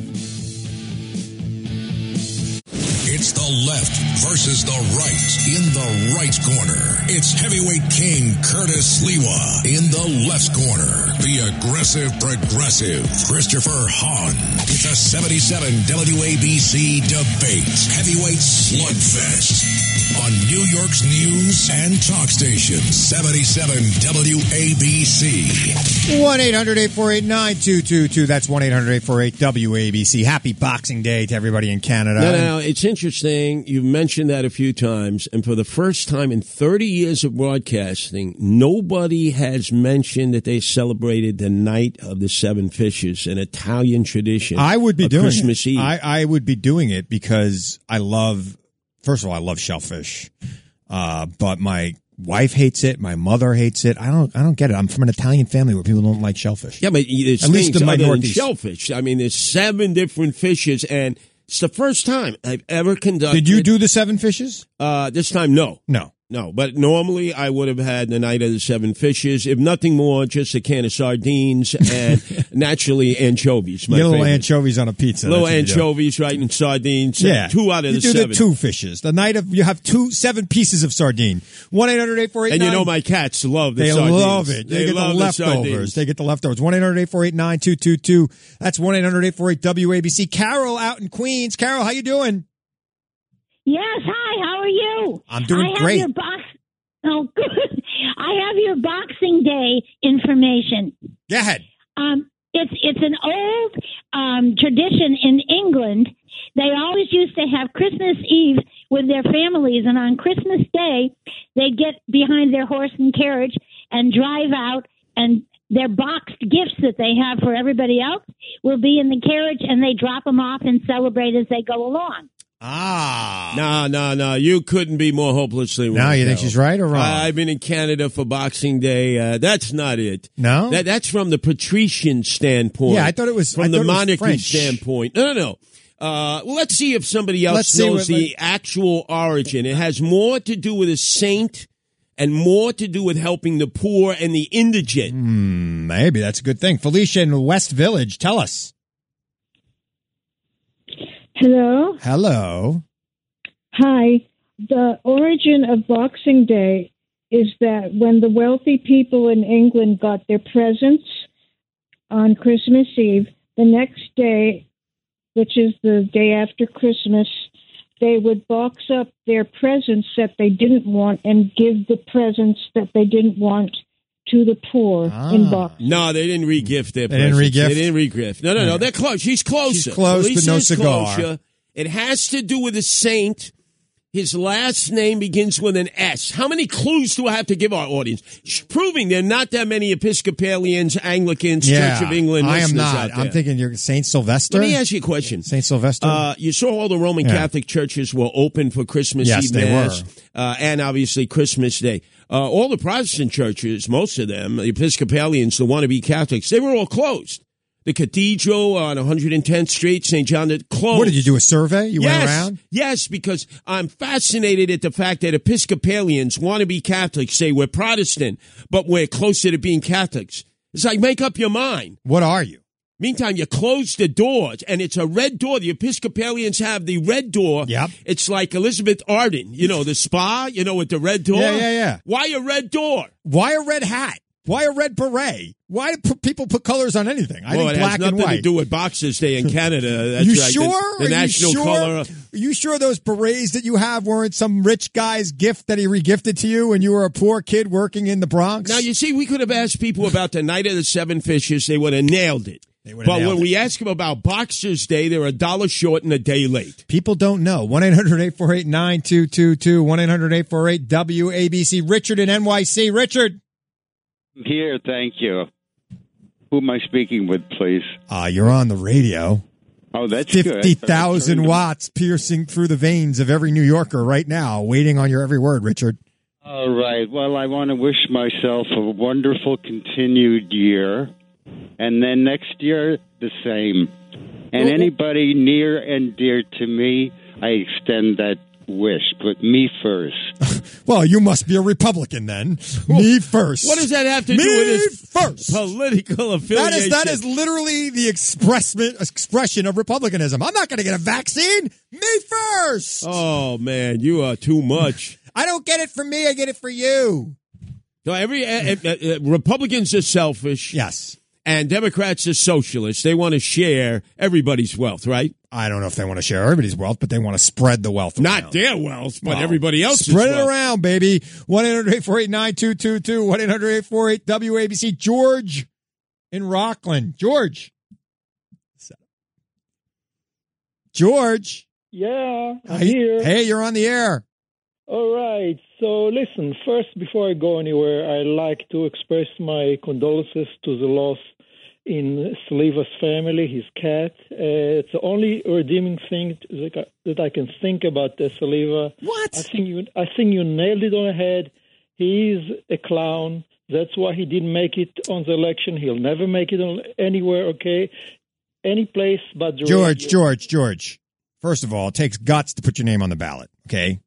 A: It's the left versus the right. In the right corner, it's heavyweight king Curtis Lewa. In the left corner, the aggressive progressive Christopher Hahn. It's a 77 WABC debate heavyweight slugfest on New York's news and talk station 77 WABC.
B: 1 800 848 9222. That's 1 800 848 WABC. Happy Boxing Day to everybody in Canada.
C: No, no, it's interesting. You've mentioned that a few times, and for the first time in 30 years of broadcasting, nobody has mentioned that they celebrated the night of the seven fishes, an Italian tradition.
B: I would be
C: of
B: doing
C: Christmas
B: it.
C: Eve.
B: I, I would be doing it because I love. First of all, I love shellfish, uh, but my wife hates it. My mother hates it. I don't. I don't get it. I'm from an Italian family where people don't like shellfish.
C: Yeah, but there's
B: At least
C: things
B: in my
C: other than
B: Northeast.
C: shellfish. I mean, there's seven different fishes, and it's the first time I've ever conducted.
B: Did you do the seven fishes?
C: Uh, this time, no,
B: No.
C: no. But normally, I would have had the night of the seven fishes, if nothing more, just a can of sardines and naturally anchovies. My
B: You get little
C: favorite.
B: anchovies on a pizza.
C: little
B: That's what you do.
C: anchovies, right, and sardines.
B: Yeah,
C: two out of
B: you
C: the
B: do
C: seven.
B: the two fishes. The night of you have two seven pieces of sardine. One eight hundred eight four eight.
C: and you know my cats love the
B: they
C: sardines.
B: love it. They, get
C: love
B: the leftovers.
C: sardines.
B: they get the leftovers. 1 800 848 9222. That's 1 800 848 WABC. Carol out in Queens. Carol, how you doing?
L: Yes, hi. How are you?
B: I'm doing
L: I have
B: great.
L: Your box- oh, good. I have your Boxing Day information.
B: Go ahead.
L: Um, it's it's an old um, tradition in England. They always used to have Christmas Eve with their families, and on Christmas Day, they get behind their horse and carriage and drive out, and their boxed gifts that they have for everybody else will be in the carriage, and they drop them off and celebrate as they go along.
B: Ah.
C: No, no, no. You couldn't be more hopelessly wrong.
B: Now, you think
C: Carol.
B: she's right or wrong?
C: I- I've been in Canada for Boxing Day. Uh, that's not it.
B: No?
C: That, that's from the patrician standpoint.
B: Yeah, I thought it was-
C: from
B: I
C: the
B: thought it was
C: monarchy
B: French.
C: standpoint. No, no, no. Uh, well, let's see if somebody else
B: Let's see
C: knows
B: what-
C: the
B: let-
C: actual origin. It has more to do with a saint and more to do with helping the poor and the indigent.
B: Hmm, maybe that's a good thing. Felicia in West Village, tell us.
M: Hello.
C: Oh.
B: Hello.
M: Hi. The origin of Boxing Day is that when the wealthy people in England got their presents on Christmas Eve, the next day, which is the day after Christmas, they would box up their presents that they didn't want and give the presents that they didn't want to the poor
C: Ah.
M: in box.
C: No, they didn't re-gift their
B: Ah. They didn't
C: presents.
B: re-gift?
C: They didn't re-gift. No, no, no. They're close. She's closer.
B: She's close, but
C: Felicia
B: no
C: is
B: cigar.
C: closer. It has to do with a saint. His last name begins with an S. How many clues do I have to give our audience? She's proving there are not that many Episcopalians, Anglicans,
B: yeah.
C: Church of England
B: I am
C: listeners
B: not.
C: out there.
B: I'm thinking you're St. Sylvester.
C: Let me ask you a question.
B: St. Sylvester?
C: Uh, you saw all the Roman
B: Yeah.
C: Catholic churches were open for Christmas
B: Yes,
C: Eve
B: they
C: Mass,
B: were.
C: uh, and obviously Christmas Day. Uh, all the Protestant churches, most of them, the Episcopalians, the wannabe Catholics, they were all closed. The cathedral on 110th Street, St. John, the closed.
B: what did you do? A survey? You
C: Oh. yes,
B: went around?
C: Yes, because I'm fascinated at the fact that Episcopalians, wannabe Catholics, say we're Protestant, but we're closer to being Catholics. It's like, make up your mind.
B: What are you?
C: Meantime, you close the doors, and it's a red door. The Episcopalians have the red door. Yep. It's like Elizabeth Arden, you know, the spa, you know, with the red door.
B: Yeah, yeah, yeah.
C: Why a red door?
B: Why a red hat? Why a red beret? Why do p- people put colors on anything? I
C: well,
B: think
C: it
B: black
C: has nothing
B: and white.
C: to do with Boxers Day in Canada. That's
B: you
C: right. The-
B: sure?
C: The,
B: Are you
C: national
B: sure?
C: color.
B: Are you sure those berets that you have weren't some rich guy's gift that he regifted to you when you were a poor kid working in the Bronx?
C: Now you see, we could have asked people about the night of the seven fishes; they would have nailed it.
B: would've
C: But
B: nailed
C: when we ask them about Boxers Day, they're a dollar short and a day late.
B: People don't know. 1 800 848 9222 1 800 848 WABC. Richard in NYC. Richard.
N: Here, thank you. Who am I speaking with, please?
B: Ah, you're on the radio.
N: Oh, that's good.
B: 50,000 watts piercing through the veins of every New Yorker right now, waiting on your every word, Richard.
N: All right. Well, I want to wish myself a wonderful continued year, and then next year the same. And anybody near and dear to me, I extend that wish. Put me first.
B: Well, you must be a Republican then. Me first.
C: What does that have to
B: Me
C: do with this
B: first
C: political
B: That is
C: affiliation?
B: that is literally the express, expression of republicanism. I'm not going to get a vaccine. Me first.
C: Oh man, you are too much.
B: I don't get it for me. I get it for you.
C: No, every uh, uh, uh, Republicans are selfish.
B: Yes,
C: and Democrats are socialists. They want to share everybody's wealth, right?
B: I don't know if they want to share everybody's wealth, but they want to spread the wealth.
C: Not
B: around.
C: their wealth, but
B: Well,
C: everybody else's.
B: Spread it
C: wealth.
B: around, baby. 1-800-848-9222, 1-800-848-WABC. George in Rockland. George. George.
O: Yeah, I'm
B: Hey-
O: here.
B: Hey, you're on the air.
O: All right. So listen, first, before I go anywhere, I'd like to express my condolences to the loss in Saliva's family, his cat. Uh, it's the only redeeming thing that I- that I can think about uh, Saliva.
B: What?
O: I think you, I think you nailed it on the head. He is a clown. That's why he didn't make it on the election. He'll never make it on anywhere. Okay, any place but the
B: George,
O: radio.
B: George, George. First of all, it takes guts to put your name on the ballot. Okay.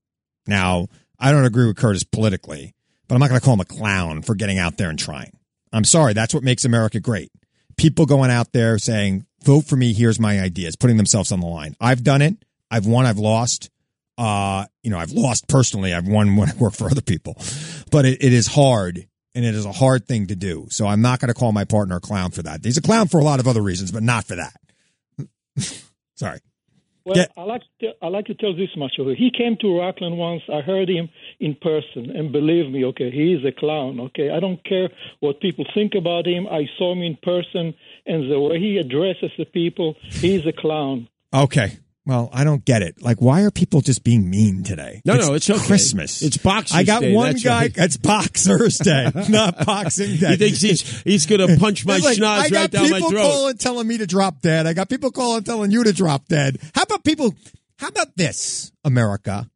B: Now, I don't agree with Curtis politically, but I'm not going to call him a clown for getting out there and trying. I'm sorry. That's what makes America great. People going out there saying, vote for me. Here's my ideas, putting themselves on the line. I've done it. I've won. I've lost. Uh, you know, I've lost personally. I've won when I work for other people, but it, it is hard and it is a hard thing to do. So I'm not going to call my partner a clown for that. He's a clown for a lot of other reasons, but not for that. Sorry.
O: Well, I like to, I like to tell this much. Okay, he came to Rockland once. I heard him in person, and believe me, okay, he is a clown. Okay, I don't care what people think about him. I saw him in person, and the way he addresses the people, he's a clown.
B: Okay. Well, I don't get it. Like, why are people just being mean today?
C: No, no, it's okay.
B: Christmas.
C: It's Boxer's
B: I got
C: Day,
B: one
C: that's
B: guy.
C: right.
B: It's Boxer's Day, not Boxing Day.
C: He thinks he's he's gonna punch my
B: It's like,
C: schnoz
B: I got
C: right down my
B: people
C: throat.
B: calling telling me to drop dead. I got people calling telling you to drop dead. How about people? How about this, America?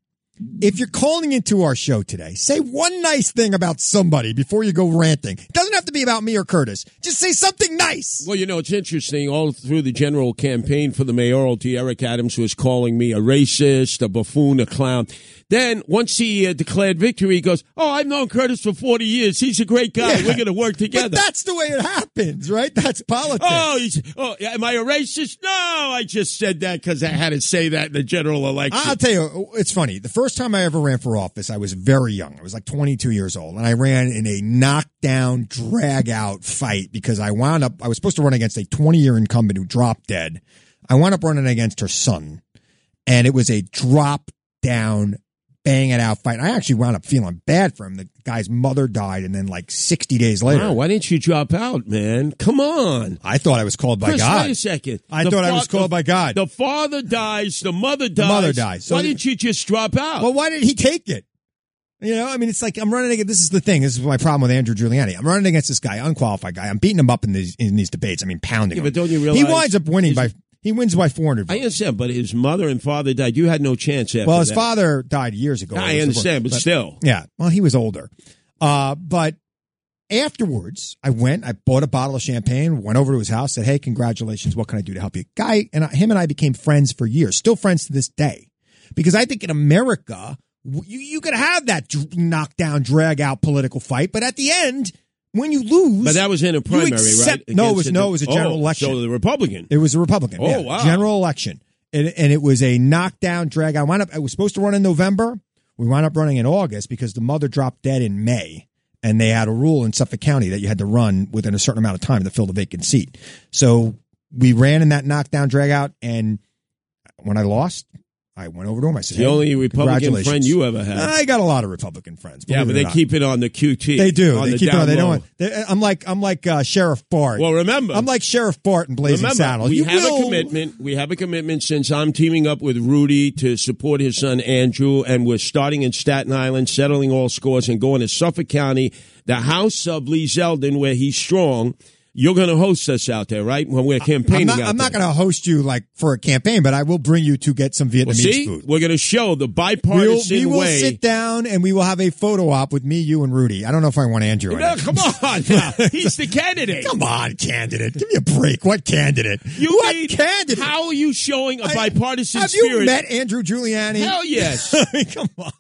B: If you're calling into our show today, say one nice thing about somebody before you go ranting. It doesn't have to be about me or Curtis. Just say something nice.
C: Well, you know, it's interesting. All through the general campaign for the mayoralty, Eric Adams was calling me a racist, a buffoon, a clown. Then, once he uh, declared victory, he goes, Oh, I've known Curtis for 40 years. He's a great guy. We're going to work together.
B: That's the way it happens, right? That's politics.
C: Oh, he's, oh, am I a racist? No, I just said that because I had to say that in the general election.
B: I'll tell you, it's funny. The first time I ever ran for office, I was very young. I was like 22 years old, and I ran in a knockdown, drag out fight because I wound up. I was supposed to run against a 20 year incumbent who dropped dead. I wound up running against her son, and it was a drop down, bang it out fight. And I actually wound up feeling bad for him. The guy's mother died, and then like 60 days later,
C: Wow, why didn't you drop out, man? Come on.
B: I thought I was called by
C: Chris,
B: God.
C: Wait a second.
B: I thought I was
C: fa-
B: called by God.
C: The father dies, the mother dies.
B: The mother dies. So-
C: why didn't you just drop out?
B: Well, why did he take it? You know, I mean, it's like I'm running against. This is the thing. This is my problem with Andrew Giuliani. I'm running against this guy, unqualified guy. I'm beating him up in these in these debates. I mean, pounding.
C: Yeah,
B: him.
C: but don't you realize
B: he winds up winning by he wins by 400.
C: I understand, but his mother and father died. You had no chance after
B: Well, his
C: that.
B: father died years ago.
C: I
B: It was the
C: understand,
B: worst.
C: but still.
B: yeah. Well, he was older, uh, but afterwards, I went. I bought a bottle of champagne. Went over to his house. Said, "Hey, congratulations. What can I do to help you?" Guy and I, him and I became friends for years. Still friends to this day, because I think in America, w- you you could have that dr- knockdown, drag out political fight, but at the end. when you lose,
C: But that was in a
B: you
C: primary,
B: accept-
C: right?
B: No, it
C: Against
B: was
C: a
B: no, it was a
C: de-
B: general
C: oh,
B: election.
C: so the Republican.
B: It was a Republican.
C: Oh,
B: yeah.
C: wow.
B: General election, and, and it was a knockdown drag. I wound up. I was supposed to run in November. We wound up running in August because the mother dropped dead in May, and they had a rule in Suffolk County that you had to run within a certain amount of time to fill the vacant seat. So we ran in that knockdown drag out, and when I lost, I went over to him. I said,
C: The
B: "Hey,
C: only Republican
B: congratulations."
C: friend you ever had.
B: I got a lot of Republican friends.
C: yeah,
B: believe
C: but
B: it or
C: they
B: not.
C: keep it on the QT.
B: They do.
C: On
B: they
C: the
B: keep it
C: down
B: on. They
C: low.
B: don't. They, I'm like I'm like uh, Sheriff Bart.
C: Well, remember,
B: I'm like Sheriff Bart in Blazing
C: Remember,
B: Saddles.
C: we
B: you
C: have
B: will
C: a commitment. We have a commitment since I'm teaming up with Rudy to support his son Andrew, and we're starting in Staten Island, settling all scores, and going to Suffolk County, the house of Lee Zeldin, where he's strong. You're going to host us out there, right? When we're campaigning
B: I'm not,
C: out
B: I'm
C: there.
B: not going to host you like for a campaign, but I will bring you to get some Vietnamese
C: Well, see,
B: food.
C: we're going to show the
B: We'll,
C: bipartisan
B: we will
C: way.
B: sit down and we will have a photo op with me, you, and Rudy. I don't know if I want Andrew. In
C: no,
B: it.
C: come on, now. he's the candidate.
B: Come on, candidate, give me a break. What candidate?
C: You
B: what
C: mean,
B: candidate?
C: How are you showing a bipartisan
B: have
C: spirit?
B: you met Andrew Giuliani?
C: Hell yes.
B: I mean, come on.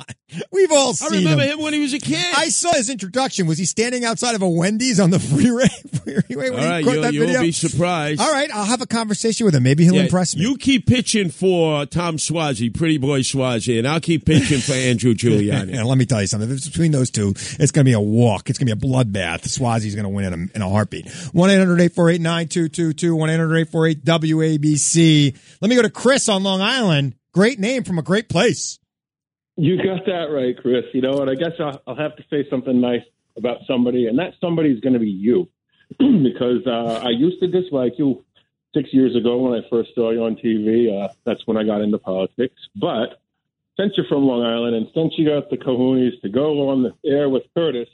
B: We've all
C: I
B: seen
C: remember
B: him.
C: him when he was a kid.
B: I saw his introduction. Was he standing outside of a Wendy's on the freeway? freeway
C: All
B: when
C: right,
B: he caught
C: you'll,
B: that
C: you'll
B: video?
C: be surprised.
B: All right, I'll have a conversation with him. Maybe he'll
C: Yeah,
B: impress me.
C: You keep pitching for Tom Swazi, pretty boy Swazi, and I'll keep pitching for Andrew Giuliani.
B: and let me tell you something. If it's between those two, it's going to be a walk. It's going to be a bloodbath. Swazi's going to win in a, in a heartbeat. 1-800-848-9222, 1-800-848-WABC. Let me go to Chris on Long Island. Great name from a great place.
P: You got that right, Chris. You know, and I guess I'll, I'll have to say something nice about somebody, and that somebody is going to be you, because uh, I used to dislike you six years ago when I first saw you on TV. Uh, that's when I got into politics. But since you're from Long Island, and since you got the Kahunis to go on the air with Curtis,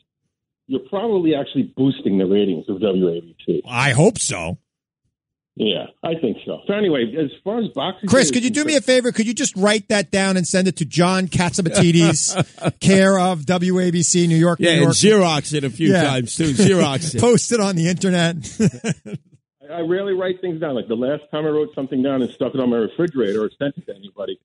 P: you're probably actually boosting the ratings of WABC.
B: I hope so.
P: Yeah, I think so. So anyway, as far as boxing,
B: Chris, could you do me a favor? Could you just write that down and send it to John Katzimatidis, care of WABC New York,
C: yeah,
B: New
C: and
B: York.
C: Xerox it a few
B: Yeah.
C: times too. Xerox it.
B: Post it on the internet.
P: I rarely write things down. Like the last time I wrote something down and stuck it on my refrigerator or sent it to anybody,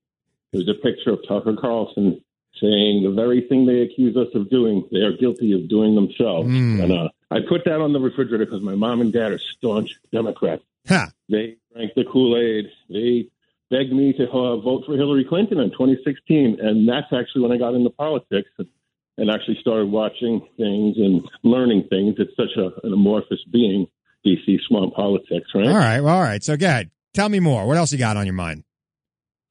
P: it was a picture of Tucker Carlson saying the very thing they accuse us of doing, they are guilty of doing themselves.
B: Mm.
P: And uh, I put that on the refrigerator because my mom and dad are staunch Democrats.
B: Ha.
P: They drank the Kool Aid. They begged me to uh, vote for Hillary Clinton in 2016, and that's actually when I got into politics and actually started watching things and learning things. It's such a, an amorphous being, DC swamp politics, right?
B: All right, well, all right. So, go ahead. Tell me more. What else you got on your mind?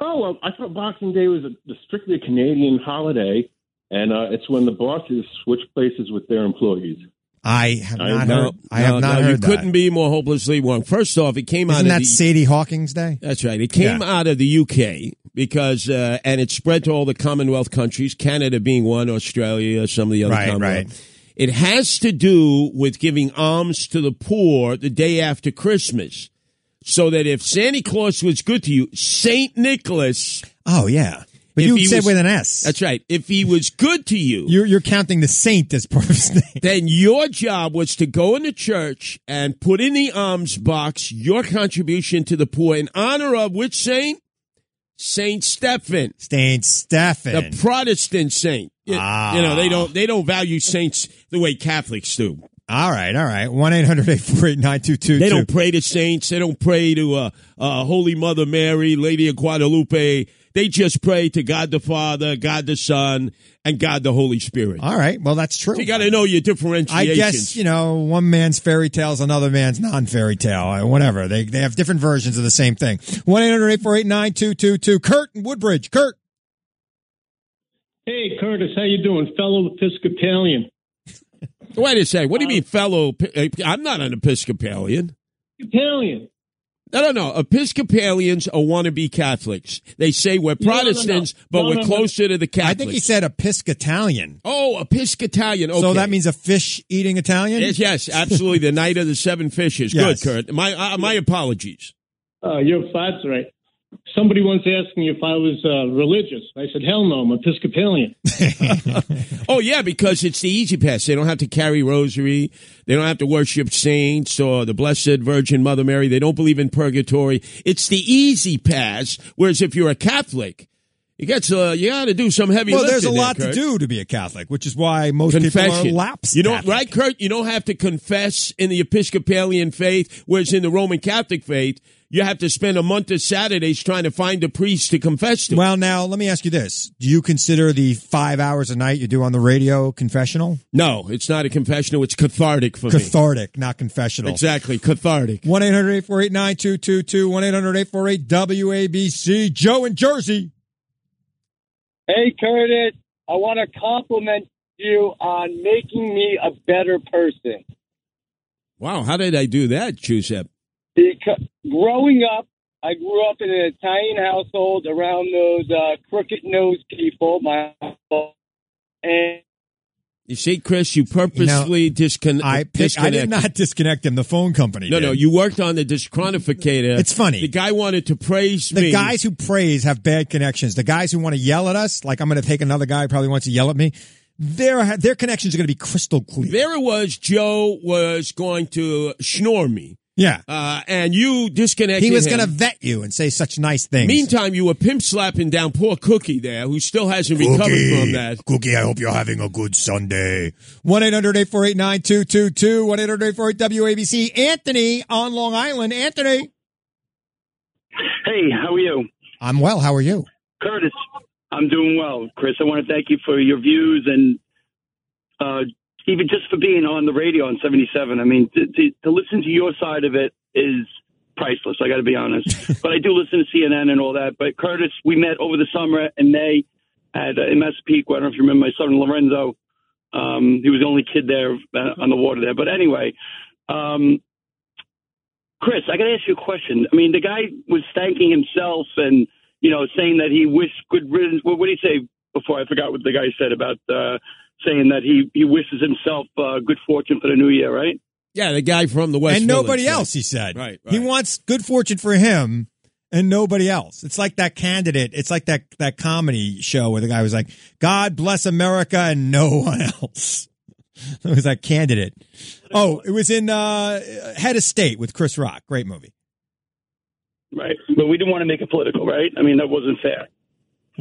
P: Oh well, I thought Boxing Day was a, strictly a Canadian holiday, and uh, it's when the bosses switch places with their employees.
B: I have
P: I
B: not
P: know.
B: heard. I have
C: No,
B: not
C: no,
B: heard
C: You
B: that.
C: couldn't be more hopelessly wrong. First off, it came out
B: Isn't
C: of
B: that
C: the,
B: Sadie Hawkins Day?
C: That's right. It came out of the UK because, uh, and it spread to all the Commonwealth countries, Canada being one, Australia, some of the other
B: Right,
C: Commonwealth.
B: right.
C: It has to do with giving alms to the poor the day after Christmas. So that if Santa Claus was good to you, St. Nicholas.
B: Oh yeah, but
C: If
B: you
C: he
B: said
C: was-
B: with an S.
C: That's right. If he was good to you,
B: You're, you're counting the saint as part of his name.
C: then your job was to go into church and put in the alms box your contribution to the poor in honor of which saint? Saint Stephen.
B: Saint Stephen.
C: The Protestant saint. You,
B: Ah.
C: you know, they don't they don't value saints the way Catholics do.
B: All right, all right. One 800
C: They don't pray to saints. They don't pray to uh, uh, Holy Mother Mary, Lady of Guadalupe. They just pray to God the Father, God the Son, and God the Holy Spirit.
B: All right. Well, that's true.
C: You got to know your differentiations.
B: I guess you know one man's fairy tale is another man's non-fairy tale. Uh, Whatever they they have different versions of the same thing. One 800 Kurt in Woodbridge. Kurt.
Q: Hey, Curtis, how you doing, fellow Episcopalian?
C: Wait a second. What do you mean, fellow? uh, I'm not an Episcopalian.
Q: Episcopalian.
C: No, no, no. Episcopalians are wannabe Catholics. They say we're
B: No, no, no.
C: Protestants, but
B: No,
C: we're
B: no, no.
C: closer to the Catholics.
B: I think he said Episcotalian.
C: Oh, Episcotalian. Okay.
B: So that means a fish eating Italian.
C: Yes, yes, absolutely. The night of the seven fishes.
B: Yes.
C: Good, Kurt. My uh, my apologies.
Q: Uh, your father's right. Somebody once asked me if I was uh, religious. I said, hell no, I'm Episcopalian.
C: Oh yeah, because it's the easy pass. They don't have to carry rosary. They don't have to worship saints or the Blessed Virgin Mother Mary. They don't believe in purgatory. It's the easy pass. Whereas if you're a Catholic, You gets uh, you got to do some heavy.
B: well, there's a
C: lifting
B: lot
C: there,
B: to
C: Kurt.
B: do to be a Catholic, which is why most people
C: Confession.
B: are lapsed.
C: You don't right, Kurt. You don't have to confess in the Episcopalian faith, whereas in the Roman Catholic faith, you have to spend a month of Saturdays trying to find a priest to confess to.
B: Well, now let me ask you this: Do you consider the five hours a night you do on the radio confessional?
C: No, it's not a confessional. It's cathartic for
B: Cathartic, not confessional.
C: me. Exactly, cathartic.
B: 1 800 848 9222 1 800 848 WABC. Joe in Jersey.
R: Hey, Curtis, I want to compliment you on making me a better person.
C: Wow, how did I do that, Giuseppe?
R: Because growing up, I grew up in an Italian household around those uh, crooked nosed people. My and
C: You see, Chris, you purposely disconnect.
B: I pick, I did not disconnect him. The phone company.
C: No,
B: did.
C: no, you worked on the dischronificator.
B: It's funny.
C: The guy wanted to praise
B: The
C: me.
B: guys who praise have bad connections. The guys who want to yell at us, like I'm going to take another guy who probably wants to yell at me. Their their connections are going to be crystal clear.
C: There it was. Joe was going to snore me.
B: Yeah.
C: Uh, and you disconnected.
B: He was
C: him.
B: going to vet you and say such nice things.
C: Meantime, you were pimp slapping down poor Cookie there, who still hasn't recovered from that.
B: Cookie, I hope you're having a good Sunday. 1 800 848 9222 1 800 848 WABC. Anthony on Long Island. Anthony.
S: Hey, how are you?
B: I'm well. How are you?
S: Curtis, I'm doing well. Chris, I want to thank you for your views and uh, even just for being on the radio on 77. I mean, to, to, to listen to your side of it is priceless, I got to be honest. but I do listen to CNN and all that. But Curtis, we met over the summer in May at uh, MS Peak. I don't know if you remember my son Lorenzo. Um, he was the only kid there uh, on the water there. But anyway, um, Chris, I got to ask you a question. I mean, the guy was thanking himself and you know saying that he wished good riddance. What, what did he say before? I forgot what the guy said about uh, saying that he he wishes himself uh, good fortune for the new year, right?
C: Yeah, the guy from the West.
B: and
C: Village,
B: nobody
C: right.
B: else, he said.
C: Right,
B: He wants good fortune for him and nobody else. It's like that candidate. It's like that, that comedy show where the guy was like, God bless America and no one else. It was that candidate. Oh, it was in uh, Head of State with Chris Rock. Great movie.
S: Right. But we didn't want to make it political, right? I mean, that wasn't fair.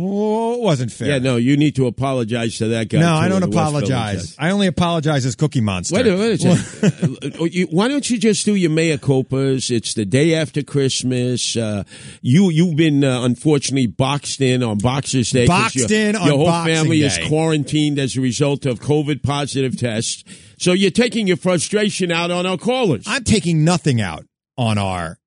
B: Oh, it wasn't fair.
C: Yeah, no, you need to apologize to that guy.
B: no,
C: too,
B: I don't
C: in the West Village.
B: apologize. I only apologize as Cookie Monster.
C: Wait a, wait a second. Uh, you- Why don't you just do your mea copas? It's the day after Christmas. Uh, you you've been uh, unfortunately boxed in on Boxers Day. 'cause
B: Boxed in on
C: Your whole
B: Boxing
C: family is
B: Day.
C: quarantined as a result of COVID positive tests. So you're taking your frustration out on our callers.
B: I'm taking nothing out on our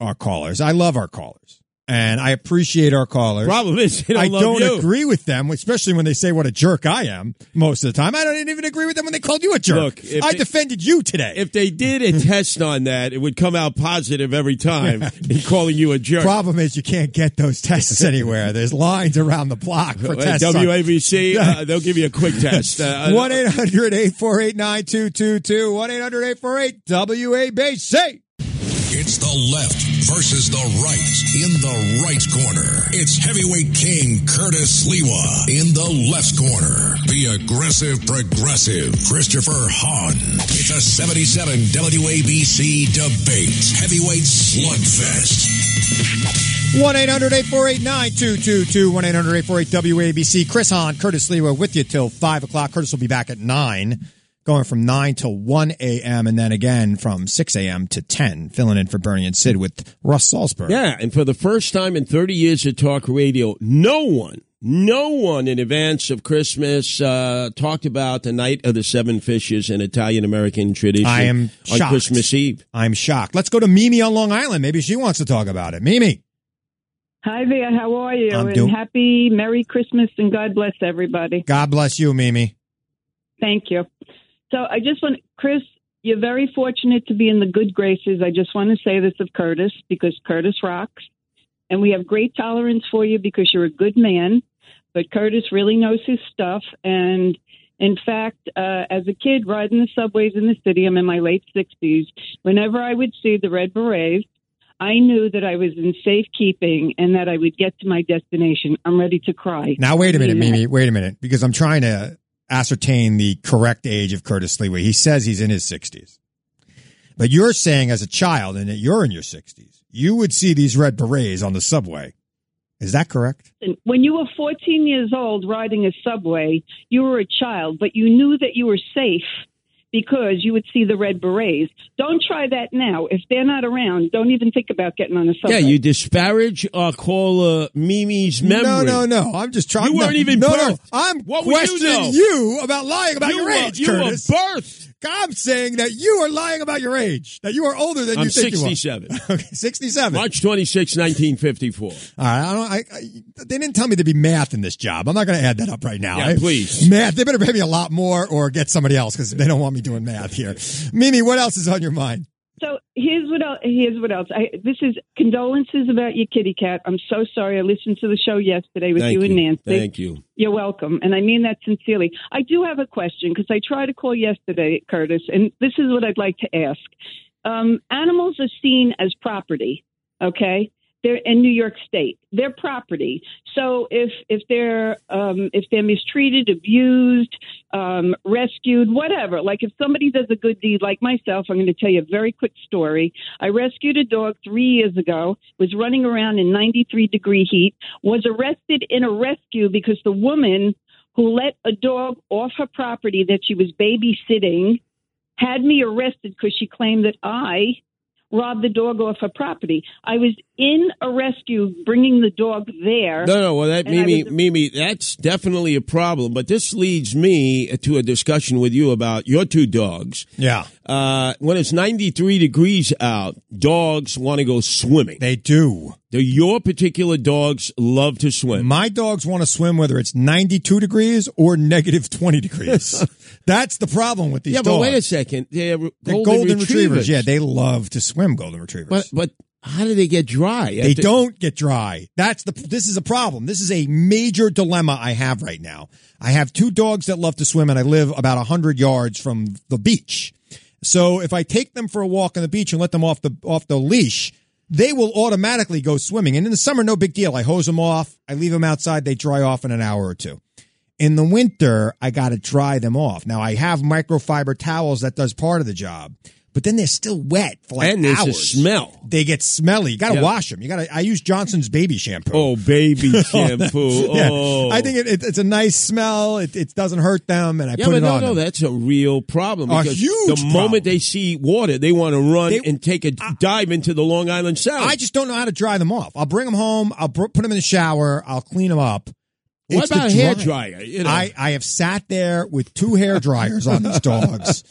B: our callers. I love our callers, and I appreciate our callers.
C: Problem is, they don't
B: I
C: love
B: don't
C: you.
B: agree with them, especially when they say what a jerk I am. Most of the time, I didn't even agree with them when they called you a jerk.
C: Look, if
B: I
C: they-
B: defended you today.
C: If they did a test on that, it would come out positive every time. in calling you a jerk.
B: Problem is, you can't get those tests anywhere. There's lines around the block for
C: At
B: tests. on-
C: WABC, uh, they'll give you a quick test. Uh,
B: 1 800 848 9222. 1 800 848 WABC.
A: It's the left versus the right in the right corner. It's heavyweight king Curtis Lewa in the left corner. The aggressive progressive Christopher Hahn. It's a 77 WABC debate heavyweight slugfest.
B: 1 800 848 9222. 1 800 848 WABC. Chris Hahn, Curtis Lewa with you till 5 o'clock. Curtis will be back at 9, going from 9 till 1 a.m. and then again from 6 a.m. to 10, filling in for Bernie and Sid with Russ Salzberg.
C: Yeah, and for the first time in 30 years of talk radio, no one, no one in advance of Christmas uh, talked about the night of the seven fishes, an Italian American tradition.
B: I am
C: on
B: shocked.
C: Christmas Eve.
B: I'm shocked. Let's go to Mimi on Long Island. Maybe she wants to talk about it. Mimi.
T: Hi there. How are you?
B: I'm
T: and
B: doing-
T: happy Merry Christmas and God bless everybody.
B: God bless you, Mimi.
T: Thank you. So I just want, Chris, you're very fortunate to be in the good graces. I just want to say this of Curtis because Curtis rocks. And we have great tolerance for you because you're a good man. But Curtis really knows his stuff. And in fact, uh, as a kid riding the subways in the city, I'm in my late 60s, whenever I would see the Red Berets, I knew that I was in safekeeping and that I would get to my destination. I'm ready to cry.
B: Now, wait a minute,
T: Mean that.
B: Mimi. Wait a minute, because I'm trying to ascertain the correct age of Curtis Lewa. He says he's in his 60s. But you're saying as a child and that you're in your 60s, you would see these red berets on the subway Is that correct?
T: Listen, when you were 14 years old riding a subway, you were a child, but you knew that you were safe because you would see the red berets. Don't try that now. If they're not around, don't even think about getting on a subway.
C: Yeah, you disparage our caller Mimi's memory.
T: No, no, no.
B: I'm just trying-
C: You
B: no,
C: weren't even
B: no,
C: birthed.
B: no. I'm
C: what
B: questioning you about lying about
C: You
B: your
C: were-
B: age,
C: you were
B: Curtis.
C: birthed.
B: I'm saying that you are lying about your age. That you are older than
C: I'm
B: you think you are.
C: 67.
B: okay, 67.
C: March 26, 1954.
B: All right, I don't, I, I, they didn't tell me to be math in this job. I'm not going to add that up right now.
C: Yeah,
B: I-
C: please.
B: math. They better pay me a lot more, or get somebody else because they don't want me doing math here. Mimi, what else is on your mind?
T: So here's what else. Here's what else. I, this is condolences about your kitty cat. I'm so sorry. I listened to the show yesterday with
C: Thank
T: you, and Nancy.
C: Thank you.
T: You're welcome, and I mean that sincerely. I do have a question because I tried to call yesterday, Curtis, and this is what I'd like to ask. Um, animals are seen as property, okay? They're in New York State. They're property. So if if they're um, if they're mistreated, abused, um, rescued, whatever, like if somebody does a good deed, like myself, I'm going to tell you a very quick story. I rescued a dog three years ago. Was running around in 93 degree heat. Was arrested in a rescue because the woman who let a dog off her property that she was babysitting had me arrested because she claimed that I robbed the dog off her property. I was in a rescue bringing the dog there.
C: No, no. Well, that
T: and I
C: Mimi,
T: was-
C: Mimi, that's definitely a problem. But this leads me to a discussion with you about your two dogs.
B: Yeah.
C: Uh, when it's 93 degrees out, dogs want to go swimming.
B: They do.
C: Do your particular dogs love to swim?
B: My dogs want to swim whether it's 92 degrees or negative 20 degrees. That's the problem with these
C: yeah,
B: dogs.
C: but wait a second. They're golden,
B: They're golden retrievers. Yeah, they love to swim. Golden retrievers.
C: But but how do they get dry?
B: They don't get dry. That's the. This is a problem. This is a major dilemma I have right now. I have two dogs that love to swim, and I live about hundred yards from the beach. So if I take them for a walk on the beach and let them off the off the leash, they will automatically go swimming. And in the summer, no big deal. I hose them off. I leave them outside. They dry off in an hour or two. In the winter, I got to dry them off. Now I have microfiber towels that does part of the job, but then they're still wet for like
C: and there's a
B: hours.
C: smell.
B: They get smelly. You got to
C: Yeah.
B: wash them. You got to. I use Johnson's baby shampoo.
C: Oh, baby shampoo.
B: Yeah.
C: Oh.
B: I think it, it, it's a nice smell. It, it doesn't hurt them, and I
C: yeah,
B: put
C: but
B: it
C: no,
B: on.
C: no,
B: them.
C: that's a real problem.
B: A
C: because
B: huge
C: The
B: problem.
C: moment they see water, they want to run and take a dive into the Long Island Sound.
B: I just don't know how to dry them off. I'll bring them home. I'll br- put them in the shower. I'll clean them up.
C: What
B: It's the
C: about a hair
B: drying.
C: dryer, you know?
B: I, I have sat there with two hair dryers on these dogs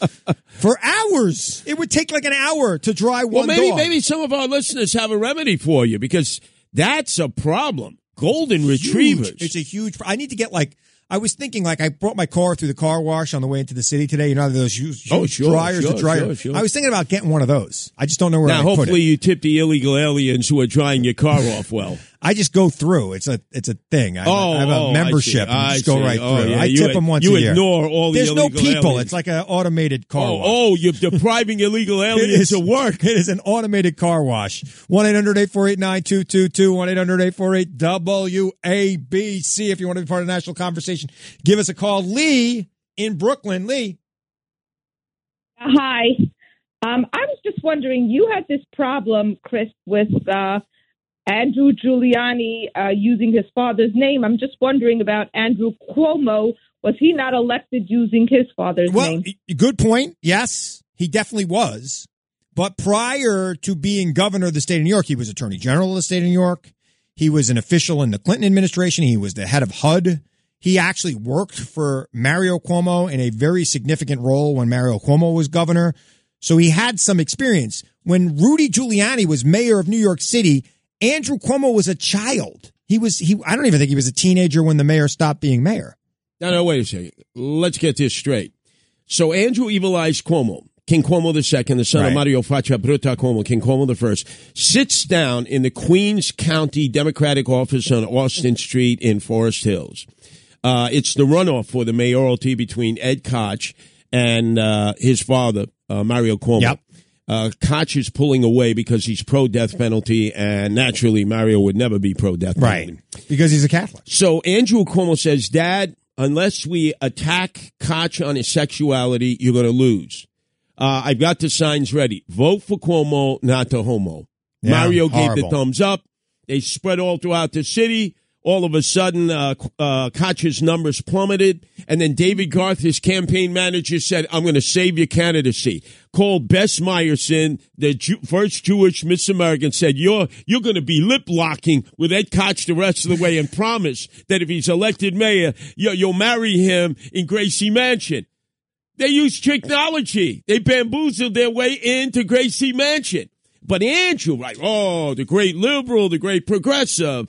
B: for hours. It would take like an hour to dry
C: well,
B: one
C: maybe
B: dog.
C: maybe some of our listeners have a remedy for you because that's a problem. Golden retrievers.
B: Huge. It's a huge. I need to get like. I was thinking like I brought my car through the car wash on the way into the city today. You know those huge, huge
C: Oh, sure,
B: dryers,
C: sure,
B: the dryer.
C: sure, sure.
B: I was thinking about getting one of those. I just don't know where
C: Now,
B: I put
C: hopefully,
B: it.
C: you tip the illegal aliens who are drying your car off well.
B: I just go through. It's a it's a thing. I have, a-
C: Oh,
B: I have a
C: oh, I see.
B: membership. and
C: I
B: just go
C: see.
B: right
C: Oh,
B: through.
C: yeah,
B: I
C: you
B: tip
C: ag-
B: them once
C: you
B: a year.
C: ignore all the
B: There's no
C: illegal
B: people.
C: aliens.
B: It's like an automated car
C: Oh,
B: wash.
C: oh, you're depriving illegal
B: It
C: aliens
B: is
C: of
B: a work. It is an automated car wash. 1 800 848 9222, 1 800 848 WABC. If you want to be part of the national conversation, give us a call. Lee in Brooklyn. Lee.
U: Hi. Um, I was just wondering, you had this problem, Chris, with uh, Andrew Giuliani uh, using his father's name. I'm just wondering about Andrew Cuomo. Was he not elected using his father's name?
B: Good point. Yes, he definitely was. But prior to being governor of the state of New York, he was attorney general of the state of New York. He was an official in the Clinton administration. He was the head of HUD. He actually worked for Mario Cuomo in a very significant role when Mario Cuomo was governor. So he had some experience. When Rudy Giuliani was mayor of New York City, Andrew Cuomo was a child. He was he I don't even think he was a teenager when the mayor stopped being mayor.
C: No, no, wait a second. Let's get this straight. So Andrew Evil Eyes Cuomo, King Cuomo II, the son of
B: Right.
C: Mario Faccia Bruta Cuomo, King Cuomo I, sits down in the Queens County Democratic office on Austin Street in Forest Hills. Uh, it's the runoff for the mayoralty between Ed Koch and uh, his father, uh, Mario Cuomo. Uh, Koch is pulling away because he's pro death penalty, and naturally, Mario would never be pro death penalty.
B: Because he's a Catholic.
C: So Andrew Cuomo says, Dad, unless we attack Koch on his sexuality, you're going to lose. Uh, I've got the signs ready. Vote for Cuomo, not the homo.
B: Yeah,
C: Mario gave the
B: horrible.
C: thumbs up. They spread all throughout the city. All of a sudden, uh, uh, Koch's numbers plummeted. And then David Garth, his campaign manager, said, I'm going to save your candidacy. Called Bess Meyerson, the Jew- first Jewish Miss American, said, You're, you're going to be lip locking with Ed Koch the rest of the way and promise that if he's elected mayor, you- you'll marry him in Gracie Mansion. They used technology. They bamboozled their way into Gracie Mansion. But Andrew, right? Oh, the great liberal, the great progressive,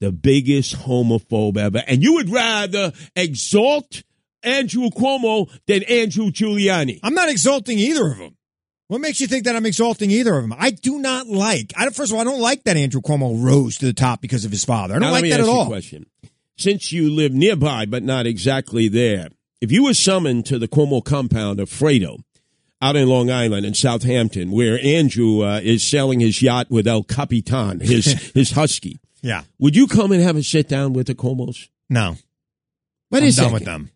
C: the biggest homophobe ever. And you would rather exalt Andrew Cuomo than Andrew Giuliani.
B: I'm not exalting either of them. What makes you think that I'm exalting either of them? I do not like. I, first of all, I don't like that Andrew Cuomo rose to the top because of his father. I don't
C: Now, let
B: like
C: me
B: that
C: ask
B: at
C: you a
B: all.
C: Question: Since you live nearby but not exactly there, if you were summoned to the Cuomo compound of Fredo out in Long Island in Southampton, where Andrew uh, is sailing his yacht with El Capitan, his his husky,
B: Yeah.
C: would you come and have a sit down with the Cuomo's?
B: No.
C: What
B: I'm
C: is
B: done
C: that?
B: with them.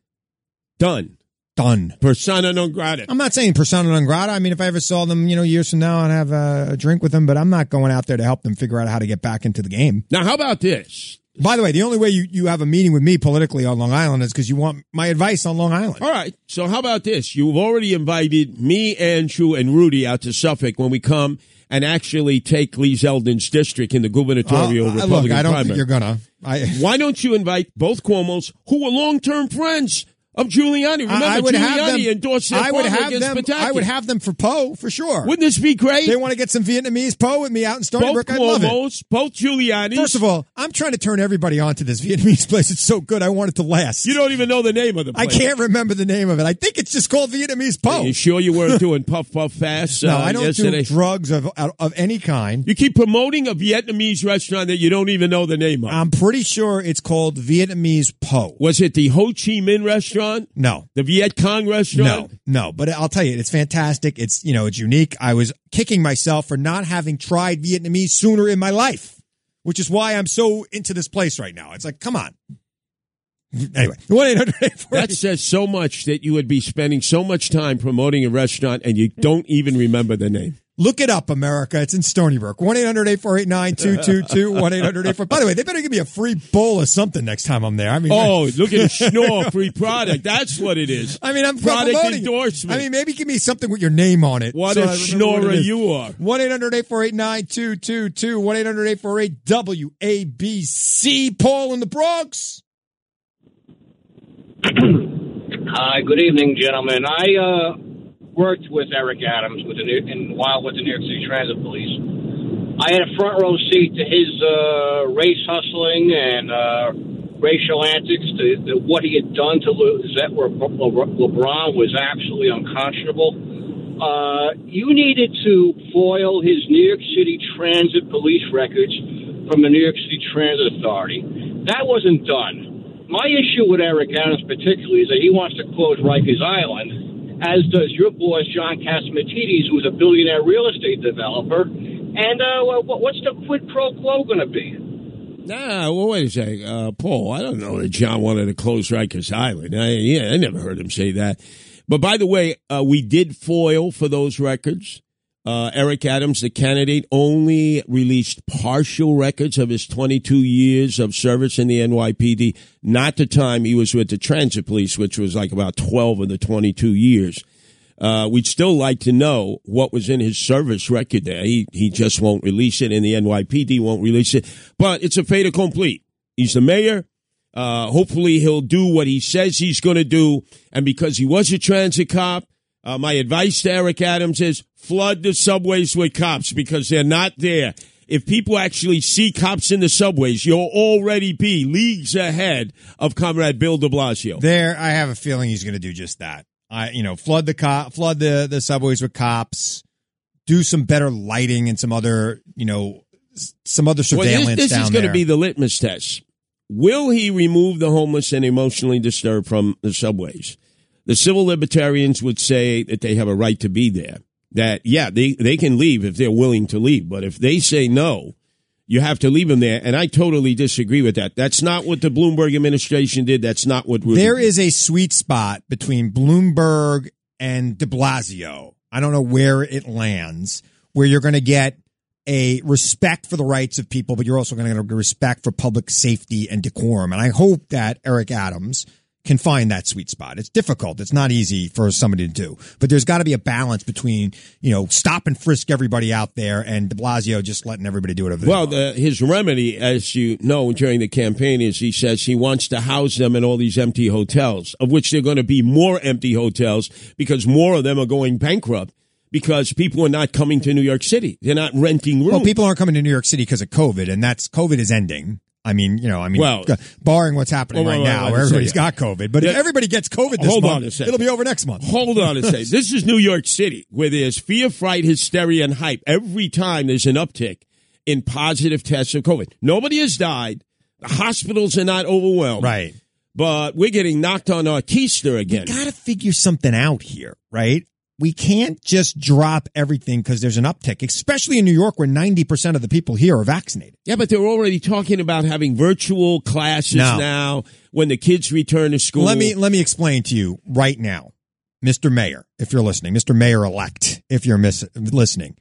C: Done.
B: Done.
C: Persona non grata.
B: I'm not saying persona non grata. I mean, if I ever saw them, you know, years from now, I'd have a, a drink with them. But I'm not going out there to help them figure out how to get back into the game.
C: Now, how about this?
B: By the way, the only way you, you have a meeting with me politically on Long Island is because you want my advice on Long Island.
C: All right. So how about this? You've already invited me, Andrew, and Rudy out to Suffolk when we come and actually take Lee Zeldin's district in the gubernatorial
B: Uh, uh,
C: Republican
B: look, I don't
C: primary.
B: think you're gonna. I,
C: Why don't you invite both Cuomo's who were long term friends of Giuliani? Remember,
B: I I would
C: Giuliani
B: have them.
C: endorsed their
B: I would
C: father
B: have
C: against
B: them.
C: Pataki.
B: I would have them for Poe for sure.
C: Wouldn't this be great?
B: They want to get some Vietnamese Poe with me out in Stony
C: both
B: Brook. I love it.
C: Cuomo's, both Giuliani's.
B: First of all, I'm trying to turn everybody on to this Vietnamese place. It's so good. I want it to last.
C: you don't even know the name of the.
B: I
C: Place.
B: can't remember the name of it. I think it's just called Vietnamese Poe.
C: You sure you weren't doing puff puff fast?
B: no,
C: uh,
B: I don't
C: yesterday?
B: do drugs of of any kind.
C: You keep promoting a Vietnamese restaurant that you don't even know the name of.
B: I'm pretty sure it's called Vietnamese Poe.
C: Was it the Ho Chi Minh restaurant?
B: No.
C: The Viet Cong restaurant?
B: No, no, but I'll tell you, it's fantastic. It's you know, it's unique. I was kicking myself for not having tried Vietnamese sooner in my life, which is why I'm so into this place right now. It's like, come on. Anyway, one eight hundred.
C: That says so much that you would be spending so much time promoting a restaurant and you don't even remember the name.
B: Look it up, America. It's in Stony Brook. 1 800 848 9222. 1 800 By the way, they better give me a free bowl of something next time I'm there. I mean,
C: Oh, look at Schnorr free product. That's what it is.
B: I mean, I'm
C: product
B: promoting it.
C: endorsement.
B: I mean, maybe give me something with your name on it.
C: What a schnorrer you are.
B: 1 800 848 9222. 1 800 848 WABC. Paul in the Bronx.
D: Hi, good evening, gentlemen. I uh, worked with Eric Adams with the New- in, while with the New York City Transit Police. I had a front row seat to his uh, race hustling and uh, racial antics, to, to what he had done to Lizette, where Le- LeBron was absolutely unconscionable. Uh, you needed to foil his New York City Transit Police records from the New York City Transit Authority. That wasn't done. My issue with Eric Adams particularly is that he wants to close Rikers Island, as does your boss John Cassimatidis, who's a billionaire real estate developer. And uh, wha- wha- what's the quid pro quo going to be?
C: Nah, well, wait a second. Uh, Paul, I don't know that John wanted to close Rikers Island. I, yeah, I never heard him say that. But by the way, uh, we did foil for those records. Uh, Eric Adams, the candidate, only released partial records of his 22 years of service in the NYPD, not the time he was with the transit police, which was like about 12 of the 22 years. Uh, we'd still like to know what was in his service record there. He, he just won't release it, and the NYPD won't release it. But it's a fait accompli. He's the mayor. Uh, hopefully, he'll do what he says he's going to do. And because he was a transit cop, uh, my advice to Eric Adams is flood the subways with cops because they're not there. If people actually see cops in the subways, you'll already be leagues ahead of Comrade Bill de Blasio.
B: There, I have a feeling he's going to do just that. I, you know, flood the cop, flood the the subways with cops, do some better lighting and some other, you know, s- some other surveillance
C: Well, this, this
B: down
C: is going
B: there.
C: to be the litmus test. Will he remove the homeless and emotionally disturbed from the subways? The civil libertarians would say that they have a right to be there. That yeah, they they can leave if they're willing to leave, but if they say no, you have to leave them there. And I totally disagree with that. That's not what the Bloomberg administration did. That's not what Rudy
B: There is a sweet spot between Bloomberg and de Blasio. I don't know where it lands, where you're going to get a respect for the rights of people, but you're also going to get a respect for public safety and decorum. And I hope that Eric Adams can find that sweet spot. It's difficult. It's not easy for somebody to do, but there's got to be a balance between, you know, stop and frisk everybody out there and de Blasio just letting everybody do whatever they
C: Well, the, his remedy, as you know, during the campaign is he says he wants to house them in all these empty hotels, of which there are going to be more empty hotels because more of them are going bankrupt because people are not coming to New York City. They're not renting rooms.
B: Well, people aren't coming to New York City because of COVID, and that's COVID is ending. I mean, you know, I mean,
C: Well-
B: barring what's happening
C: Well,
B: right
C: well, well,
B: now,
C: well,
B: where
C: so,
B: everybody's
C: yeah.
B: got COVID, but if
C: Yeah.
B: everybody gets COVID this
C: Hold on a
B: month,
C: second.
B: it'll be over next month.
C: Hold on a second. This is New York City, where there's fear, fright, hysteria, and hype. Every time there's an uptick in positive tests of COVID. Nobody has died. The hospitals are not overwhelmed. Right. But we're getting knocked on our keister again.
B: got to figure something out here, right? We can't just drop everything because there's an uptick, especially in New York where 90% of the people here are vaccinated.
C: Yeah, but they're already talking about having virtual classes
B: No.
C: now when the kids return to school.
B: Let me, let me explain to you right now, Mr. Mayor, if you're listening, Mr. Mayor elect, if you're mis- listening,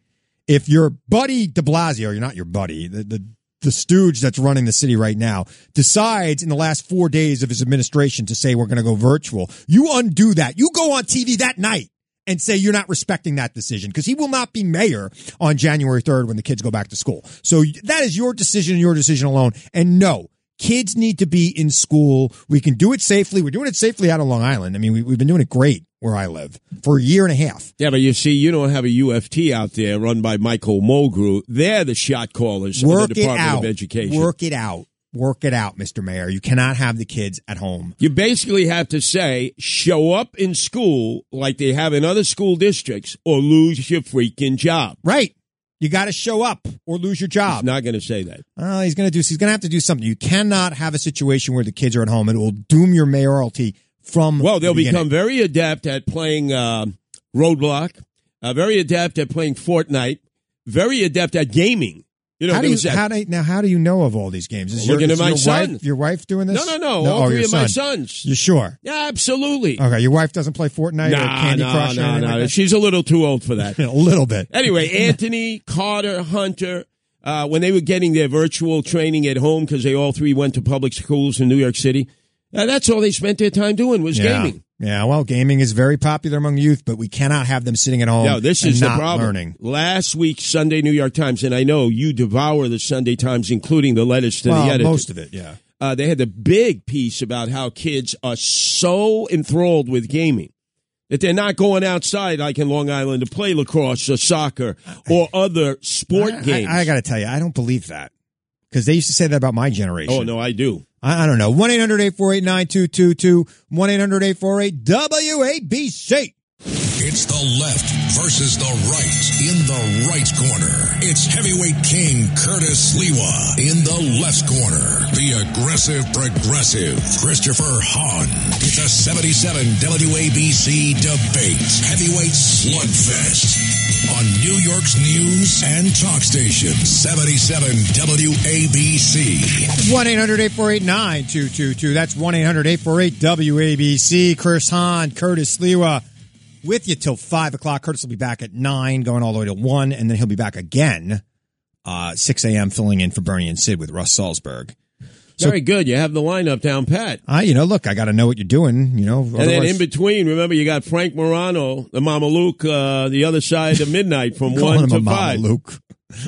B: if your buddy de Blasio, you're not your buddy, the, the, the stooge that's running the city right now decides in the last four days of his administration to say we're going to go virtual. You undo that. You go on TV that night and say you're not respecting that decision because he will not be mayor on January 3rd when the kids go back to school. So that is your decision and your decision alone. And no, kids need to be in school. We can do it safely. We're doing it safely out on Long Island. I mean, we, we've been doing it great where I live for a year and a half.
C: Yeah, but you see, you don't have a UFT out there run by Michael Mulgrew. They're the shot callers of
B: Work
C: the
B: it
C: Department
B: out.
C: of Education.
B: Work it out. Work it out, Mr. Mayor. You cannot have the kids at home.
C: You basically have to say, show up in school like they have in other school districts or lose your freaking job.
B: Right. You got to show up or lose your job.
C: He's not going to say that.
B: Oh, he's going to do. He's going to have to do something. You cannot have a situation where the kids are at home. It will doom your mayoralty from.
C: Well, they'll
B: the
C: become
B: beginning.
C: very adept at playing uh, Roadblock, uh, very adept at playing Fortnite, very adept at gaming. You know,
B: how do
C: there
B: you,
C: was that-
B: how do you- now? How do you know of all these games? Is your,
C: Looking at
B: is
C: my
B: your
C: son.
B: wife your wife doing this?
C: No, no, no. All
B: oh,
C: three
B: your
C: of my
B: son.
C: sons.
B: You sure?
C: Yeah, absolutely.
B: Okay, your wife doesn't play Fortnite or
C: Nah,
B: Candy
C: nah,
B: Crush or
C: nah,
B: anything
C: nah.
B: like that?
C: She's a little too old for that.
B: a little bit.
C: Anyway, Anthony, Carter, Hunter, uh, when they were getting their virtual training at home because they all three went to public schools in New York City, uh, that's all they spent their time doing was
B: yeah.
C: gaming.
B: Yeah, well, gaming is very popular among youth, but we cannot have them sitting at home.
C: No, this
B: and
C: is the
B: not
C: problem.
B: Learning.
C: Last week, Sunday New York Times, and I know you devour the Sunday Times, including the letters to
B: well,
C: the editor.
B: most of it. Yeah.
C: Uh, they had the big piece about how kids are so enthralled with gaming that they're not going outside like in Long Island to play lacrosse or soccer or other sport games.
B: I, I got to tell you, I don't believe that because they used to say that about my generation.
C: oh, no, I do.
B: I, I don't know. 1 800 848 9222. 1 800 848 WABC.
A: It's the left versus the right in the right corner. It's heavyweight king Curtis Lewa in the left corner. The aggressive progressive Christopher Hahn. It's a 77 WABC debate heavyweight slugfest on New York's news and talk station 77 WABC.
B: 1 800 848 9222. That's 1 800 848 WABC. Chris Hahn, Curtis Lewa with you till 5 o'clock. Curtis will be back at 9, going all the way to 1, and then he'll be back again uh, 6 a.m., filling in for Bernie and Sid with Russ Salzberg.
C: Very good. You have the lineup down pat.
B: I, you know, look, I got to know what you're doing, you know.
C: And then
B: otherwise-
C: in between, remember, you got Frank Morano, the Mama Luke, uh, the other side of midnight from
B: Calling
C: 1
B: him
C: to
B: a
C: 5.
B: Luke.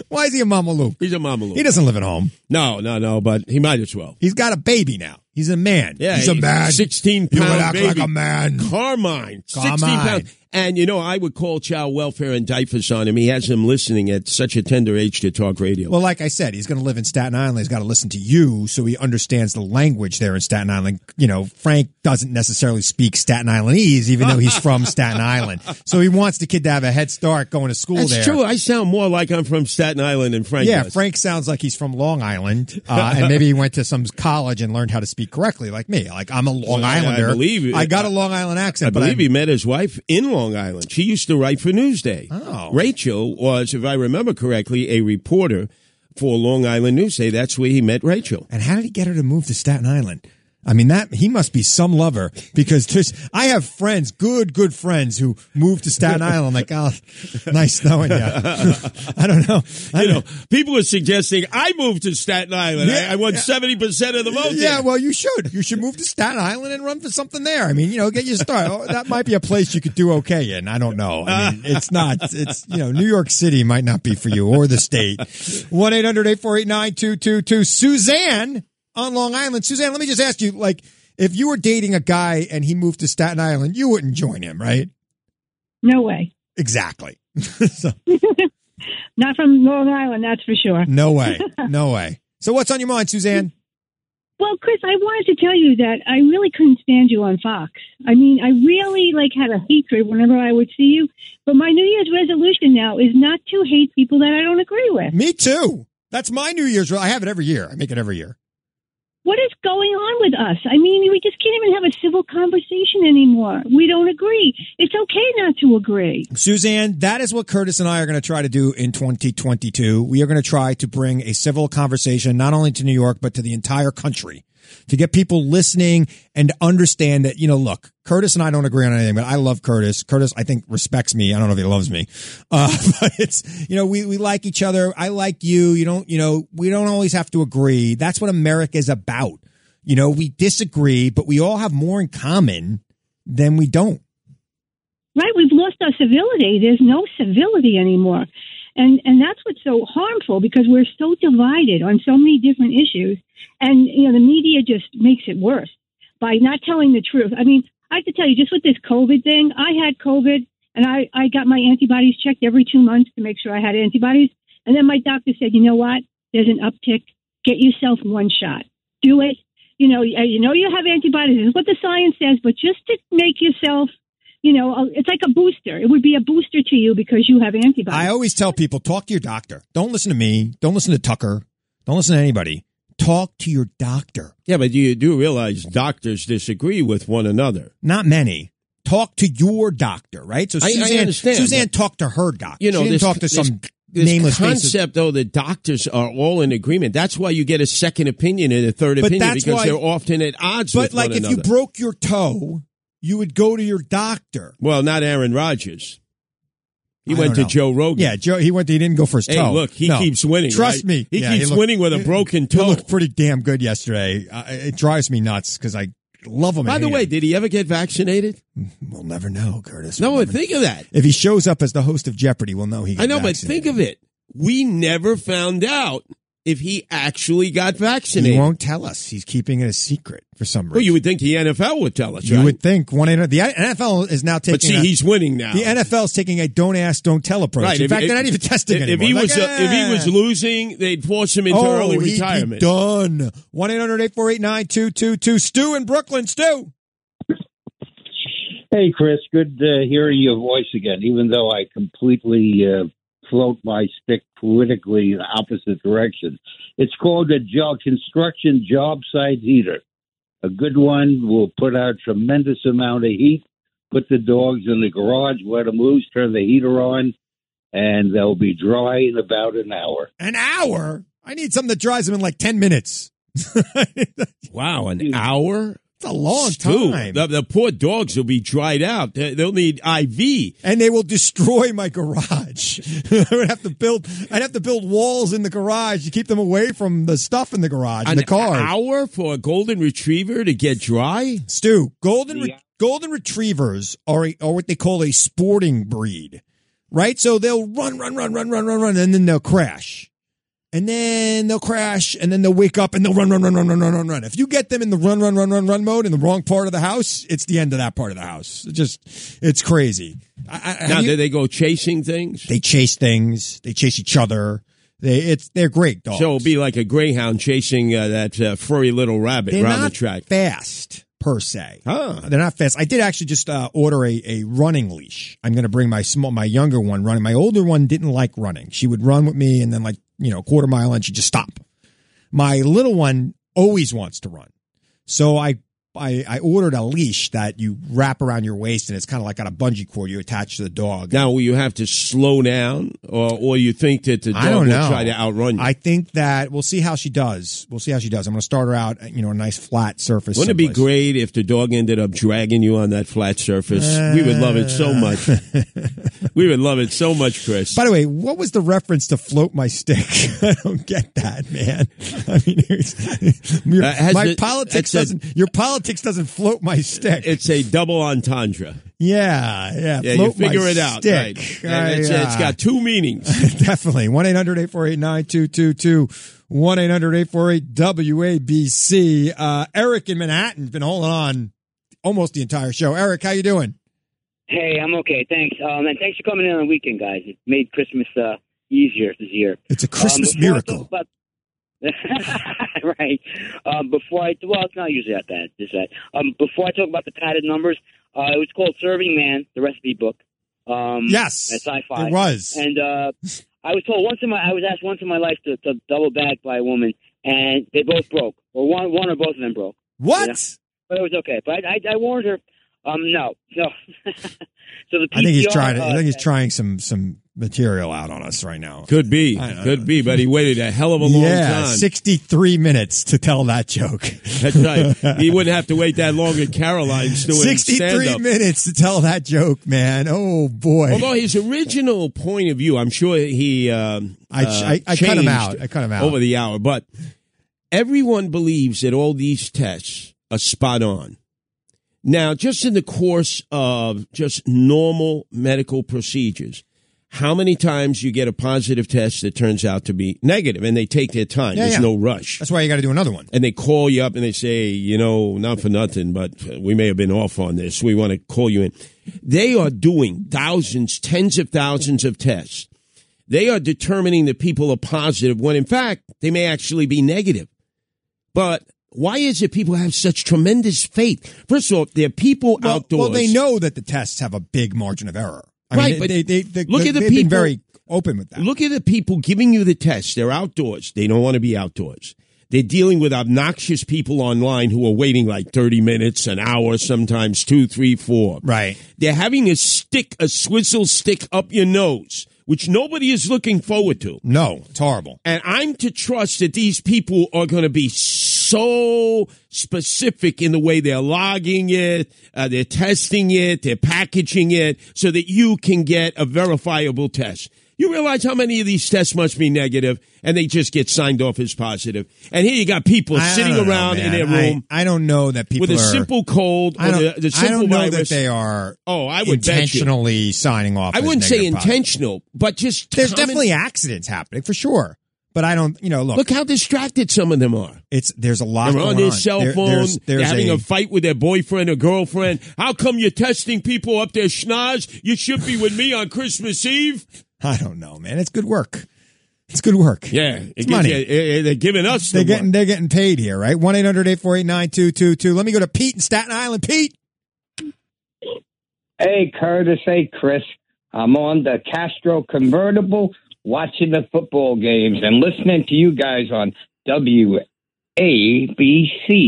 B: Why is he a Mama Luke?
C: He's a Mama Luke.
B: He doesn't live at home.
C: No, no, no, but he might as well.
B: He's got a baby now. He's a man.
C: Yeah,
B: he's a man.
C: 16
B: You
C: pound
B: would act
C: baby.
B: like a man.
C: Carmine. 16
B: Carmine.
C: pounds. And, you know, I would call child welfare and diapers on him. He has him listening at such a tender age to talk radio.
B: Well, like I said, he's going to live in Staten Island. He's got to listen to you so he understands the language there in Staten Island. You know, Frank doesn't necessarily speak Staten Islandese, even though he's from Staten Island. So he wants the kid to have a head start going to school
C: That's
B: there.
C: true. I sound more like I'm from Staten Island than Frank
B: yeah,
C: does.
B: Frank sounds like he's from Long Island, uh, and maybe he went to some college and learned how to speak correctly, like me. Like I'm a Long
C: Well, I- I
B: Islander.
C: believe-
B: I got a Long Island accent,
C: I
B: but
C: believe
B: I'm-
C: he met his wife in Long Island. She used to write for Newsday. Oh. Rachel was, if I remember correctly, a reporter for Long Island Newsday. That's where he met Rachel.
B: And how did he get her to move to Staten Island? I mean that he must be some lover because there's I have friends, good good friends who moved to Staten Island. I'm like, oh, nice knowing you. I don't know. I
C: you know, people are suggesting I moved to Staten Island. I, I won seventy percent of the vote.
B: Yeah,
C: there.
B: well, you should. You should move to Staten Island and run for something there. I mean, you know, get your start. Oh, that might be a place you could do okay in. I don't know. I mean, it's not. It's you know, New York City might not be for you or the state. One 800 Suzanne on Long Island. Suzanne, let me just ask you: like, if you were dating a guy and he moved to Staten Island, you wouldn't join him, right?
J: No way.
B: Exactly.
J: Not from Long Island, that's for sure.
B: No way. No way. So, what's on your mind, Suzanne?
J: Well, Chris, I wanted to tell you that I really couldn't stand you on Fox. I mean, I really like had a hatred whenever I would see you. But my New Year's resolution now is not to hate people that I don't agree with.
B: Me too. That's my New Year's. I have it every year. I make it every year.
J: What is going on with us? I mean, we just can't even have a civil conversation anymore. We don't agree. It's okay not to agree.
B: Suzanne, that is what Curtis and I are going to try to do in 2022. We are going to try to bring a civil conversation not only to New York, but to the entire country to get people listening and to understand that, you know, look, Curtis and I don't agree on anything, but I love Curtis. Curtis, I think, respects me. I don't know if he loves me. Uh, but it's, you know, we, we like each other. I like you. You don't, you know, we don't always have to agree. That's what America is about. You know, we disagree, but we all have more in common than we don't.
J: Right? We've lost our civility. There's no civility anymore. And and that's what's so harmful because we're so divided on so many different issues. And you know, the media just makes it worse by not telling the truth. I mean, I have to tell you, just with this COVID thing, I had COVID and I, I got my antibodies checked every two months to make sure I had antibodies. And then my doctor said, you know what? There's an uptick. Get yourself one shot. Do it. You know, you you know you have antibodies. This is what the science says, but just to make yourself, you know, a- it's like a booster. It would be a booster to you because you have antibodies.
B: I always tell people, talk to your doctor. Don't listen to me. Don't listen to Tucker. Don't listen to anybody. Talk to your doctor.
C: Yeah, but you do realize doctors disagree with one another.
B: Not many. Talk to your doctor, right? So
C: I- I
B: Suzanne,
C: understand,
B: Suzanne
C: but-
B: talked to her doctor.
C: You know,
B: she didn't
C: this,
B: talk to
C: this-
B: some
C: this
B: nameless
C: concept,
B: faces.
C: though, that doctors are all in agreement. That's why you get a second opinion and a third
B: But
C: opinion
B: that's
C: because
B: why-
C: they're often at odds
B: But
C: with
B: like,
C: one
B: if you
C: another.
B: broke your toe, you would go to your doctor.
C: well, not Aaron Rodgers. He
B: I
C: went to
B: don't know.
C: Joe Rogan.
B: Yeah, Joe. He went. He didn't go for his
C: Hey,
B: toe.
C: look, he
B: No.
C: keeps winning,
B: Trust
C: right?
B: me.
C: He
B: Yeah,
C: keeps
B: looked-
C: winning with a broken
B: He
C: toe.
B: looked pretty damn good yesterday. I, it drives me nuts because I love him.
C: By
B: and
C: the
B: hate
C: way,
B: him.
C: did he ever get vaccinated?
B: We'll never know, Curtis.
C: No,
B: We'll
C: but
B: never-
C: think of that.
B: If he shows up as the host of Jeopardy, we'll know he. Got
C: I know, but
B: vaccinated.
C: think of it. We never found out if he actually got vaccinated.
B: He won't tell us. He's keeping it a secret for some reason.
C: Well, you would think the NFL would tell us,
B: You
C: right?
B: would think one the NFL is now taking.
C: but see,
B: a-
C: he's winning now.
B: The NFL is taking a "don't ask, don't tell" approach.
C: Right.
B: In
C: if-
B: fact,
C: if-
B: they're not even testing
C: if,
B: anymore.
C: If he
B: Like,
C: was, uh, if he
B: eh.
C: was losing, they'd force him into
B: oh,
C: early
B: he'd be
C: retirement.
B: done. One 9222 Stu in Brooklyn. Stu.
V: Hey, Chris, good uh, hearing your voice again, even though I completely uh, float my stick politically in the opposite direction. It's called a job, construction job site heater. A good one will put out tremendous amount of heat, put the dogs in the garage, let them loose, turn the heater on, and they'll be dry in about an hour.
B: An hour. I need something that dries him in like ten minutes.
C: Wow, an hour?
B: It's a long
C: Stu,
B: time.
C: The, the poor dogs will be dried out. They- They'll need IV.
B: and they will destroy my garage. I would have to build. I'd have to build walls in the garage to keep them away from the stuff in the garage, and
C: An
B: the cars.
C: hour for a golden retriever to get dry?
B: Stu, golden re- golden retrievers are a, are what they call a sporting breed, right? So they'll run, run, run, run, run, run, run, and then they'll crash, and then they'll crash, and then they'll wake up and they'll run, run, run, run, run, run, run, run. If you get them in the run, run, run, run, run mode in the wrong part of the house, it's the end of that part of the house. It just it's crazy. I, I,
C: now,
B: have you-
C: do they go chasing things?
B: they chase things, they chase each other. They it's they're great dogs.
C: So it'll be like a greyhound chasing uh, that uh, furry little rabbit
B: they're
C: around
B: not
C: the track.
B: fast per se.
C: Huh.
B: They're not fast. I did actually just uh, order a, a running leash. I'm going to bring my small, my younger one running. My older one didn't like running. She would run with me and then like, you know, a quarter mile and she'd just stop. My little one always wants to run. So I I, I ordered a leash that you wrap around your waist, and it's kind of like got a bungee cord you attach to the dog.
C: Now, will you have to slow down, or or you think that the dog
B: I don't
C: will
B: know.
C: try to outrun you?
B: I think that we'll see how she does. We'll see how she does. I'm going to start her out, uh, you know, a nice flat surface.
C: Wouldn't it be
B: someplace.
C: great if the dog ended up dragging you on that flat surface? we would love it
B: Uh.
C: so much. we would love it so much, Chris.
B: By the way, what was the reference to float my stick? I don't get that, man. I mean, it's- your,
C: Uh, has
B: my
C: the-
B: politics
C: it's a-
B: doesn't. your politics doesn't float my stick.
C: It's a double entendre.
B: Yeah, yeah.
C: Yeah,
B: float
C: you
B: my
C: figure it out.
B: stick.
C: Right.
B: I,
C: it's, it's
B: uh,
C: got two meanings.
B: Definitely. 1 800 848 9222. 1 800 848 WABC. Uh, Eric in Manhattan's been holding on almost the entire show. Eric, how you doing?
F: Hey, I'm okay. Thanks. Um, and thanks for coming in on the weekend, guys. It made Christmas uh, easier this year.
B: It's a
S: Um,
B: Christmas
F: before I
B: miracle.
F: talk about- right. Um, before I, well, it's not usually that bad. Just that. Um, before I talk about the padded numbers, uh, it was called Serving Man, the recipe book. Um,
B: Yes,
F: at sci-fi.
B: it was.
F: And uh, I was told once in my, I was asked once in my life to, to double back by a woman, and they both broke, or one, one or both of them broke.
B: What?
F: Yeah. But it was okay. But I, I, I warned her. Um, no, no. so the PPR,
B: I think he's trying. I
F: uh,
B: think he's trying some some material out on us right now.
C: Could be. Could be. But he waited a hell of a long
B: yeah,
C: time.
B: sixty three minutes to tell that joke.
C: That's right. He wouldn't have to wait that long at Caroline's doing
B: Sixty three
C: stand-up.
B: minutes to tell that joke, man. Oh boy.
C: Although his original point of view, I'm sure he. Um,
B: I- I- I cut him
C: changed
B: out. I cut him out.
C: over the hour. But everyone believes that all these tests are spot on. Now, just in the course of just normal medical procedures, how many times you get a positive test that turns out to be negative, and they take their time.
B: Yeah,
C: There's
B: yeah.
C: no rush.
B: That's why you got to do another one.
C: And they call you up and they say, you know, not for nothing, but we may have been off on this. We want to call you in. They are doing thousands, tens of thousands of tests. They are determining that people are positive when in fact they may actually be negative. But why is it people have such tremendous faith? First of all, there are people
B: Well,
C: outdoors.
B: well, they know that the tests have a big margin of error. I mean,
C: right,
B: they-
C: but
B: they, they, they,
C: look at the
B: they've
C: people
B: been very open with that.
C: Look at the people giving you the test. They're outdoors. They don't want to be outdoors. They're dealing with obnoxious people online who are waiting like 30 minutes, an hour, sometimes two, three, four.
B: Right.
C: They're having a stick, a swizzle stick up your nose, which nobody is looking forward to.
B: No, it's horrible.
C: And I'm to trust that these people are going to be so specific in the way they're logging it, uh, they're testing it, they're packaging it so that you can get a verifiable test. You realize how many of these tests must be negative and they just get signed off as positive. And here you got people
B: I- I
C: sitting
B: don't know,
C: around in
B: man.
C: their room
B: I, I don't know that people
C: with a
B: are-
C: simple cold or
B: I don't,
C: the, the
B: I
C: simple
B: don't know
C: virus.
B: that they are.
C: Oh, I would bet you.
B: intentionally signing off.
C: I
B: as
C: wouldn't say
B: negative positive.
C: intentional, but just
B: There's
C: common-
B: definitely accidents happening for sure, but I don't. You know, look.
C: Look how distracted some of them are.
B: It's there's a lot
C: They're
B: going
C: on
B: on.
C: their cell
B: There-
C: phone.
B: there's-
C: they're
B: there's
C: having a,
B: a-
C: fight with their boyfriend or girlfriend. How come you're testing people up their schnoz? You should be with me on Christmas Eve.
B: I don't know, man. It's good work. It's good work.
C: Yeah, it
B: It's
C: gives
B: money.
C: you- eh, eh, they're giving us
B: They're
C: the
B: getting they're getting paid here, right? One 9222 Let me go to Pete in Staten Island. Pete.
G: Hey, Curtis. Hey, Chris. I'm on the Castro convertible watching the football games and listening to you guys on WABC.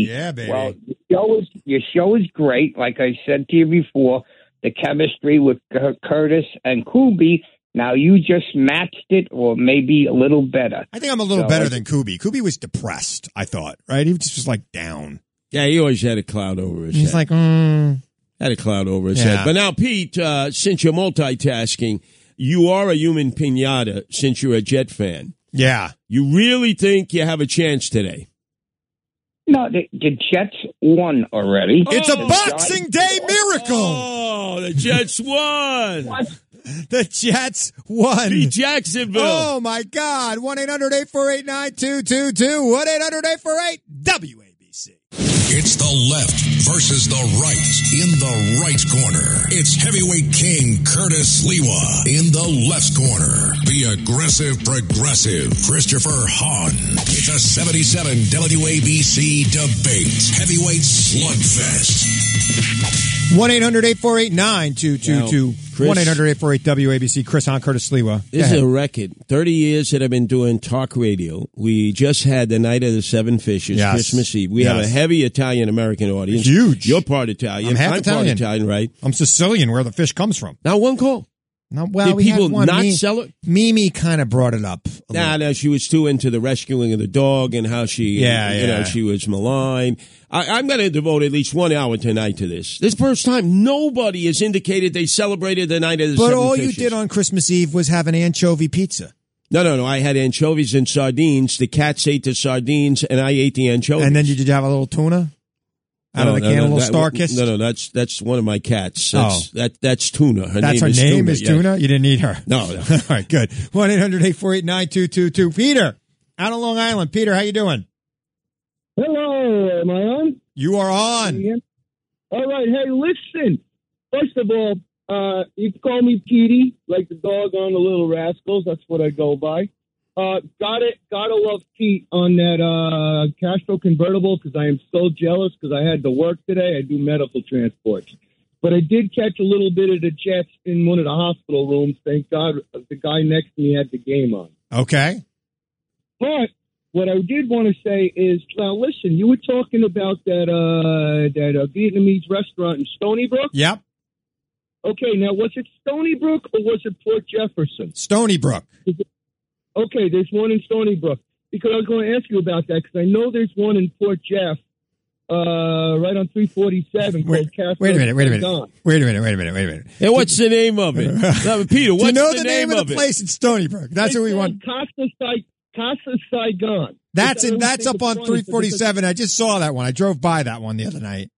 B: Yeah, baby.
G: Well, your show, is, your show is great. Like I said to you before, the chemistry with Cur- Curtis and Kubi. Now, you just matched it or maybe a little better.
B: I think I'm a little
G: So
B: better
G: I-
B: than Kubi. Kubi was depressed. I thought, right? He was just like down.
C: Yeah, he always had a cloud over his
B: He's
C: head.
B: like, mm.
C: had a cloud over his
B: Yeah.
C: head. But now, Pete, uh, since you're multitasking, you are a human pinata. Since you're a Jet fan,
B: yeah,
C: you really think you have a chance today?
G: No, the, the Jets won already.
B: It's a
G: The
B: Boxing Day miracle.
C: Oh, the Jets won.
B: The Jets won.
C: Beat Jacksonville.
B: Oh my God! One 9222 One 800 W.
A: It's the left versus the right. In the right corner, it's heavyweight king Curtis Lewa. In the left corner, the aggressive progressive Christopher Hahn. It's a 77 WABC debate heavyweight slugfest.
B: One 800 848 9222
C: Chris.
B: 1 800 848 WABC. Chris on Curtis Lewa. Go
C: This is
B: ahead.
C: a record. 30 years that I've been doing talk radio. We just had the Night of the Seven Fishes,
B: Yes.
C: Christmas Eve. We have a
B: Yes.
C: heavy Italian American audience.
B: Huge.
C: You're part Italian.
B: I'm half
C: part
B: Italian.
C: Italian, right?
B: I'm Sicilian, where the fish comes from.
C: Not one call.
B: Not well.
C: Did
B: we had
C: people
B: one.
C: not
B: Mi-
C: sell it?
B: Mimi kind of brought it up.
C: Nah, no, she was too into the rescuing of the dog and how she,
B: Yeah,
C: you know,
B: yeah.
C: she was maligned. I, I'm going to devote at least one hour tonight to this. This first time, nobody has indicated they celebrated the night of the
B: But
C: seven
B: all
C: fishes.
B: you did on Christmas Eve was have an anchovy pizza.
C: No, no, no. I had anchovies and sardines. The cats ate the sardines, and I ate the anchovies.
B: And then you did you have a little tuna out
C: No,
B: of the
C: no,
B: can,
C: no,
B: a little
C: that-
B: star kiss.
C: No, no, that's that's one of my cats. That's, that that's tuna. Her
B: Oh.
C: name
B: That's her
C: is
B: name
C: tuna,
B: is
C: yeah.
B: Tuna. You didn't eat her.
C: No, no.
B: all right, good. One 9222 Peter, out on Long Island. Peter, how you doing?
H: Hello, am I on?
B: You are on.
H: All right, hey, listen. First of all, uh, you can call me Petey, like the dog on the Little Rascals. That's what I go by. Uh, got it. Gotta love Pete on that uh, Castro convertible because I am so jealous because I had to work today. I do medical transports, but I did catch a little bit of the Jets in one of the hospital rooms. Thank God, uh, the guy next to me had the game on.
B: Okay.
H: But what I did want to say is, now listen, you were talking about that uh, that uh, Vietnamese restaurant in Stony Brook.
B: Yep.
H: Okay, now was it Stony Brook or was it Port Jefferson?
B: Stony Brook.
H: Okay, there's one in Stony Brook because I was going to ask you about that because I know there's one in Port Jeff, uh, right on 347 called Castro.
B: Wait a minute. Wait a minute.
H: Don.
B: Wait a minute. Wait a minute. Wait a minute.
C: And what's the name of it? No, Peter, what's
B: Do you know
H: the
B: the, name,
H: name
B: of
H: of
B: the
H: it?
B: place in Stony Brook? That's what we want.
H: Costa, Sai- Costa Saigon.
B: That's
H: Which I
B: in,
H: don't
B: that's
H: think
B: up
H: is
B: on
H: funny, 'cause it's a-
B: 347. I just saw that one. I drove by that one the other night.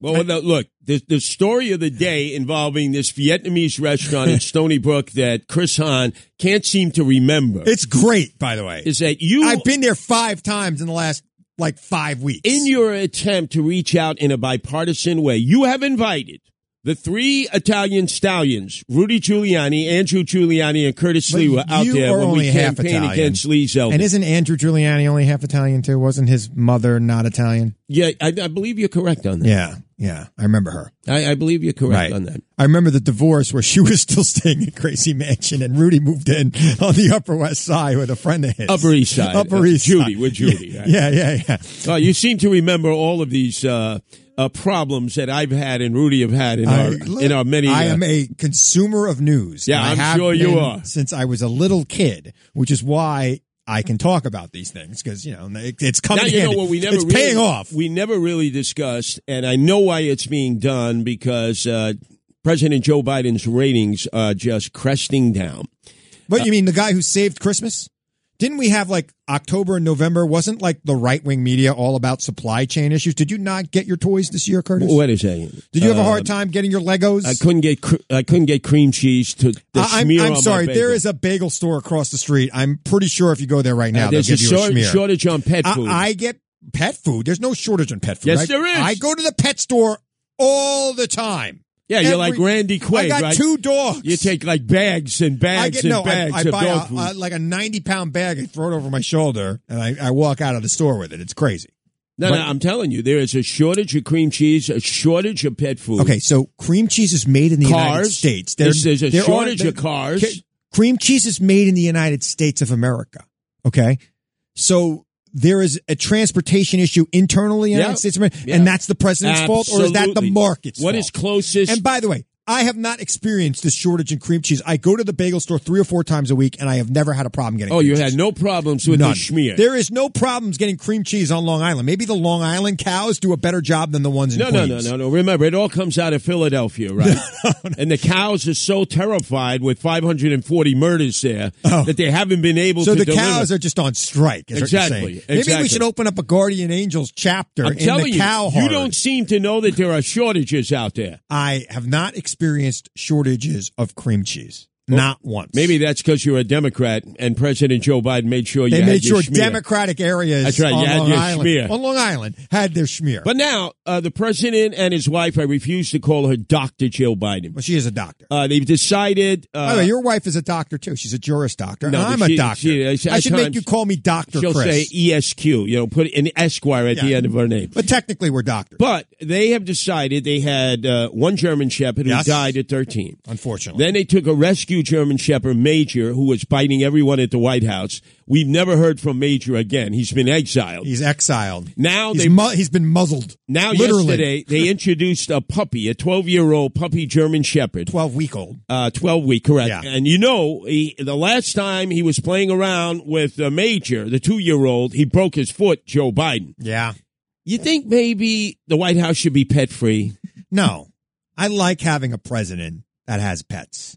C: Well, well, now, look, the, the story of the day involving this Vietnamese restaurant in Stony Brook that Chris Hahn can't seem to remember.
B: It's great, by the way.
C: Is that you?
B: I've been there five times in the last like five weeks.
C: In your attempt to reach out in a bipartisan way, you have invited the three Italian stallions, Rudy Giuliani, Andrew Giuliani, and Curtis
B: But
C: Lewa, out
B: you
C: there
B: are
C: when
B: only
C: we
B: half
C: campaign
B: Italian.
C: against Lee Zeldin.
B: And isn't Andrew Giuliani only half Italian too? Wasn't his mother not Italian?
C: yeah, I, I believe you're correct on that.
B: Yeah, yeah. I remember her.
C: I, I believe you're correct
B: Right.
C: on that.
B: I remember the divorce where she was still staying in Crazy Mansion and Rudy moved in on the Upper West Side with a friend of his.
C: Upper East Side.
B: Upper
C: Uh,
B: East
C: Judy,
B: Side.
C: with Judy. right?
B: Yeah, yeah, yeah.
C: Oh, you seem to remember all of these uh, uh, problems that I've had and Rudy have had in our
B: I- look,
C: in our many.
B: I
C: uh,
B: am a consumer of news.
C: Yeah,
B: and I
C: I'm
B: have
C: sure you
B: been
C: are.
B: Since I was a little kid, which is why I can talk about these things because you know it, it's coming.
C: now you
B: handy.
C: know what we never
B: it's
C: really,
B: paying off.
C: We never really discussed, and I know why it's being done because uh, President Joe Biden's ratings are just cresting down.
B: But you mean the guy who saved Christmas? Didn't we have like October and November? Wasn't like the right wing media all about supply chain issues? Did you not get your toys this year, Curtis?
C: Wait a second.
B: Did you have a hard
C: Uh,
B: time getting your Legos?
C: I couldn't get cr- I couldn't get cream cheese to. to
B: I- I'm,
C: smear
B: I'm
C: on my
B: sorry. There
C: bagel.
B: is a bagel store across the street. I'm pretty sure if you go there right now,
C: Uh,
B: they'll
C: there's
B: give
C: a
B: you
C: short-
B: a smear.
C: shortage on pet
B: I-
C: food.
B: I, get pet food. There's no shortage on pet food.
C: Yes,
B: I-
C: there is.
B: I go to the pet store all the time.
C: Yeah, you're like
B: Every-
C: Randy Quaid,
B: I got
C: right?
B: two dogs.
C: You take like bags and bags
B: I get
C: and
B: no. I,
C: bags
B: I
C: of
B: buy
C: dog
B: a,
C: food.
B: a- like a 90 pound bag. I throw it over my shoulder, and I, I walk out of the store with it. It's crazy.
C: no,
B: but-
C: no, I'm telling you, there is a shortage of cream cheese, a shortage of pet food.
B: Okay, so cream cheese is made in the United
C: Cars.
B: States.
C: There's- there's a
B: are-
C: shortage of cars.
B: Ca- Cream cheese is made in the United States of America. Okay, so there is a transportation issue internally in the
C: Yeah.
B: United States of America,
C: Yeah.
B: and that's the president's fault, or is that the
C: Absolutely.
B: market's
C: What
B: fault?
C: is closest?
B: And by the way, I have not experienced this shortage in cream cheese. I go to the bagel store three or four times a week, and I have never had a problem getting.
C: oh,
B: cream
C: you
B: cheese.
C: had no problems with
B: None.
C: the schmear.
B: There is no problems getting cream cheese on Long Island. Maybe the Long Island cows do a better job than the ones in
C: no, no,
B: Queens.
C: no, no, no. Remember, it all comes out of Philadelphia, right? And the cows are so terrified with 540 murders there that they haven't been able
B: Oh. So
C: to
B: the
C: deliver.
B: cows are just on strike. Is what you're
C: Exactly,
B: saying. Maybe
C: exactly.
B: we should open up a Guardian Angels chapter
C: I'm
B: in
C: telling
B: the cow
C: you,
B: herd.
C: you don't seem to know that there are shortages out there.
B: I have not experienced shortages of cream cheese. Not once.
C: Maybe that's because you're a Democrat and President Joe Biden made sure
B: They
C: Oh, you
B: made
C: had your
B: sure
C: schmear.
B: Democratic areas
C: That's right, you
B: on
C: had
B: Long
C: your
B: Island
C: schmear.
B: on Long Island had their schmear.
C: But now, uh, the president and his wife, I refuse to call her Dr. Jill Biden. Well,
B: she is a doctor.
C: Uh, they've decided. Uh,
B: By the way, your wife is a doctor too. She's a juris doctor.
C: No,
B: and I'm
C: she-
B: a doctor.
C: she- uh, she-
B: I
C: at
B: should
C: times
B: make you call me Doctor
C: she'll
B: Chris.
C: say ESQ, you know, put an Esquire at the
B: Yeah.
C: end of her name.
B: but technically, we're doctors.
C: But they have decided they had uh, one German Shepherd who
B: Yes.
C: died at 13.
B: Unfortunately,
C: Then they took a rescue German Shepherd, Major, who was biting everyone at the White House. We've never heard from Major again. He's been exiled.
B: he's exiled.
C: Now
B: he's,
C: they-
B: mu- he's been muzzled.
C: Now,
B: literally,
C: yesterday, they introduced a puppy, a 12 year old puppy German Shepherd.
B: 12 week old.
C: Uh, 12 week, correct.
B: Yeah.
C: And you know, he, the last time he was playing around with uh, Major, the two year old, he broke his foot, Joe Biden.
B: Yeah.
C: You think maybe the White House should be pet free?
B: No, I like having a president that has pets.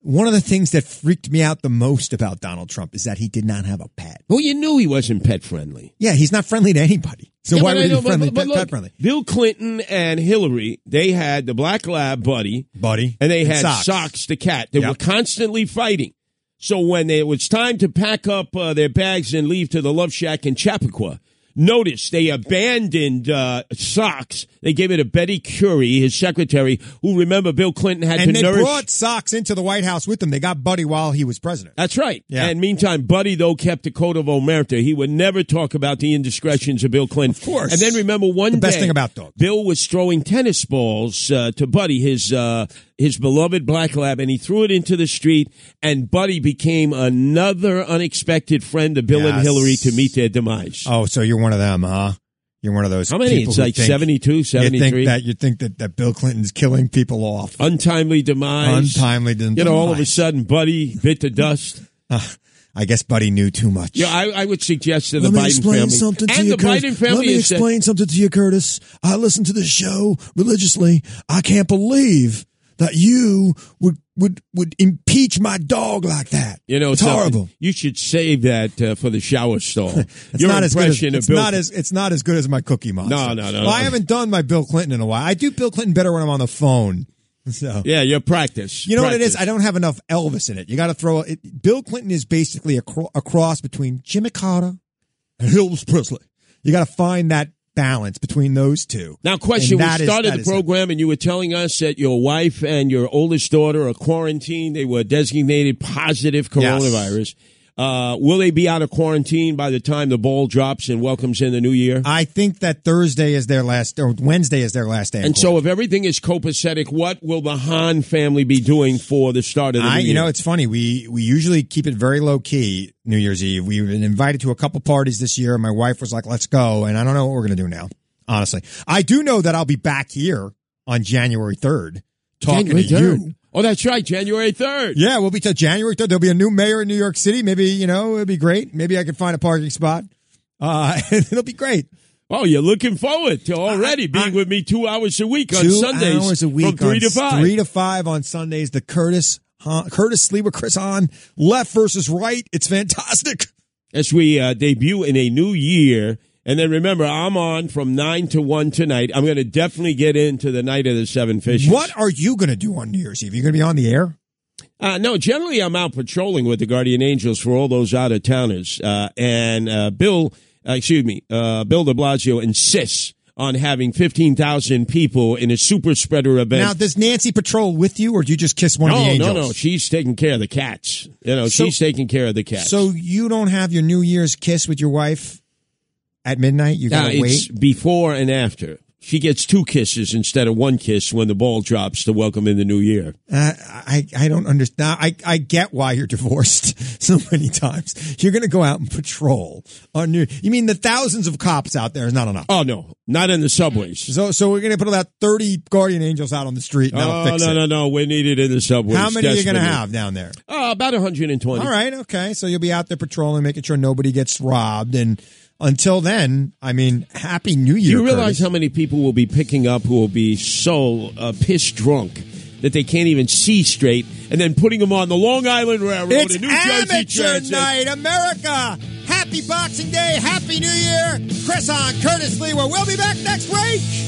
B: One of the things that freaked me out the most about Donald Trump is that he did not have a pet.
C: Well, you knew he wasn't pet friendly.
B: Yeah, he's not friendly to anybody. So
C: Yeah,
B: why
C: but
B: would
C: I
B: he
C: know,
B: be
C: but-
B: friendly?
C: but- but
B: pet- pet
C: look,
B: friendly.
C: Bill Clinton and Hillary, they had the black lab buddy,
B: buddy,
C: and they
B: and
C: had
B: Socks.
C: socks. the cat. They
B: Yep.
C: were constantly fighting. So when it was time to pack up uh, their bags and leave to the Love Shack in Chappaqua, notice they abandoned uh, socks. They gave it to Betty Curie, his secretary, who remember Bill Clinton had
B: And
C: to
B: they
C: nourish.
B: brought socks into the White House with them. They got Buddy while he was president.
C: That's right.
B: Yeah.
C: And meantime, Buddy, though, kept the code of omerta. He would never talk about the indiscretions of Bill Clinton. Of
B: course.
C: And then remember one
B: The best
C: day,
B: thing about dogs.
C: Bill was throwing tennis balls uh, to Buddy, his uh, his beloved black lab, and he threw it into the street. And Buddy became another unexpected friend to Bill and
B: Yes.
C: Hillary to meet their demise.
B: Oh, so you're one of them, huh? You're one of those.
C: How many?
B: people
C: It's
B: who
C: like
B: think-
C: 72,
B: You
C: 73?
B: think that you think that, that Bill Clinton's killing people off.
C: Untimely demise.
B: Untimely dem-
C: You know, all of a
B: demise.
C: sudden, Buddy bit the dust.
B: Uh, I guess Buddy knew too much.
C: Yeah, I, I would suggest to the
I: Let me
C: Biden
I: explain
C: family
I: something to
C: and
I: you,
C: the
I: Curtis.
C: Biden family
I: Let me
C: is that-
I: explain something to you, Curtis. I listen to this show religiously. I can't believe that you would would would impeach my dog like that.
C: You know,
I: it's
C: something?
I: horrible.
C: You should save that uh, for the shower stall.
B: It's
C: Your
B: not as good as,
C: impression of
B: it's
C: Bill
B: not as it's not as good as my Cookie Monster.
C: No, no, no,
B: Well, I
C: no.
B: haven't done my Bill Clinton in a while. I do Bill Clinton better when I'm on the phone. So
C: yeah, your practice.
B: oh. You know what it
C: Practice.
B: is? I don't have enough Elvis in it. You got to throw it. Bill Clinton is basically a, cro- a cross between Jimmy Carter and Elvis Presley. You got to find that balance between those two.
C: Now, question:
B: And
C: We
B: that is-
C: started
B: that
C: the
B: is
C: program, and you were telling us that your wife and your oldest daughter are quarantined. They were designated positive
B: Yes.
C: coronavirus. Uh, will they be out of quarantine by the time the ball drops and welcomes in the new year?
B: I think that Thursday is their last, or Wednesday is their last day. in
C: and so, if everything is copacetic, what will the Hahn family be doing for the start of the
B: I,
C: new
B: you know,
C: year?
B: it's funny. We we usually keep it very low key New Year's Eve. We've been invited to a couple parties this year. My wife was like, "Let's go," and I don't know what we're gonna do now. Honestly, I do know that I'll be back here on January third talking
C: January
B: to
C: 3rd.
B: you.
C: Oh, that's right, January third.
B: Yeah, we'll be till January third. There'll be a new mayor in New York City. Maybe you know it'd be great. Maybe I could find a parking spot. Uh, it'll be great.
C: Oh, you're looking forward to already being with me two hours a week on
B: Uh, Two
C: Sundays
B: hours a week
C: from three
B: on
C: to five.
B: Three to five on Sundays. The Curtis Hahn, Curtis Lee with Chris on left versus right. It's fantastic.
C: as we uh, debut in a new year. And then remember, I'm on from nine to one tonight. I'm going to definitely get into the night of the seven fishes.
B: What are you going to do on New Year's Eve? You're going to be on the air?
C: Uh, no, generally I'm out patrolling with the Guardian Angels for all those out of towners. Uh, and uh, Bill, uh, excuse me, uh, Bill De Blasio insists on having fifteen thousand people in a super spreader event.
B: Now, does Nancy patrol with you, or do you just kiss one
C: no,
B: of the angels?
C: no, no, she's taking care of the cats. You know,
B: So-
C: she's taking care of the cats.
B: So you don't have your New Year's kiss with your wife at midnight. You
C: Now,
B: got to
C: it's
B: wait.
C: before and after. She gets two kisses instead of one kiss when the ball drops to welcome in the new year.
B: Uh, I I don't understand. I I get why you're divorced so many times. You're going to go out and patrol on New. You mean the thousands of cops out there is not enough?
C: Oh no, not in the subways.
B: So so we're going to put about thirty guardian angels out on the street. And that'll
C: Oh
B: fix
C: no,
B: it.
C: no, no! We're needed in the subways.
B: How many are you going to
C: desperately.
B: have down there?
C: Oh, about 120.
B: All right, okay. So you'll be out there patrolling, making sure nobody gets robbed. And until then, I mean, happy New
C: Do
B: Year.
C: you realize
B: Curtis.
C: how many people will be picking up who will be so uh, piss drunk that they can't even see straight, and then putting them on the Long Island Railroad
B: It's
C: in New Jersey
B: amateur
C: Transit.
B: night, America. Happy Boxing Day, Happy New Year. Chris on Curtis Lee. We'll be back next week.